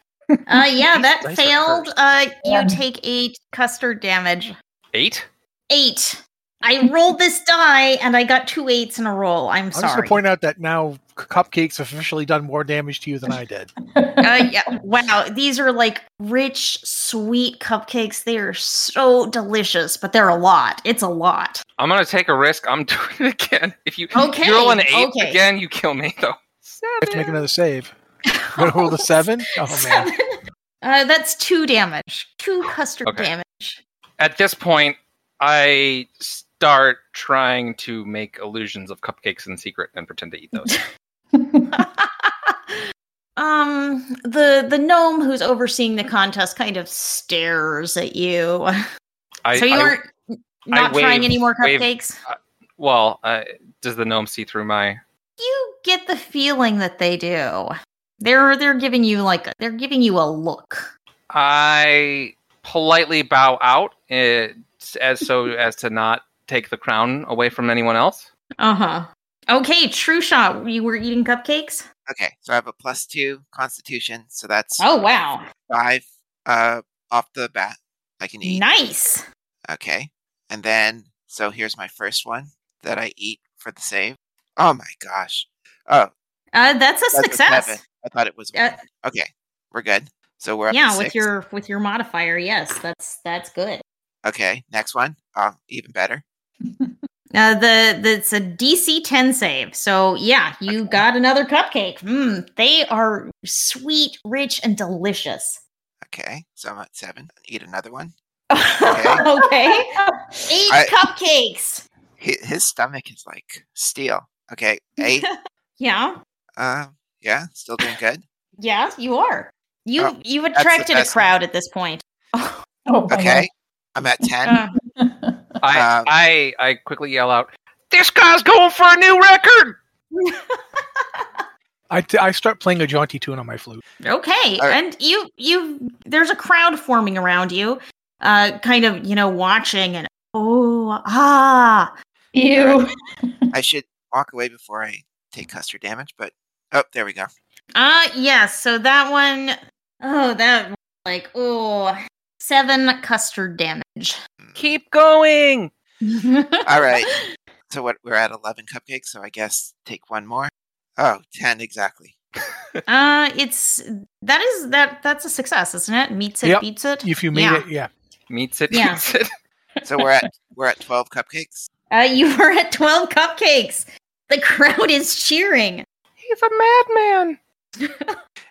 Speaker 1: Uh yeah, that
Speaker 5: Dice are
Speaker 1: failed.
Speaker 5: cursed.
Speaker 1: Uh you
Speaker 2: Yeah.
Speaker 1: take 8 custard damage.
Speaker 6: Eight.
Speaker 1: 8. I rolled this die and I got two eights in a roll. I'm
Speaker 5: I'm just
Speaker 1: sorry.
Speaker 5: gonna point out that now c- cupcakes have officially done more damage to you than I did.
Speaker 1: uh, yeah. Wow, these are like rich, sweet cupcakes. They are so delicious, but they're a lot. It's a lot.
Speaker 6: I'm gonna take a risk. I'm doing it again. If you, if
Speaker 1: Okay,
Speaker 6: you roll an eight
Speaker 1: okay.
Speaker 6: again, you kill me though.
Speaker 5: I have to make another save. Gonna roll a seven. Oh man,
Speaker 1: Seven. Uh, that's two damage. Two custard
Speaker 6: Okay.
Speaker 1: damage.
Speaker 6: At this point, I start trying to make illusions of cupcakes in secret and pretend to eat those.
Speaker 1: um, the the gnome who's overseeing the contest kind of stares at you.
Speaker 6: I,
Speaker 1: so you
Speaker 6: I-
Speaker 1: aren't not
Speaker 6: wave-
Speaker 1: trying any more
Speaker 6: wave.
Speaker 1: cupcakes.
Speaker 6: well, uh, does the gnome see through my?
Speaker 1: You get the feeling that they do. They're they're giving you like they're giving you a look.
Speaker 6: I politely bow out eh, as so as to not take the crown away from anyone else.
Speaker 1: Uh huh. Okay, True Shot, you were eating cupcakes.
Speaker 4: Okay, so I have a plus two constitution, so that's
Speaker 1: Oh wow,
Speaker 4: five uh, off the bat I can eat.
Speaker 1: nice.
Speaker 4: Okay. And then, so here's my first one that I eat for the save. Oh my gosh. Oh,
Speaker 1: Uh, that's a
Speaker 4: that's a
Speaker 1: success.
Speaker 4: seven. I thought it was. a
Speaker 1: Uh,
Speaker 4: one. okay. We're good. So we're up
Speaker 1: yeah,
Speaker 4: to
Speaker 1: with
Speaker 4: six.
Speaker 1: your with your modifier, yes, that's that's good.
Speaker 4: Okay. Next one. Oh, even better.
Speaker 1: Uh, the that's a DC ten save. So yeah, you got another cupcake. Mm, they are sweet, rich, and delicious.
Speaker 4: Okay. So I'm at seven. Eat another one.
Speaker 1: Okay, eight
Speaker 4: I-
Speaker 1: cupcakes.
Speaker 4: Hi- His stomach is like steel. Okay. Eight.
Speaker 1: Yeah,
Speaker 4: uh, yeah. Still doing good.
Speaker 1: yeah, you are. You
Speaker 4: Oh,
Speaker 1: you've
Speaker 4: the
Speaker 1: attracted a
Speaker 4: best one.
Speaker 1: crowd at this point.
Speaker 2: oh my
Speaker 4: Okay. I'm at 10.
Speaker 1: Uh,
Speaker 2: God.
Speaker 6: I
Speaker 4: Um,
Speaker 6: I I quickly yell out, "This guy's going for a new record!"
Speaker 5: I, t- I start playing a jaunty tune on my flute.
Speaker 1: okay,
Speaker 4: I-
Speaker 1: and you you there's a crowd forming around you, uh, kind of you know watching and oh ah
Speaker 2: Ew.
Speaker 4: I should walk away before I take custard damage, but oh, there we go.
Speaker 1: Uh yes, so that one oh that like oh seven custard damage.
Speaker 6: Keep going.
Speaker 4: All right. So what we're at 11 cupcakes, so I guess take one more. Oh, 10 exactly.
Speaker 1: uh it's that is that that's a success, isn't it? Meets it
Speaker 5: Yep.
Speaker 1: beats it.
Speaker 5: If you made
Speaker 1: Yeah.
Speaker 5: it, yeah.
Speaker 6: Meets it.
Speaker 1: Yeah.
Speaker 6: Meets it.
Speaker 4: So we're at we're at 12 cupcakes.
Speaker 1: Uh you were at 12 cupcakes. The crowd is cheering.
Speaker 6: He's a madman.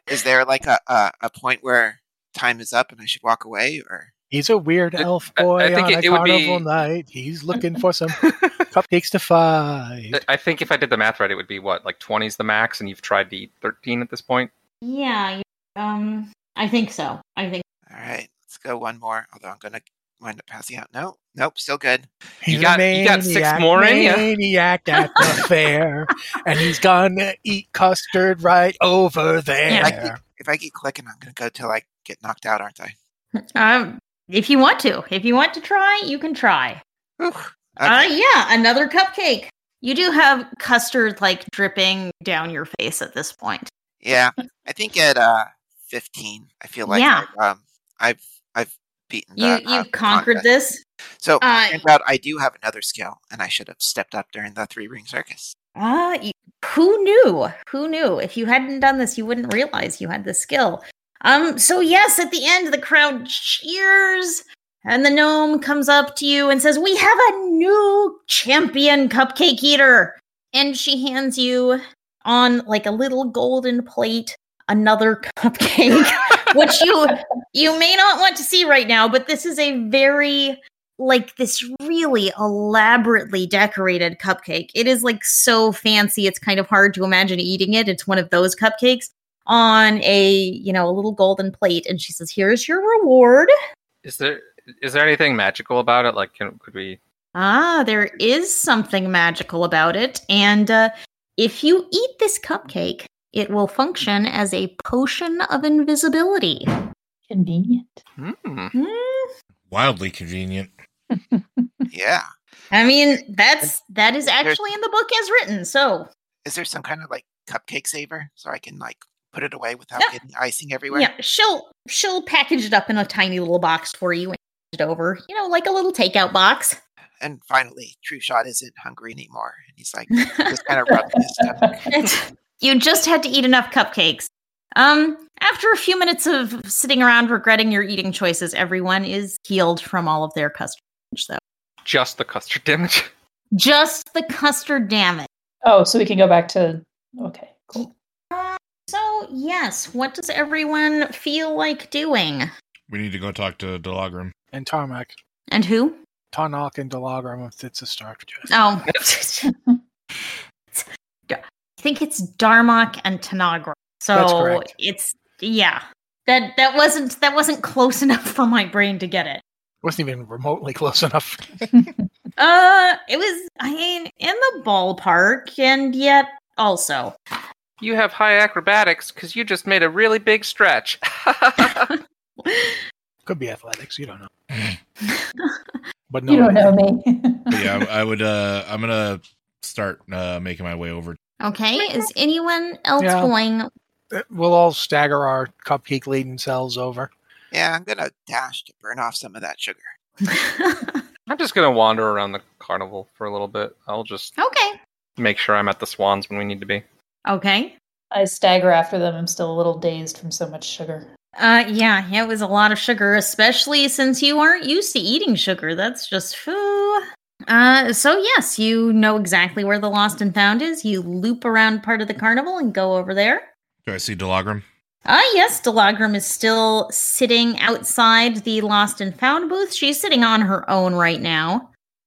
Speaker 4: Is there like a a, a point where time is up and I should walk away or
Speaker 5: He's a weird
Speaker 6: I-
Speaker 5: elf
Speaker 6: I- I
Speaker 5: boy
Speaker 6: think
Speaker 5: on
Speaker 6: it-
Speaker 5: a
Speaker 6: it would be-
Speaker 5: carnival night. He's looking for some cupcakes to fight.
Speaker 6: I think if I did the math right, it would be what like twenty is the max, and you've tried to eat thirteen at this point.
Speaker 1: Yeah, you- um I think so. I think
Speaker 4: All right. Let's go one more, although I'm going to wind up passing out. No. Nope, still good.
Speaker 5: He's
Speaker 6: got- you got six more in ya.
Speaker 5: maniac at the fair, and he's gonna eat custard right over there.
Speaker 4: I keep, if I keep clicking, I'm going to go till I get knocked out, aren't I?
Speaker 1: um if you want to, if you want to try, you can try.
Speaker 4: Whew.
Speaker 1: Uh
Speaker 4: Okay.
Speaker 1: yeah, another cupcake. You do have custard like dripping down your face at this point.
Speaker 4: yeah. I think at uh 15, I feel like
Speaker 1: Yeah.
Speaker 4: I've, um I've I've beaten
Speaker 1: You
Speaker 4: the, uh,
Speaker 1: you've conquered
Speaker 4: contest.
Speaker 1: this.
Speaker 4: So
Speaker 1: Uh,
Speaker 4: turns out I do have another skill, and I should have stepped up during the three ring circus.
Speaker 1: Ah, you- who knew? Who knew? If you hadn't done this, you wouldn't realize you had the skill. Um, so yes, at the end, the crowd cheers, and the gnome comes up to you and says, "We have a new champion cupcake eater," and she hands you on like a little golden plate another cupcake, which you you may not want to see right now, but this is a very like this really elaborately decorated cupcake. It is like so fancy, it's kind of hard to imagine eating it. It's one of those cupcakes on a, you know, a little golden plate and she says, "Here's your reward."
Speaker 6: Is there is there anything magical about it? Like, can, could we?
Speaker 1: Ah, there is something magical about it and uh if you eat this cupcake, it will function as a potion of invisibility.
Speaker 2: Convenient.
Speaker 6: Hmm.
Speaker 3: Wildly convenient.
Speaker 4: Yeah.
Speaker 1: I mean, that's that is actually in the book as written. So
Speaker 4: Is there some kind of like cupcake saver so I can like put it away without
Speaker 1: Yeah.
Speaker 4: getting icing everywhere?
Speaker 1: yeah, she'll she'll package it up in a tiny little box for you and hand it over. You know, like a little takeout box.
Speaker 4: And finally, True Shot isn't hungry anymore. And he's like, just kind of rubbing his stomach.
Speaker 1: It's- you just had to eat enough cupcakes. Um, after a few minutes of sitting around regretting your eating choices, everyone is healed from all of their custard damage, though.
Speaker 6: Just the custard damage.
Speaker 1: Just the custard damage.
Speaker 2: Oh, so we can go back to okay, cool.
Speaker 1: So yes, what does everyone feel like doing?
Speaker 3: We need to go talk to Delagram.
Speaker 5: And Tarmac,
Speaker 1: And who?
Speaker 5: Tarnak, and Delagram, if it's a start.
Speaker 1: Oh. I think it's Darmok and Tanagra.
Speaker 5: That's
Speaker 1: So
Speaker 5: correct.
Speaker 1: it's yeah. That that wasn't that wasn't close enough for my brain to get it.
Speaker 5: Wasn't even remotely close enough.
Speaker 1: Uh it was I mean in the ballpark and yet also.
Speaker 6: You have high acrobatics because you just made a really big stretch.
Speaker 5: Could be athletics. You don't know. but no,
Speaker 2: you don't know me.
Speaker 3: But yeah, I, I would. uh I'm gonna start uh making my way over.
Speaker 1: Okay, is anyone else
Speaker 5: Yeah.
Speaker 1: going?
Speaker 5: Uh, We'll all stagger our cupcake laden selves over.
Speaker 4: Yeah, I'm gonna dash to burn off some of that sugar.
Speaker 6: I'm just gonna wander around the carnival for a little bit. I'll just
Speaker 1: okay.
Speaker 6: make sure I'm at the swans when we need to be.
Speaker 1: Okay.
Speaker 2: I stagger after them. I'm still a little dazed from so much sugar.
Speaker 1: Uh yeah, yeah, it was a lot of sugar, especially since you aren't used to eating sugar. That's just foo. Uh so yes, you know exactly where the lost and found is. You loop around part of the carnival and go over there.
Speaker 3: Do I see Delagram?
Speaker 1: Ah, yes, Delagram is still sitting outside the lost and found booth. She's sitting on her own right now.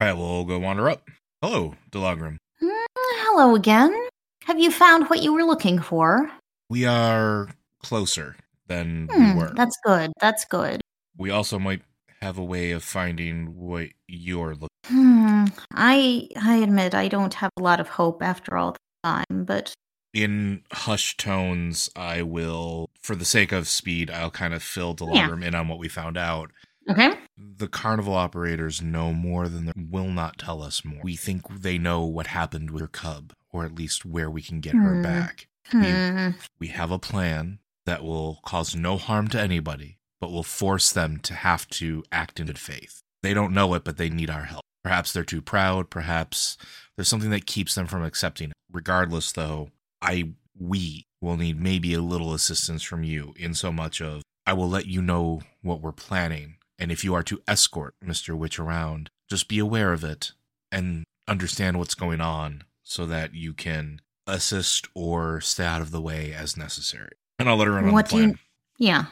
Speaker 3: All right, we'll go wander up. Hello, Delagram.
Speaker 1: Mm, hello again. Have you found what you were looking for?
Speaker 3: We are closer than
Speaker 1: Hmm,
Speaker 3: we were.
Speaker 1: that's good. That's good.
Speaker 3: We also might have a way of finding what you're looking.
Speaker 1: Hmm. I I admit I don't have a lot of hope after all the time, but
Speaker 3: In hushed tones, I will, for the sake of speed, I'll kind of fill Delagram in on what we found out.
Speaker 1: okay.
Speaker 3: The carnival operators know more than they will not tell us more. We think they know what happened with her cub, or at least where we can get
Speaker 1: Hmm.
Speaker 3: her back.
Speaker 1: Hmm.
Speaker 3: We have a plan that will cause no harm to anybody, but will force them to have to act in good faith. They don't know it, but they need our help. Perhaps they're too proud, perhaps there's something that keeps them from accepting it. Regardless though, I we will need maybe a little assistance from you in so much of I will let you know what we're planning, and if you are to escort Mr. Witch around, just be aware of it and understand what's going on so that you can assist or stay out of the way as necessary. And I'll let her in on
Speaker 1: What do
Speaker 3: the
Speaker 1: you-
Speaker 3: plan.
Speaker 1: Yeah.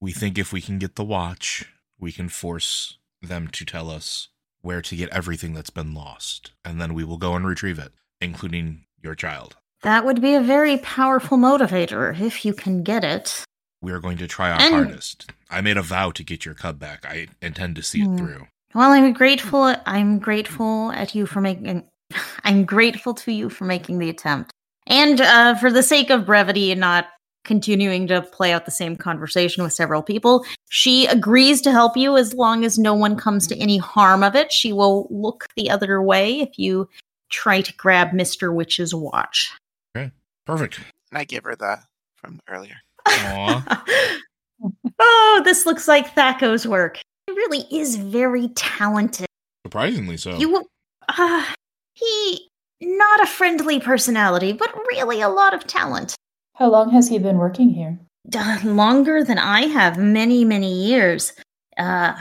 Speaker 3: We think if we can get the watch, we can force them to tell us where to get everything that's been lost, and then we will go and retrieve it, including your child.
Speaker 1: That would be a very powerful motivator if you can get it.
Speaker 3: We are going to try our
Speaker 1: And-
Speaker 3: hardest. I made a vow to get your cub back. I intend to see
Speaker 1: Hmm.
Speaker 3: it through.
Speaker 1: Well, I'm grateful. I'm grateful at you for making. I'm grateful to you for making the attempt, and uh, for the sake of brevity and not continuing to play out the same conversation with several people, she agrees to help you as long as no one comes to any harm of it. She will look the other way if you try to grab Mister Witch's watch.
Speaker 3: Perfect.
Speaker 4: And I give her the from earlier.
Speaker 3: Aw.
Speaker 1: oh, this looks like Thacko's work. He really is very talented.
Speaker 3: Surprisingly so.
Speaker 1: You, uh, he Not a friendly personality, but really a lot of talent.
Speaker 2: How long has he been working here?
Speaker 1: Duh, Longer than I have, many, many years. Uh,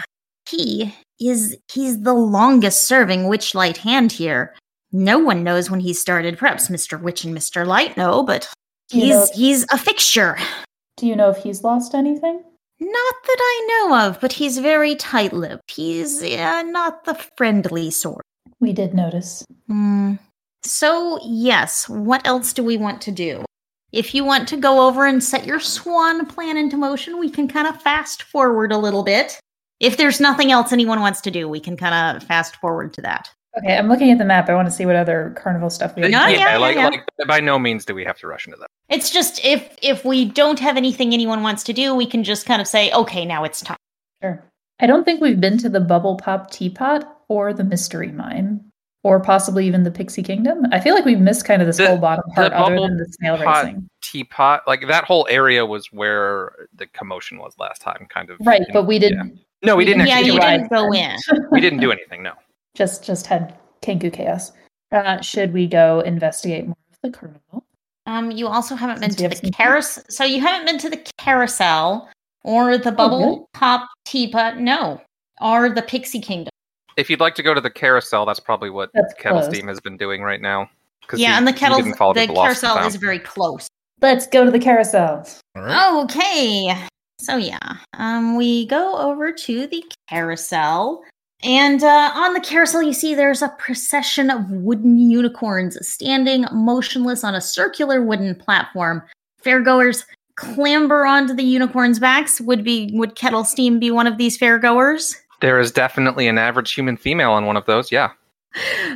Speaker 1: he is he's the longest serving witch light hand here. No one knows when he started. Perhaps Mr. Witch and Mr. Light know, but
Speaker 2: Do you
Speaker 1: he's
Speaker 2: know if-
Speaker 1: he's a fixture.
Speaker 2: Do you know if he's lost anything?
Speaker 1: Not that I know of, but he's very tight lipped. He's uh, not the friendly sort.
Speaker 2: We did notice.
Speaker 1: Hmm. So, yes, what else do we want to do? If you want to go over and set your swan plan into motion, we can kind of fast forward a little bit. If there's nothing else anyone wants to do, we can kind of fast forward to that.
Speaker 2: Okay, I'm looking at the map. I want to see what other carnival stuff we
Speaker 6: Uh,
Speaker 2: have.
Speaker 1: yeah, yeah,
Speaker 6: like,
Speaker 1: yeah.
Speaker 6: like by no means do we have to rush into that.
Speaker 1: It's just if if we don't have anything anyone wants to do, we can just kind of say, "Okay, now it's time."
Speaker 2: Sure. I don't think we've been to the Bubble Pop Teapot or the Mystery Mine or possibly even the Pixie Kingdom. I feel like we've missed kind of this
Speaker 6: The-
Speaker 2: whole bottom
Speaker 6: the
Speaker 2: part other
Speaker 6: Bubble
Speaker 2: than the snail
Speaker 6: Pot
Speaker 2: racing.
Speaker 6: Teapot, like that whole area was where the commotion was last time, kind of.
Speaker 2: Right, but we
Speaker 6: Yeah.
Speaker 2: didn't.
Speaker 6: No, we didn't
Speaker 1: Yeah,
Speaker 6: actually.
Speaker 1: you
Speaker 6: do anything.
Speaker 1: didn't go in.
Speaker 6: We didn't do anything. No.
Speaker 2: just just had Kenku chaos. Uh, should we go investigate more of the carnival?
Speaker 1: Um, you also haven't been
Speaker 2: Since we
Speaker 1: to
Speaker 2: have
Speaker 1: the
Speaker 2: some time. Oh,
Speaker 1: carousel, so you haven't been to the carousel or the bubble
Speaker 2: really?
Speaker 1: pop teapot. No, or the pixie kingdom.
Speaker 6: If you'd like to go to the carousel, that's probably what
Speaker 2: That's
Speaker 6: Kettle
Speaker 2: closed.
Speaker 6: Steam has been doing right now. 'Cause
Speaker 1: Yeah,
Speaker 6: he-
Speaker 1: and the
Speaker 6: he
Speaker 1: kettle,
Speaker 6: didn't follow
Speaker 1: the
Speaker 6: people off
Speaker 1: carousel
Speaker 6: town.
Speaker 1: is very close.
Speaker 2: Let's go to the carousel.
Speaker 3: All right.
Speaker 1: Okay, so yeah, um, we go over to the carousel, and uh, on the carousel, you see there's a procession of wooden unicorns standing motionless on a circular wooden platform. Fairgoers clamber onto the unicorns' backs. Would be would Kettle Steam be one of these fairgoers?
Speaker 6: There is definitely an average human female on one of those. Yeah.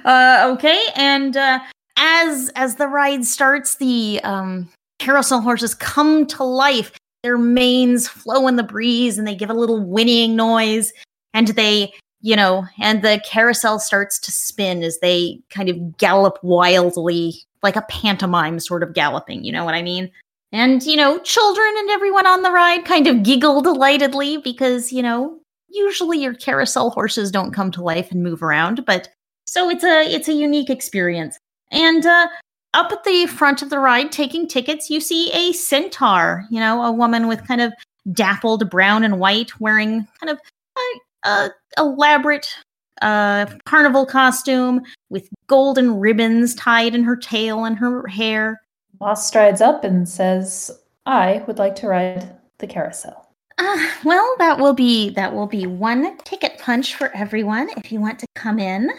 Speaker 1: uh, okay and uh, as as the ride starts the um, carousel horses come to life their manes flow in the breeze and they give a little whinnying noise and they you know and the carousel starts to spin as they kind of gallop wildly like a pantomime sort of galloping you know what i mean and you know children and everyone on the ride kind of giggle delightedly because you know usually your carousel horses don't come to life and move around but so it's a it's a unique experience. And uh, up at the front of the ride, taking tickets, you see a centaur. You know, a woman with kind of dappled brown and white, wearing kind of a, a elaborate uh, carnival costume with golden ribbons tied in her tail and her hair.
Speaker 2: Moss strides up and says, "I would like to ride the carousel."
Speaker 1: Uh, well, that will be that will be one ticket punch for everyone if you want to come in.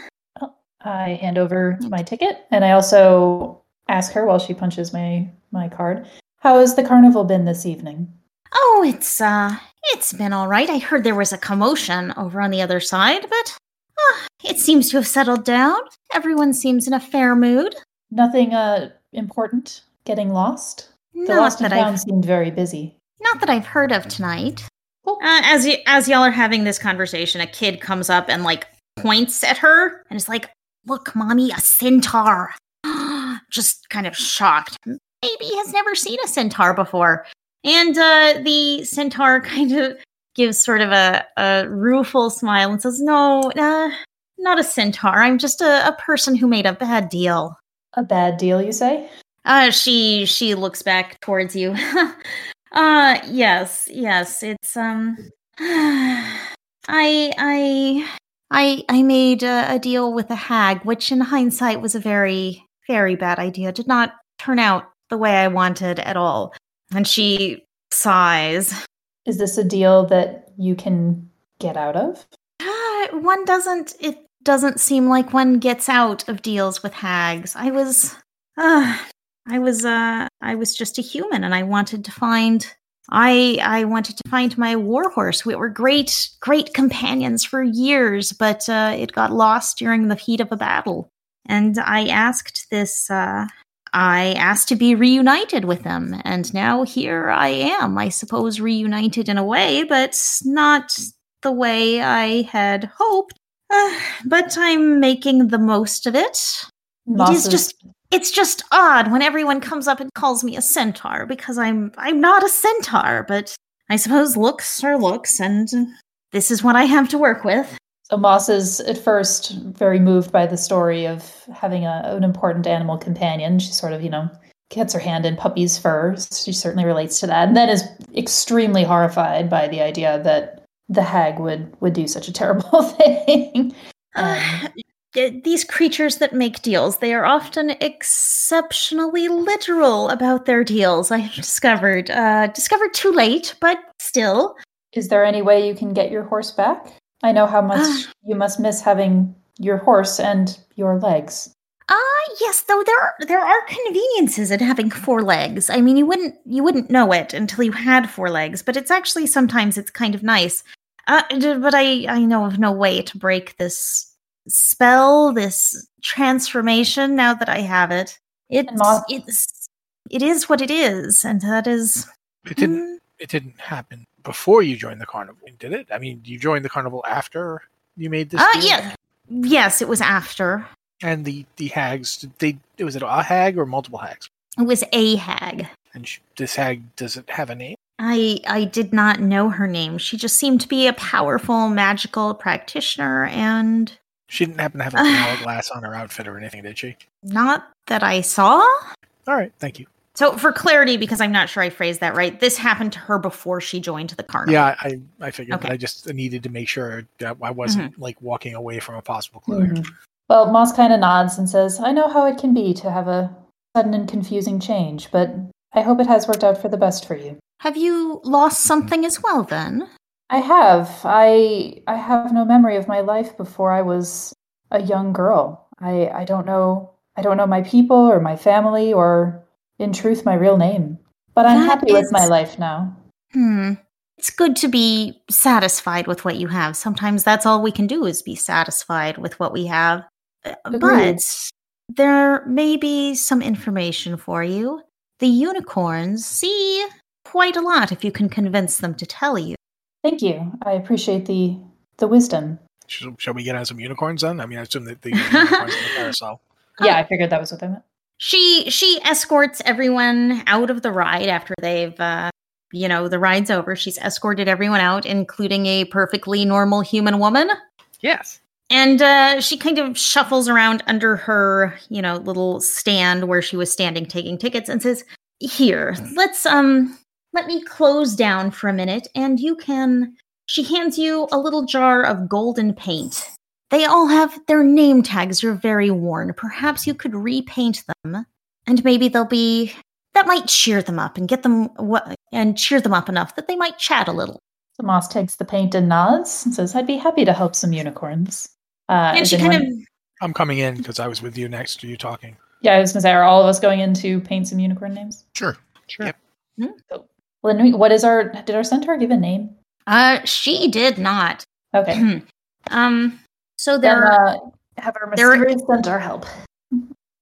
Speaker 2: I hand over my ticket, and I also ask her while she punches my my card, "How has the carnival been this evening?"
Speaker 1: Oh, it's uh it's been all right. I heard there was a commotion over on the other side, but uh, it seems to have settled down. Everyone seems in a fair mood.
Speaker 2: Nothing uh important. Getting lost. The
Speaker 1: Not
Speaker 2: lost in
Speaker 1: that
Speaker 2: town
Speaker 1: I've
Speaker 2: seemed very busy.
Speaker 1: not that I've heard of tonight.
Speaker 2: Cool.
Speaker 1: Uh, as y- as y'all are having this conversation, a kid comes up and like points at her and is like, "Look, mommy, a centaur." Just kind of shocked. Maybe has never seen a centaur before. And uh, the centaur kind of gives sort of a, a rueful smile and says, "No, uh, not a centaur. I'm just a, a person who made a bad deal."
Speaker 2: A bad deal, you say?
Speaker 1: Uh, she she looks back towards you. uh, yes, yes, it's um, I I I I made a, a deal with a hag, which in hindsight was a very very bad idea. Did not turn out the way I wanted at all. And she sighs.
Speaker 2: Is this a deal that you can get out of?
Speaker 1: Uh, one doesn't it doesn't seem like one gets out of deals with hags i was uh, i was uh i was just a human and i wanted to find i i wanted to find my warhorse we were great great companions for years but uh it got lost during the heat of a battle and i asked this uh I asked to be reunited with him, and now here I am. I suppose reunited in a way, but not the way I had hoped. Uh, but I'm making the most of it.
Speaker 2: Moss is-
Speaker 1: just- It's just odd when everyone comes up and calls me a centaur because I'm I'm not a centaur, but I suppose looks are looks and this is what I have to work with.
Speaker 2: Amos is at first very moved by the story of having a, an important animal companion. She sort of, you know, gets her hand in puppy's fur. She certainly relates to that, and then is extremely horrified by the idea that the hag would would do such a terrible thing.
Speaker 1: Uh, th- these creatures that make deals, they are often exceptionally literal about their deals. I've discovered, uh, discovered too late, but still.
Speaker 2: Is there any way you can get your horse back? I know how much
Speaker 1: Ah.
Speaker 2: you must miss having your horse and your legs.
Speaker 1: Ah, yes, though there are, there are conveniences in having four legs. I mean, you wouldn't you wouldn't know it until you had four legs, but it's actually sometimes it's kind of nice. Uh, d- but I I know of no way to break this spell, this transformation. Now that I have it, it's
Speaker 2: Moth-
Speaker 1: it's it is what it is, and that is
Speaker 5: It didn't.
Speaker 1: Mm,
Speaker 5: It didn't happen before you joined the carnival, did it? I mean, you joined the carnival after you made this.
Speaker 1: Ah,
Speaker 5: deal?
Speaker 1: yeah. yes, it was after
Speaker 5: And the the hags. They was it a hag or multiple hags?
Speaker 1: it was a hag.
Speaker 5: And sh this hag doesn't have a name.
Speaker 1: I I did not know her name. She just seemed to be a powerful magical practitioner and
Speaker 5: She didn't happen to have like an hourglass on her outfit or anything, did she?
Speaker 1: not that I saw.
Speaker 5: All right, thank you.
Speaker 1: So for clarity because I'm not sure I phrased that right, this happened to her before she joined the carnival.
Speaker 5: Yeah, I I I figured, but
Speaker 1: Okay. Mm-hmm.
Speaker 5: I just needed to make sure that I wasn't like walking away from a possible clue. here.
Speaker 2: Mm-hmm. Well, Moss kind of nods and says, I know how it can be to have a sudden and confusing change, but I hope it has worked out for the best for you.
Speaker 1: Have you lost something as well then?
Speaker 2: I have. I I have no memory of my life before I was a young girl. I I don't know I don't know my people or my family or in truth my real name. But I'm
Speaker 1: That
Speaker 2: happy with my
Speaker 1: is-
Speaker 2: life now.
Speaker 1: Hmm. It's good to be satisfied with what you have. Sometimes that's all we can do is be satisfied with what we have. Uh,
Speaker 2: Agreed.
Speaker 1: But there may be some information for you. The unicorns see quite a lot if you can convince them to tell you.
Speaker 2: Thank you. I appreciate the the wisdom.
Speaker 5: Sh- Shall we get on some unicorns then? I mean, I assume that the unicorns on the carousel.
Speaker 2: Yeah, I figured that was what they meant.
Speaker 1: She she escorts everyone out of the ride after they've uh, you know the ride's over. She's escorted everyone out, including a perfectly normal human woman.
Speaker 6: Yes.
Speaker 1: And uh, she kind of shuffles around under her, you know, little stand where she was standing taking tickets and says, "Here, let's um let me close down for a minute and you can she hands you a little jar of golden paint. They all have their name tags are very worn. Perhaps you could repaint them and maybe they'll be that might cheer them up and get them what and cheer them up enough that they might chat a little.
Speaker 2: So Moss takes the paint and nods and says, I'd be happy to help some unicorns. Uh,
Speaker 1: and
Speaker 2: is
Speaker 1: she kind
Speaker 2: anyone-
Speaker 1: of
Speaker 5: I'm coming in because I was with you next to you talking.
Speaker 2: Yeah, I was gonna say, are all of us going in to paint some unicorn names?
Speaker 3: Sure.
Speaker 6: Sure.
Speaker 4: Yep.
Speaker 2: Well, then we- what is our did our centaur give a name?
Speaker 1: uh she did not.
Speaker 2: Okay.
Speaker 1: um so
Speaker 2: Then,
Speaker 1: there
Speaker 2: uh, have our
Speaker 1: there-
Speaker 2: mysterious centaur help.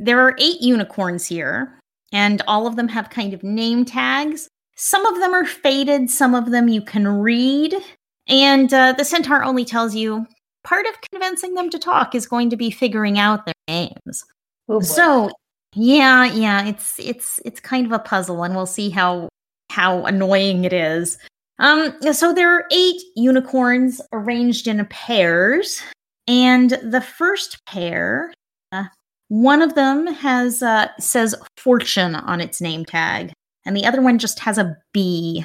Speaker 1: there are eight unicorns here, and all of them have kind of name tags. Some of them are faded, some of them you can read. And uh, the centaur only tells you part of convincing them to talk is going to be figuring out their names.
Speaker 2: Oh, boy.
Speaker 1: So, yeah, yeah, it's it's it's kind of a puzzle, and we'll see how how annoying it is. Um, so there are eight unicorns arranged in pairs, and the first pair, uh, one of them has uh, says fortune on its name tag, and the other one just has a B,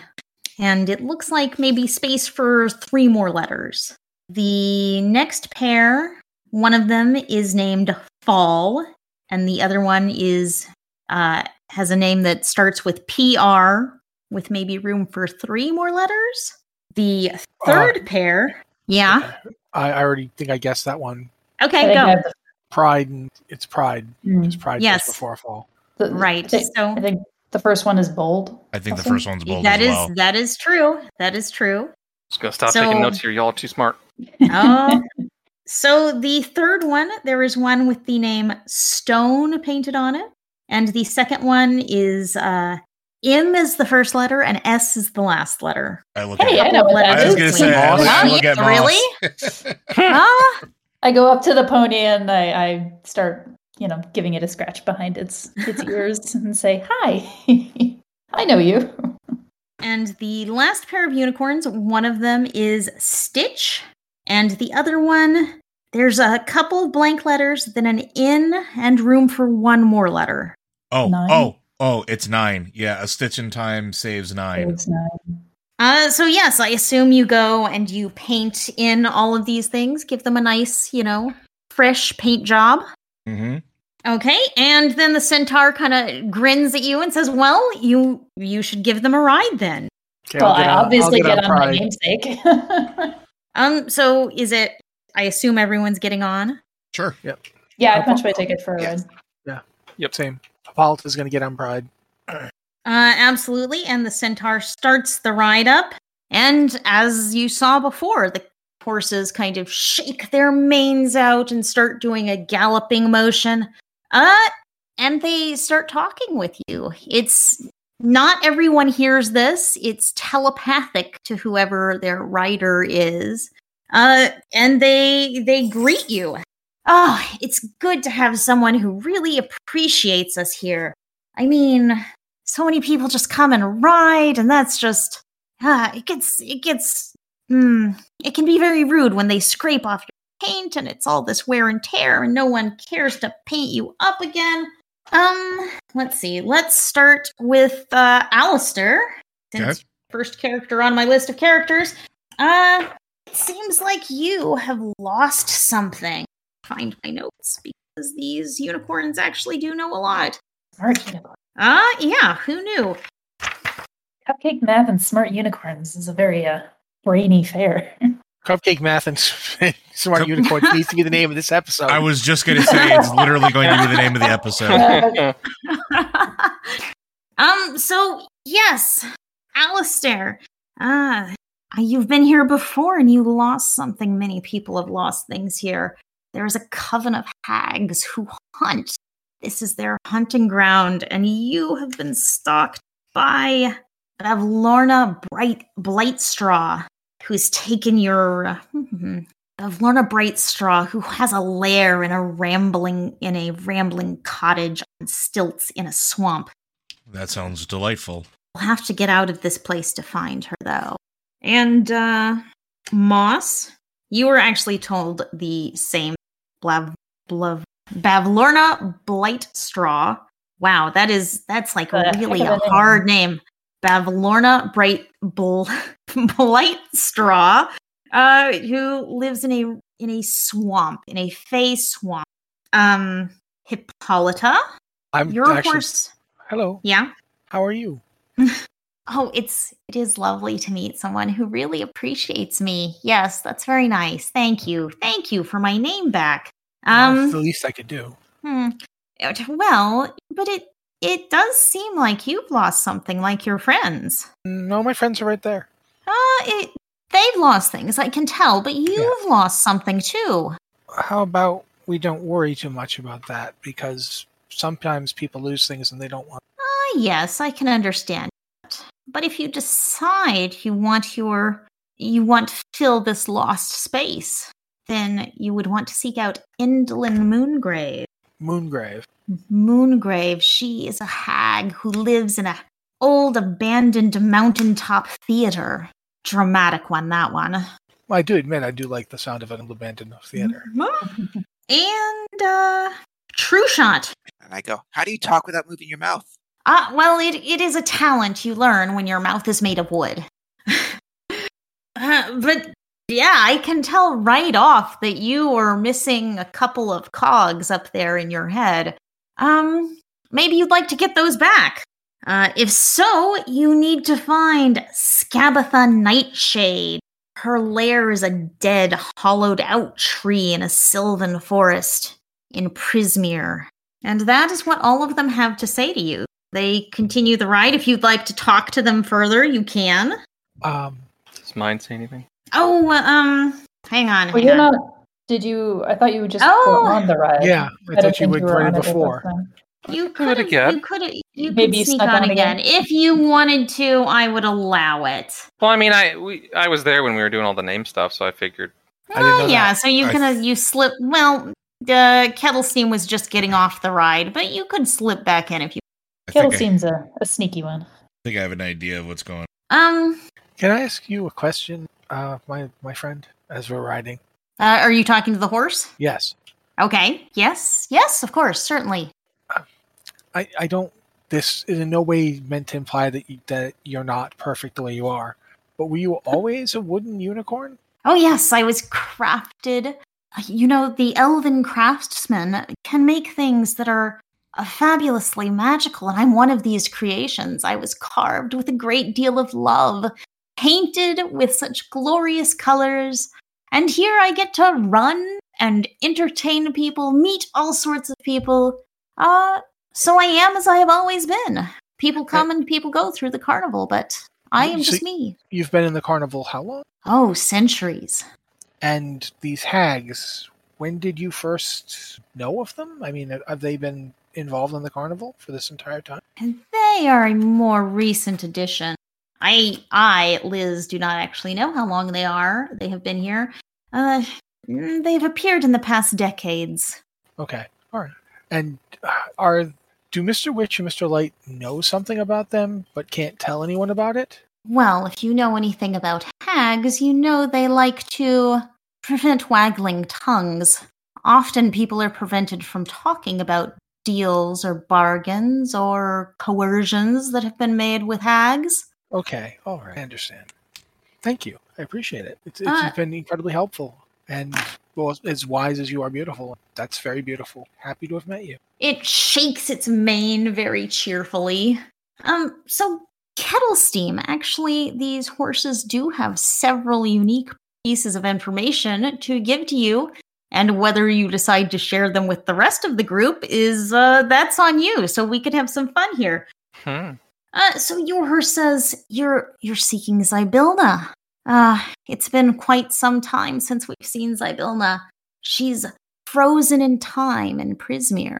Speaker 1: and it looks like maybe space for three more letters. The next pair, one of them is named Fall, and the other one is uh, has a name that starts with PR, with maybe room for three more letters. The third
Speaker 5: Oh.
Speaker 1: pair, yeah.
Speaker 5: Okay. Uh, I, I already think I guessed that one.
Speaker 2: I
Speaker 1: Okay,
Speaker 2: think I
Speaker 1: go
Speaker 2: have the-
Speaker 5: Pride and it's pride.
Speaker 2: mm,
Speaker 5: It's pride
Speaker 1: Yes.
Speaker 5: just before fall.
Speaker 2: the-
Speaker 1: right.
Speaker 2: I think,
Speaker 1: So
Speaker 2: I think the first one is bold.
Speaker 3: I think the
Speaker 2: Awesome.
Speaker 3: first one's bold
Speaker 1: that
Speaker 3: as
Speaker 1: is
Speaker 3: well.
Speaker 1: that is true. That is true.
Speaker 6: Just gonna stop
Speaker 1: So-
Speaker 6: taking notes here. Y'all are too smart.
Speaker 1: Oh. so the third one, there is one with the name Stone painted on it. And the second one is uh, M is the first letter and S is the last letter.
Speaker 3: I look
Speaker 2: Hey,
Speaker 3: at
Speaker 2: I know what that
Speaker 3: I
Speaker 1: Couple
Speaker 3: was
Speaker 2: is.
Speaker 1: letters.
Speaker 3: gonna say I look, I look at Moss.
Speaker 1: Really? Huh?
Speaker 2: I go up to the pony and I, I start, you know, giving it a scratch behind its its ears and say, "Hi, I know you."
Speaker 1: and the last pair of unicorns, one of them is Stitch And the other one, there's a couple of blank letters, then an in, and room for one more letter.
Speaker 3: Oh,
Speaker 2: Nine?
Speaker 3: oh, oh, it's nine. Yeah, a stitch in time saves nine.
Speaker 2: It's nine.
Speaker 1: Uh, so, yes, I assume you go and you paint in all of these things, give them a nice, you know, fresh paint job.
Speaker 3: Mm-hmm.
Speaker 1: Okay, and then the centaur kind of grins at you and says, "Well, you you should give them a ride then."
Speaker 5: Okay,
Speaker 2: well,
Speaker 5: I'll get
Speaker 2: I
Speaker 5: on- I'll
Speaker 2: obviously
Speaker 5: get
Speaker 2: get,
Speaker 5: on
Speaker 2: on my
Speaker 5: Pride.
Speaker 2: namesake.
Speaker 1: Um, so is it? I assume everyone's getting on.
Speaker 3: Sure.
Speaker 2: yeah, I'd much way take it for a ride.
Speaker 4: Yes.
Speaker 5: Yep, same. Hippolyta's going to get on Pride.
Speaker 1: Uh, absolutely. And the centaur starts the ride up, and as you saw before, the horses kind of shake their manes out and start doing a galloping motion. Uh, and they start talking with you. It's not everyone hears this. It's telepathic to whoever their rider is. Uh, and they they greet you. Oh, it's good to have someone who really appreciates us here. I mean, so many people just come and ride, and that's just ah, it gets it gets mm, it can be very rude when they scrape off your paint and it's all this wear and tear and no one cares to paint you up again. Um, let's see. Let's start with uh Alistair. Since
Speaker 3: Okay.
Speaker 1: first character on my list of characters. Uh it seems like you have lost something. Find my notes because these unicorns actually do know a lot.
Speaker 2: Smart unicorn.
Speaker 1: Uh yeah, who knew?
Speaker 2: Cupcake math and smart unicorns is a very uh, brainy fair.
Speaker 5: Cupcake Math and Smart
Speaker 3: Cup-
Speaker 5: Unicorn needs to be the name of this episode.
Speaker 3: I was just going to say it's literally going to be the name of the episode.
Speaker 1: um, so yes, Alistair. Ah, you've been here before and you lost something. Many people have lost things here. There is a coven of hags who hunt. This is their hunting ground, and you have been stalked by Bevlorna Bright Blightstraw, who's taken your of Lorna Brightstraw, who has a lair in a rambling in a rambling cottage on stilts in a swamp.
Speaker 3: That sounds delightful.
Speaker 1: We'll have to get out of this place to find her, though. And uh, Moss, you were actually told the same blav blav Bavlorna Blightstraw. Wow, that is that's like
Speaker 2: Uh,
Speaker 1: really
Speaker 2: heck
Speaker 1: a
Speaker 2: of a name.
Speaker 1: hard name. Bavlorna Bright Bl- Blightstraw, uh, who lives in a in a swamp, in a fey swamp. Um, Hippolyta,
Speaker 5: I'm
Speaker 1: your
Speaker 5: actually-
Speaker 1: horse.
Speaker 5: Hello,
Speaker 1: Yeah.
Speaker 5: how are you?
Speaker 1: Oh, it's it is lovely to meet someone who really appreciates me. Yes, that's very nice. Thank you. Thank you for my name back.
Speaker 5: That's the
Speaker 1: Um
Speaker 5: least I could do.
Speaker 1: hmm. It- well, but it it does seem like you've lost something like your friends.
Speaker 5: Mm, No, my friends are right there.
Speaker 1: Uh it they've lost things, I can tell, but you've lost something too.
Speaker 5: How about we don't worry too much about that because sometimes people lose things and they don't want.
Speaker 1: Ah, yes, I can understand that. But if you decide you want your you want to fill this lost space, then you would want to seek out Indolin Moongrave.
Speaker 5: Moongrave.
Speaker 1: Moongrave, she is a hag who lives in a old abandoned mountaintop theater. Dramatic one, that one.
Speaker 5: I do admit I do like the sound of an abandoned
Speaker 1: Mm-hmm.
Speaker 5: theater.
Speaker 1: and uh True Shot.
Speaker 4: And I go, How do you talk without moving your mouth?
Speaker 1: Uh, well, it, it is a talent you learn when your mouth is made of wood. Uh, but yeah, I can tell right off that you are missing a couple of cogs up there in your head. Um, maybe you'd like to get those back. Uh, if so, you need to find Scabatha Nightshade. Her lair is a dead, hollowed out tree in a sylvan forest in Prismere. And that is what all of them have to say to you. They continue the ride. If you'd like to talk to them further, you can.
Speaker 5: Um,
Speaker 6: Does mine say anything?
Speaker 1: Oh, uh, um, hang on.
Speaker 2: Well,
Speaker 1: hang
Speaker 2: you're
Speaker 1: on.
Speaker 2: not. Did you? I thought you would just
Speaker 1: Oh.
Speaker 2: go on the ride.
Speaker 5: yeah, I
Speaker 2: don't
Speaker 5: thought you
Speaker 2: think
Speaker 5: would
Speaker 2: were
Speaker 5: play
Speaker 2: on it this
Speaker 5: before.
Speaker 2: time.
Speaker 1: You
Speaker 6: Do it
Speaker 1: could
Speaker 6: again.
Speaker 1: You could you
Speaker 2: Maybe
Speaker 1: could
Speaker 2: you
Speaker 1: sneak
Speaker 2: snuck
Speaker 1: on
Speaker 2: on
Speaker 1: again.
Speaker 2: again.
Speaker 1: If you wanted to, I would allow it.
Speaker 6: Well, I mean, I we, I was there when we were doing all the name stuff, so I figured.
Speaker 5: I didn't
Speaker 1: Well,
Speaker 5: know
Speaker 1: Oh, yeah, so you
Speaker 3: I
Speaker 1: can uh,
Speaker 3: th-
Speaker 1: you slip well the kettle steam was just getting off the ride, but you could slip back in if you
Speaker 3: I
Speaker 2: Kittle
Speaker 3: think I,
Speaker 2: seems a, a sneaky one.
Speaker 3: think I have an idea of what's going on.
Speaker 1: um
Speaker 5: Can I ask you a question, uh, my my friend? as we're riding.
Speaker 1: Uh, are you talking to the horse?
Speaker 5: Yes.
Speaker 1: Okay. Yes. Yes. Of course. Certainly.
Speaker 5: I, I don't this is in no way meant to imply that you, that you're not perfect the way you are. But were you always a wooden unicorn?
Speaker 1: Oh yes, I was crafted. You know, the elven craftsman can make things that are uh, fabulously magical, and I'm one of these creations. I was carved with a great deal of love, painted with such glorious colors, and here I get to run and entertain people, meet all sorts of people. Uh, so I am as I have always been. People come and people go through the carnival, but I am
Speaker 5: Mm, So-
Speaker 1: just me.
Speaker 5: You've been in the carnival how long?
Speaker 1: Oh, centuries.
Speaker 5: And these hags, when did you first know of them? I mean, have they been involved in the carnival for this entire time?
Speaker 1: And they are a more recent addition. I, I, Liz, do not actually know how long they are. They have been here. Uh, mm, they've appeared in the past decades.
Speaker 5: Okay, all right. And uh, are do Mister Witch and Mister Light know something about them, but can't tell anyone about it?
Speaker 1: Well, if you know anything about hags, you know they like to prevent waggling tongues. Often people are prevented from talking about deals or bargains or coercions that have been made with hags.
Speaker 5: Okay, all right. I understand. Thank you. I appreciate it. It's, it's
Speaker 1: Uh,
Speaker 5: been incredibly helpful. And well, as- as wise as you are beautiful, that's very beautiful. Happy to have met you.
Speaker 1: It shakes its mane very cheerfully. Um, so kettle steam. Actually, these horses do have several unique pieces of information to give to you, and whether you decide to share them with the rest of the group is uh, that's on you. So we could have some fun here.
Speaker 6: Hmm.
Speaker 1: Uh, so your horse says you're you're seeking Zybilna. Uh, it's been quite some time since we've seen Zybilna. She's frozen in time in Prismere,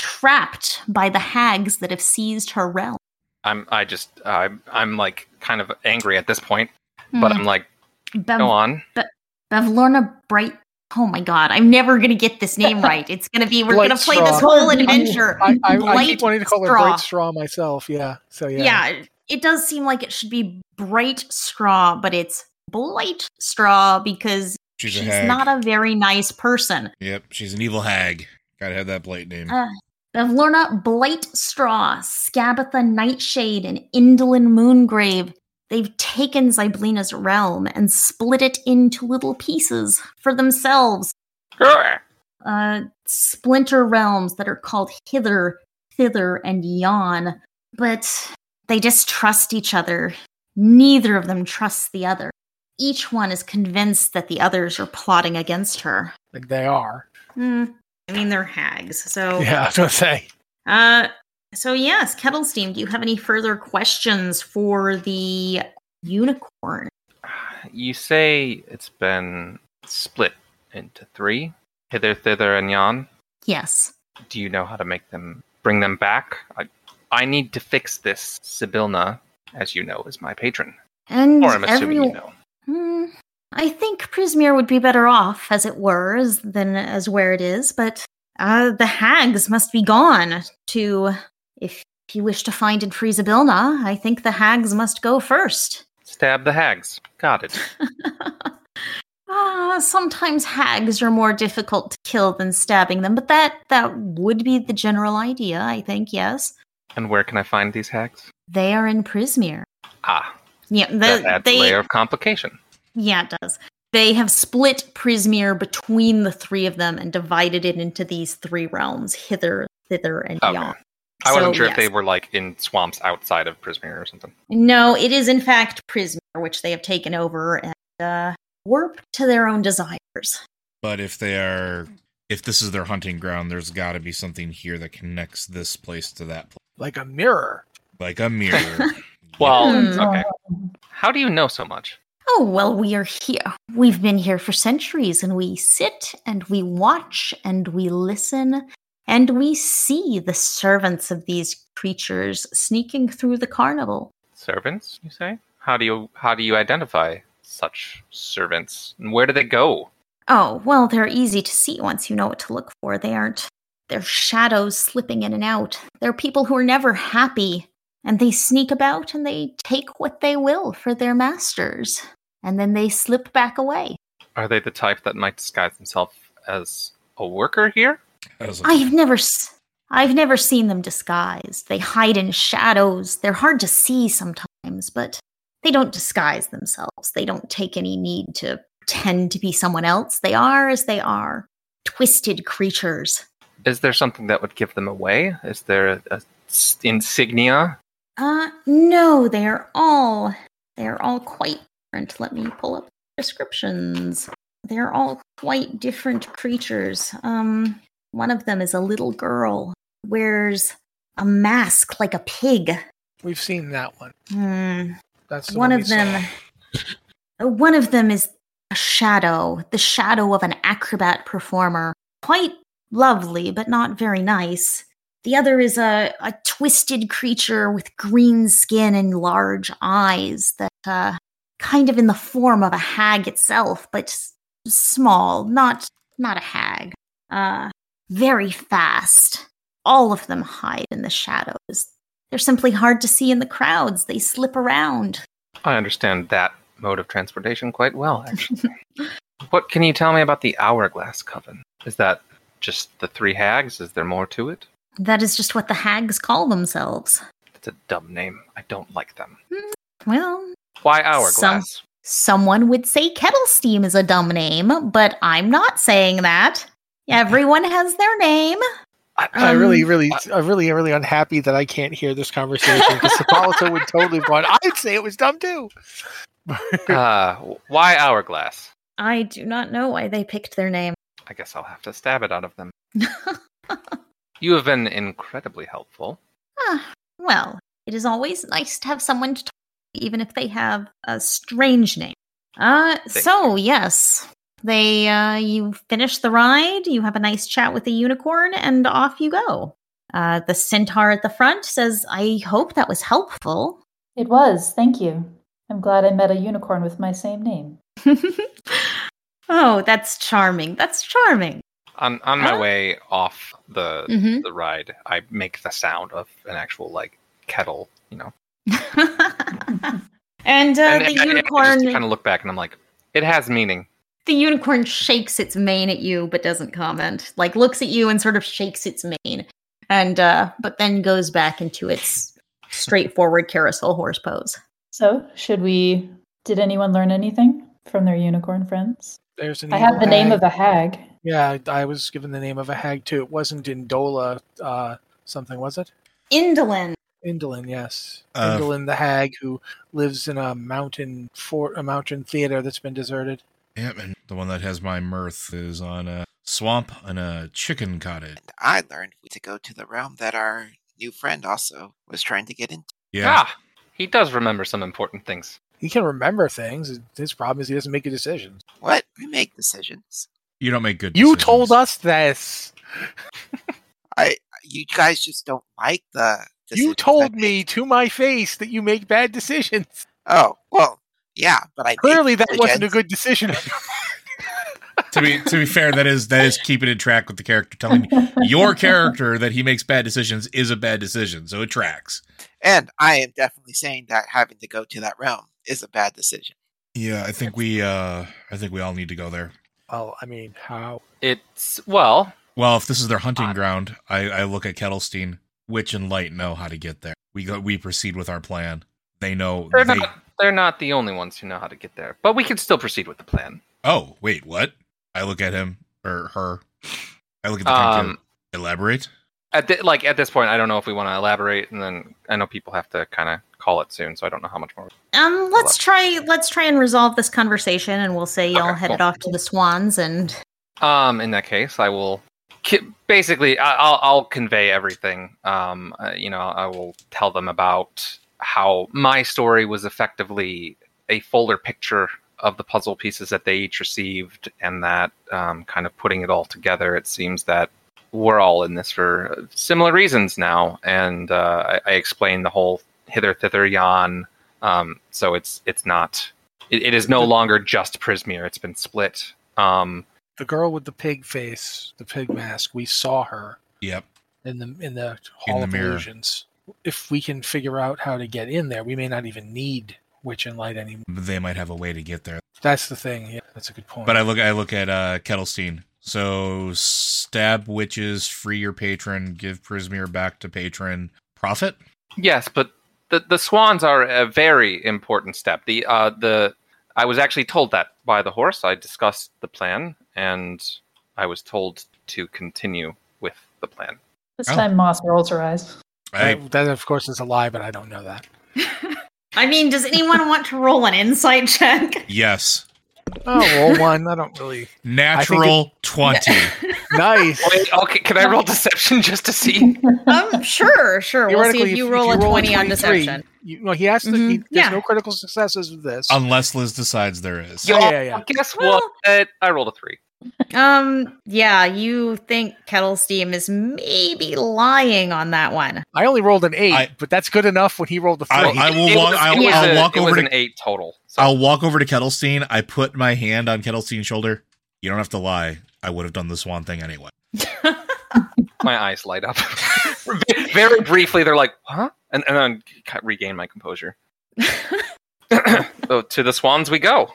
Speaker 1: trapped by the hags that have seized her realm.
Speaker 6: I'm. I just. I'm. I'm like kind of angry at this point,
Speaker 1: Hmm.
Speaker 6: but I'm like,
Speaker 1: Bev-
Speaker 6: go on.
Speaker 1: Bevlorna Bright. Oh my god, I'm never gonna get this name right. It's gonna be we're gonna play this
Speaker 5: Blightstraw.
Speaker 1: whole adventure.
Speaker 5: I, I, I keep wanting to call her
Speaker 1: Blightstraw.
Speaker 5: Bright Straw myself. Yeah. So yeah.
Speaker 1: yeah. it does seem like it should be bright straw, but it's blight straw because
Speaker 3: She's, a
Speaker 1: she's
Speaker 3: hag.
Speaker 1: not a very nice person.
Speaker 3: Yep, she's an evil hag. Gotta have that blight name.
Speaker 1: Uh, Bevlorna Blightstraw, Scabatha Nightshade, and Indolin Moongrave. They've taken Zyblina's realm and split it into little pieces for themselves.
Speaker 6: Grr.
Speaker 1: Uh, splinter realms that are called Hither, Thither, and Yon. But they distrust each other. Neither of them trusts the other. Each one is convinced that the others are plotting against her.
Speaker 5: Like they are.
Speaker 1: Hmm. I mean, they're hags, so.
Speaker 5: Yeah, I was gonna say.
Speaker 1: Uh, so yes, kettle steam. Do you have any further questions for the unicorn?
Speaker 6: You say it's been split into three, hither, thither, and yon.
Speaker 1: Yes.
Speaker 6: Do you know how to make them bring them back? I, I need to fix this. Sibilna, as you know, is my patron,
Speaker 1: And
Speaker 6: or I'm assuming
Speaker 1: every-
Speaker 6: you know.
Speaker 1: Hmm, I think Prismere would be better off, as it were, as, than as where it is. But uh, the hags must be gone. To if you wish to find and free Zabilna, I think the hags must go first.
Speaker 6: Stab the hags. Got it.
Speaker 1: Ah, sometimes hags are more difficult to kill than stabbing them, but that that would be the general idea, I think. Yes.
Speaker 6: And where can I find these hags?
Speaker 1: They are in Prismere.
Speaker 6: Ah,
Speaker 1: Yeah,
Speaker 6: that
Speaker 1: the,
Speaker 6: adds
Speaker 1: they.
Speaker 6: a layer of complication.
Speaker 1: Yeah, it does. They have split Prismere between the three of them and divided it into these three realms: hither, thither, and
Speaker 6: Okay.
Speaker 1: yon.
Speaker 6: Oh. I wasn't
Speaker 1: So,
Speaker 6: sure if they
Speaker 1: yes.
Speaker 6: were like in swamps outside of Prismere or something.
Speaker 1: No, it is in fact Prismere, which they have taken over and uh, warped to their own desires.
Speaker 3: But if they are, if this is their hunting ground, there's got to be something here that connects this place to that place,
Speaker 5: Like a mirror.
Speaker 3: like a mirror.
Speaker 6: Well,
Speaker 1: Hmm.
Speaker 6: okay. How do you know so much?
Speaker 1: Oh well, we are here. We've been here for centuries, and we sit and we watch and we listen. And we see the servants of these creatures sneaking through the carnival.
Speaker 6: Servants, you say? How do you how do you identify such servants? And where do they go?
Speaker 1: Oh, well, they're easy to see once you know what to look for. They aren't. They're shadows slipping in and out. They're people who are never happy, and they sneak about and they take what they will for their masters, and then they slip back away.
Speaker 6: Are they the type that might disguise themselves as a worker here?
Speaker 3: As a-
Speaker 1: I've never s- I've never seen them disguised. They hide in shadows. They're hard to see sometimes, but they don't disguise themselves. They don't take any need to pretend to be someone else. They are as they are. Twisted creatures.
Speaker 6: Is there something that would give them away? Is there a, a s- insignia?
Speaker 1: Uh no, they're all they're all quite different. Let me pull up descriptions. They're all quite different creatures. Um one of them is a little girl wears a mask like a pig.
Speaker 5: We've seen that one.
Speaker 1: Hmm.
Speaker 5: That's the
Speaker 1: one
Speaker 5: one
Speaker 1: of them Uh, one of them is a shadow the shadow of an acrobat performer quite lovely but not very nice the other is a, a twisted creature with green skin and large eyes that uh, kind of in the form of a hag itself but s- small not not a hag uh, very fast all of them hide in the shadows they're simply hard to see in the crowds they slip around
Speaker 6: I understand that mode of transportation quite well, actually. what can you tell me about the hourglass coven? Is that just the three hags? Is there more to it?
Speaker 1: That is just what the hags call themselves.
Speaker 6: That's a dumb name. I don't like them.
Speaker 1: Well,
Speaker 6: Why hourglass?
Speaker 1: someone would say kettle steam is a dumb name, but I'm not saying that. Everyone has their name.
Speaker 5: I'm really,
Speaker 1: Um,
Speaker 5: really, I'm really, really unhappy that I can't hear this conversation because Hippolyta would totally have gone. I'd say it was dumb too.
Speaker 6: uh, w- why hourglass?
Speaker 1: I do not know why they picked their name.
Speaker 6: I guess I'll have to stab it out of them. You have been incredibly helpful.
Speaker 1: Ah, well, it is always nice to have someone to talk to, even if they have a strange name. Uh,
Speaker 6: Thank
Speaker 1: so, yes, they uh, you finish the ride, you have a nice chat with the unicorn, and off you go. Uh, the centaur at the front says, I hope that was helpful.
Speaker 2: It was, thank you. I'm glad I met a unicorn with my same name.
Speaker 1: oh, that's charming. That's charming.
Speaker 6: On on my
Speaker 1: Huh?
Speaker 6: way off the
Speaker 1: Mhm.
Speaker 6: the ride, I make the sound of an actual like kettle, you know.
Speaker 1: and uh,
Speaker 6: and
Speaker 1: the
Speaker 6: I- I- I
Speaker 1: unicorn,
Speaker 6: just kind of look back and I'm like, it has meaning.
Speaker 1: the unicorn shakes its mane at you, but doesn't comment. Like looks at you and sort of shakes its mane, and uh, but then goes back into its straightforward carousel horse pose.
Speaker 2: So, should we? Did anyone learn anything from their unicorn friends?
Speaker 5: There's an
Speaker 2: I have
Speaker 5: evil
Speaker 2: the name
Speaker 5: hag.
Speaker 2: of a hag.
Speaker 5: Yeah, I was given the name of a hag too. It wasn't Indola uh, something, was it?
Speaker 1: Indolin.
Speaker 5: Indolin, yes.
Speaker 3: Uh,
Speaker 5: Indolin the hag who lives in a mountain fort, a mountain theater that's been deserted.
Speaker 3: Yep, and the one that has my mirth is on a swamp and a chicken cottage.
Speaker 4: And I learned to go to the realm that our new friend also was trying to get into.
Speaker 3: Yeah,
Speaker 6: Ah, he does remember some important things.
Speaker 5: He can remember things. His problem is he doesn't make good decisions.
Speaker 4: What? We make decisions.
Speaker 3: you don't make good.
Speaker 5: You
Speaker 3: decisions.
Speaker 5: told us this.
Speaker 4: You guys just don't like the. decisions
Speaker 5: You
Speaker 4: I
Speaker 5: told
Speaker 4: make.
Speaker 5: me to my face that you make bad decisions.
Speaker 4: Oh well, yeah, but I make
Speaker 5: Clearly, that wasn't a
Speaker 4: decisions.
Speaker 5: good decision.
Speaker 3: to be to be fair, that is that is keeping in track with the character. Telling your character that he makes bad decisions is a bad decision, so it tracks.
Speaker 4: And I am definitely saying that having to go to that realm is a bad decision.
Speaker 3: Yeah, I think we uh I think we all need to go there.
Speaker 5: well, I mean, how?
Speaker 6: It's well,
Speaker 3: Well, if this is their hunting
Speaker 6: Uh,
Speaker 3: ground, I, I look at Kettlestein. Witch and Light know how to get there. We go. We proceed with our plan. They know.
Speaker 6: they're
Speaker 3: They,
Speaker 6: not they're not the only ones who know how to get there, but we can still proceed with the plan.
Speaker 3: oh wait, what? I look at him or her. I look at the
Speaker 6: Um,
Speaker 3: character. Elaborate.
Speaker 6: at thi- like at this point, I don't know if we want to elaborate, and then I know people have to kind of call it soon, so I don't know how much more.
Speaker 1: Um,
Speaker 6: on.
Speaker 1: let's try let's try and resolve this conversation, and we'll say y'all
Speaker 6: Okay,
Speaker 1: headed
Speaker 6: cool.
Speaker 1: off to the swans and
Speaker 6: Um, in that case, I will ki- basically I- I'll I'll convey everything. Um, uh, you know, I will tell them about how my story was effectively a fuller picture of the puzzle pieces that they each received, and that um, kind of putting it all together. It seems that we're all in this for similar reasons now, and uh, I, I explained the whole hither thither yon. Um, so it's it's not. It, it is no longer just Prismere. It's been split. Um,
Speaker 5: The girl with the pig face, the pig mask. We saw her.
Speaker 3: Yep.
Speaker 5: in the in the hall
Speaker 3: the
Speaker 5: of
Speaker 3: mirror.
Speaker 5: illusions. If we can figure out how to get in there, we may not even need witch and light anymore.
Speaker 3: They might have a way to get there.
Speaker 5: That's the thing. Yeah, that's a good point.
Speaker 3: But I look I look at uh Kettlestein. So stab witches, free your patron, give Prismir back to patron. Profit?
Speaker 6: Yes, but the the swans are a very important step. The uh the I was actually told that by the horse. I discussed the plan and I was told to continue with the plan.
Speaker 2: This
Speaker 3: Oh.
Speaker 2: time Moss rolls her eyes.
Speaker 3: I
Speaker 5: that, that, of course, is a lie, but I don't know that.
Speaker 7: I mean, does anyone want to roll an insight check?
Speaker 3: yes.
Speaker 5: Oh, roll one. I don't really.
Speaker 3: Natural twenty.
Speaker 5: Nice.
Speaker 6: Wait, okay, can I roll deception just to see?
Speaker 1: Um, sure, sure. We'll see
Speaker 5: Theoretically,
Speaker 1: if you roll a twenty on
Speaker 5: 23,
Speaker 1: deception.
Speaker 5: You, no, he has to.
Speaker 1: Mhm,
Speaker 5: He, there's
Speaker 1: yeah.
Speaker 5: no critical successes with this.
Speaker 3: Unless Liz decides there is.
Speaker 5: Yeah, yeah, yeah.
Speaker 6: Guess
Speaker 1: Well-
Speaker 6: what? Uh, I rolled a three.
Speaker 1: Um, yeah, you think Kettle Steam is maybe lying on that one.
Speaker 5: I only rolled an eight,
Speaker 3: I-
Speaker 5: but that's good enough when he rolled a three.
Speaker 3: I- I will
Speaker 6: It
Speaker 3: walk-
Speaker 6: was-
Speaker 3: I'll-
Speaker 6: it was
Speaker 3: I'll
Speaker 6: a-
Speaker 3: walk
Speaker 6: it
Speaker 3: over
Speaker 6: was
Speaker 3: to-
Speaker 6: an eight total. So.
Speaker 3: I'll walk over to Kettlestein. I put my hand on Kettlestein's shoulder. You don't have to lie. I would have done the swan thing anyway.
Speaker 6: my eyes light up. Very briefly, they're like, huh? And, and then ca- regain my composure. so to the swans we go.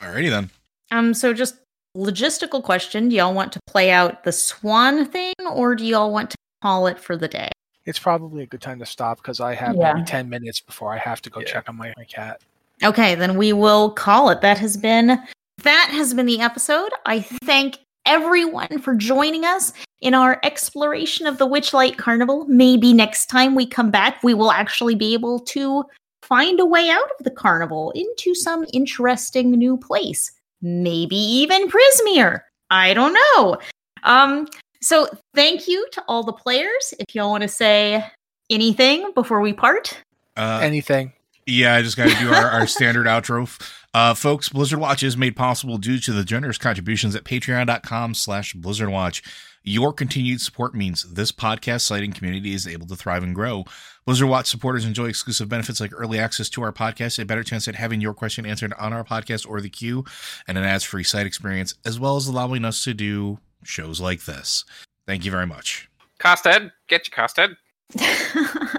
Speaker 3: Alrighty then.
Speaker 1: Um, so just logistical question: Do y'all want to play out the Swan thing, or do y'all want to call it for the day?
Speaker 5: it's probably a good time to stop because I have
Speaker 2: Yeah.
Speaker 5: maybe ten minutes before I have to go check on my, my cat.
Speaker 1: Okay, then we will call it. That has been that has been the episode. I thank everyone for joining us in our exploration of the Witchlight Carnival. Maybe next time we come back, we will actually be able to find a way out of the carnival into some interesting new place. Maybe even Prismere. I don't know. Um so thank you to all the players. If y'all want to say anything before we part.
Speaker 3: Uh,
Speaker 5: Anything.
Speaker 3: Yeah, I just got to do our, our standard outro. Uh, folks, Blizzard Watch is made possible due to the generous contributions at patreon.com slash Blizzard Watch. Your continued support means this podcast site and community is able to thrive and grow. Blizzard Watch supporters enjoy exclusive benefits like early access to our podcast, a better chance at having your question answered on our podcast or the queue, and an ads-free site experience, as well as allowing us to do shows like this. Thank you very much.
Speaker 6: Costed, get you Costed.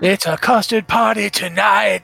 Speaker 5: It's a custard party tonight.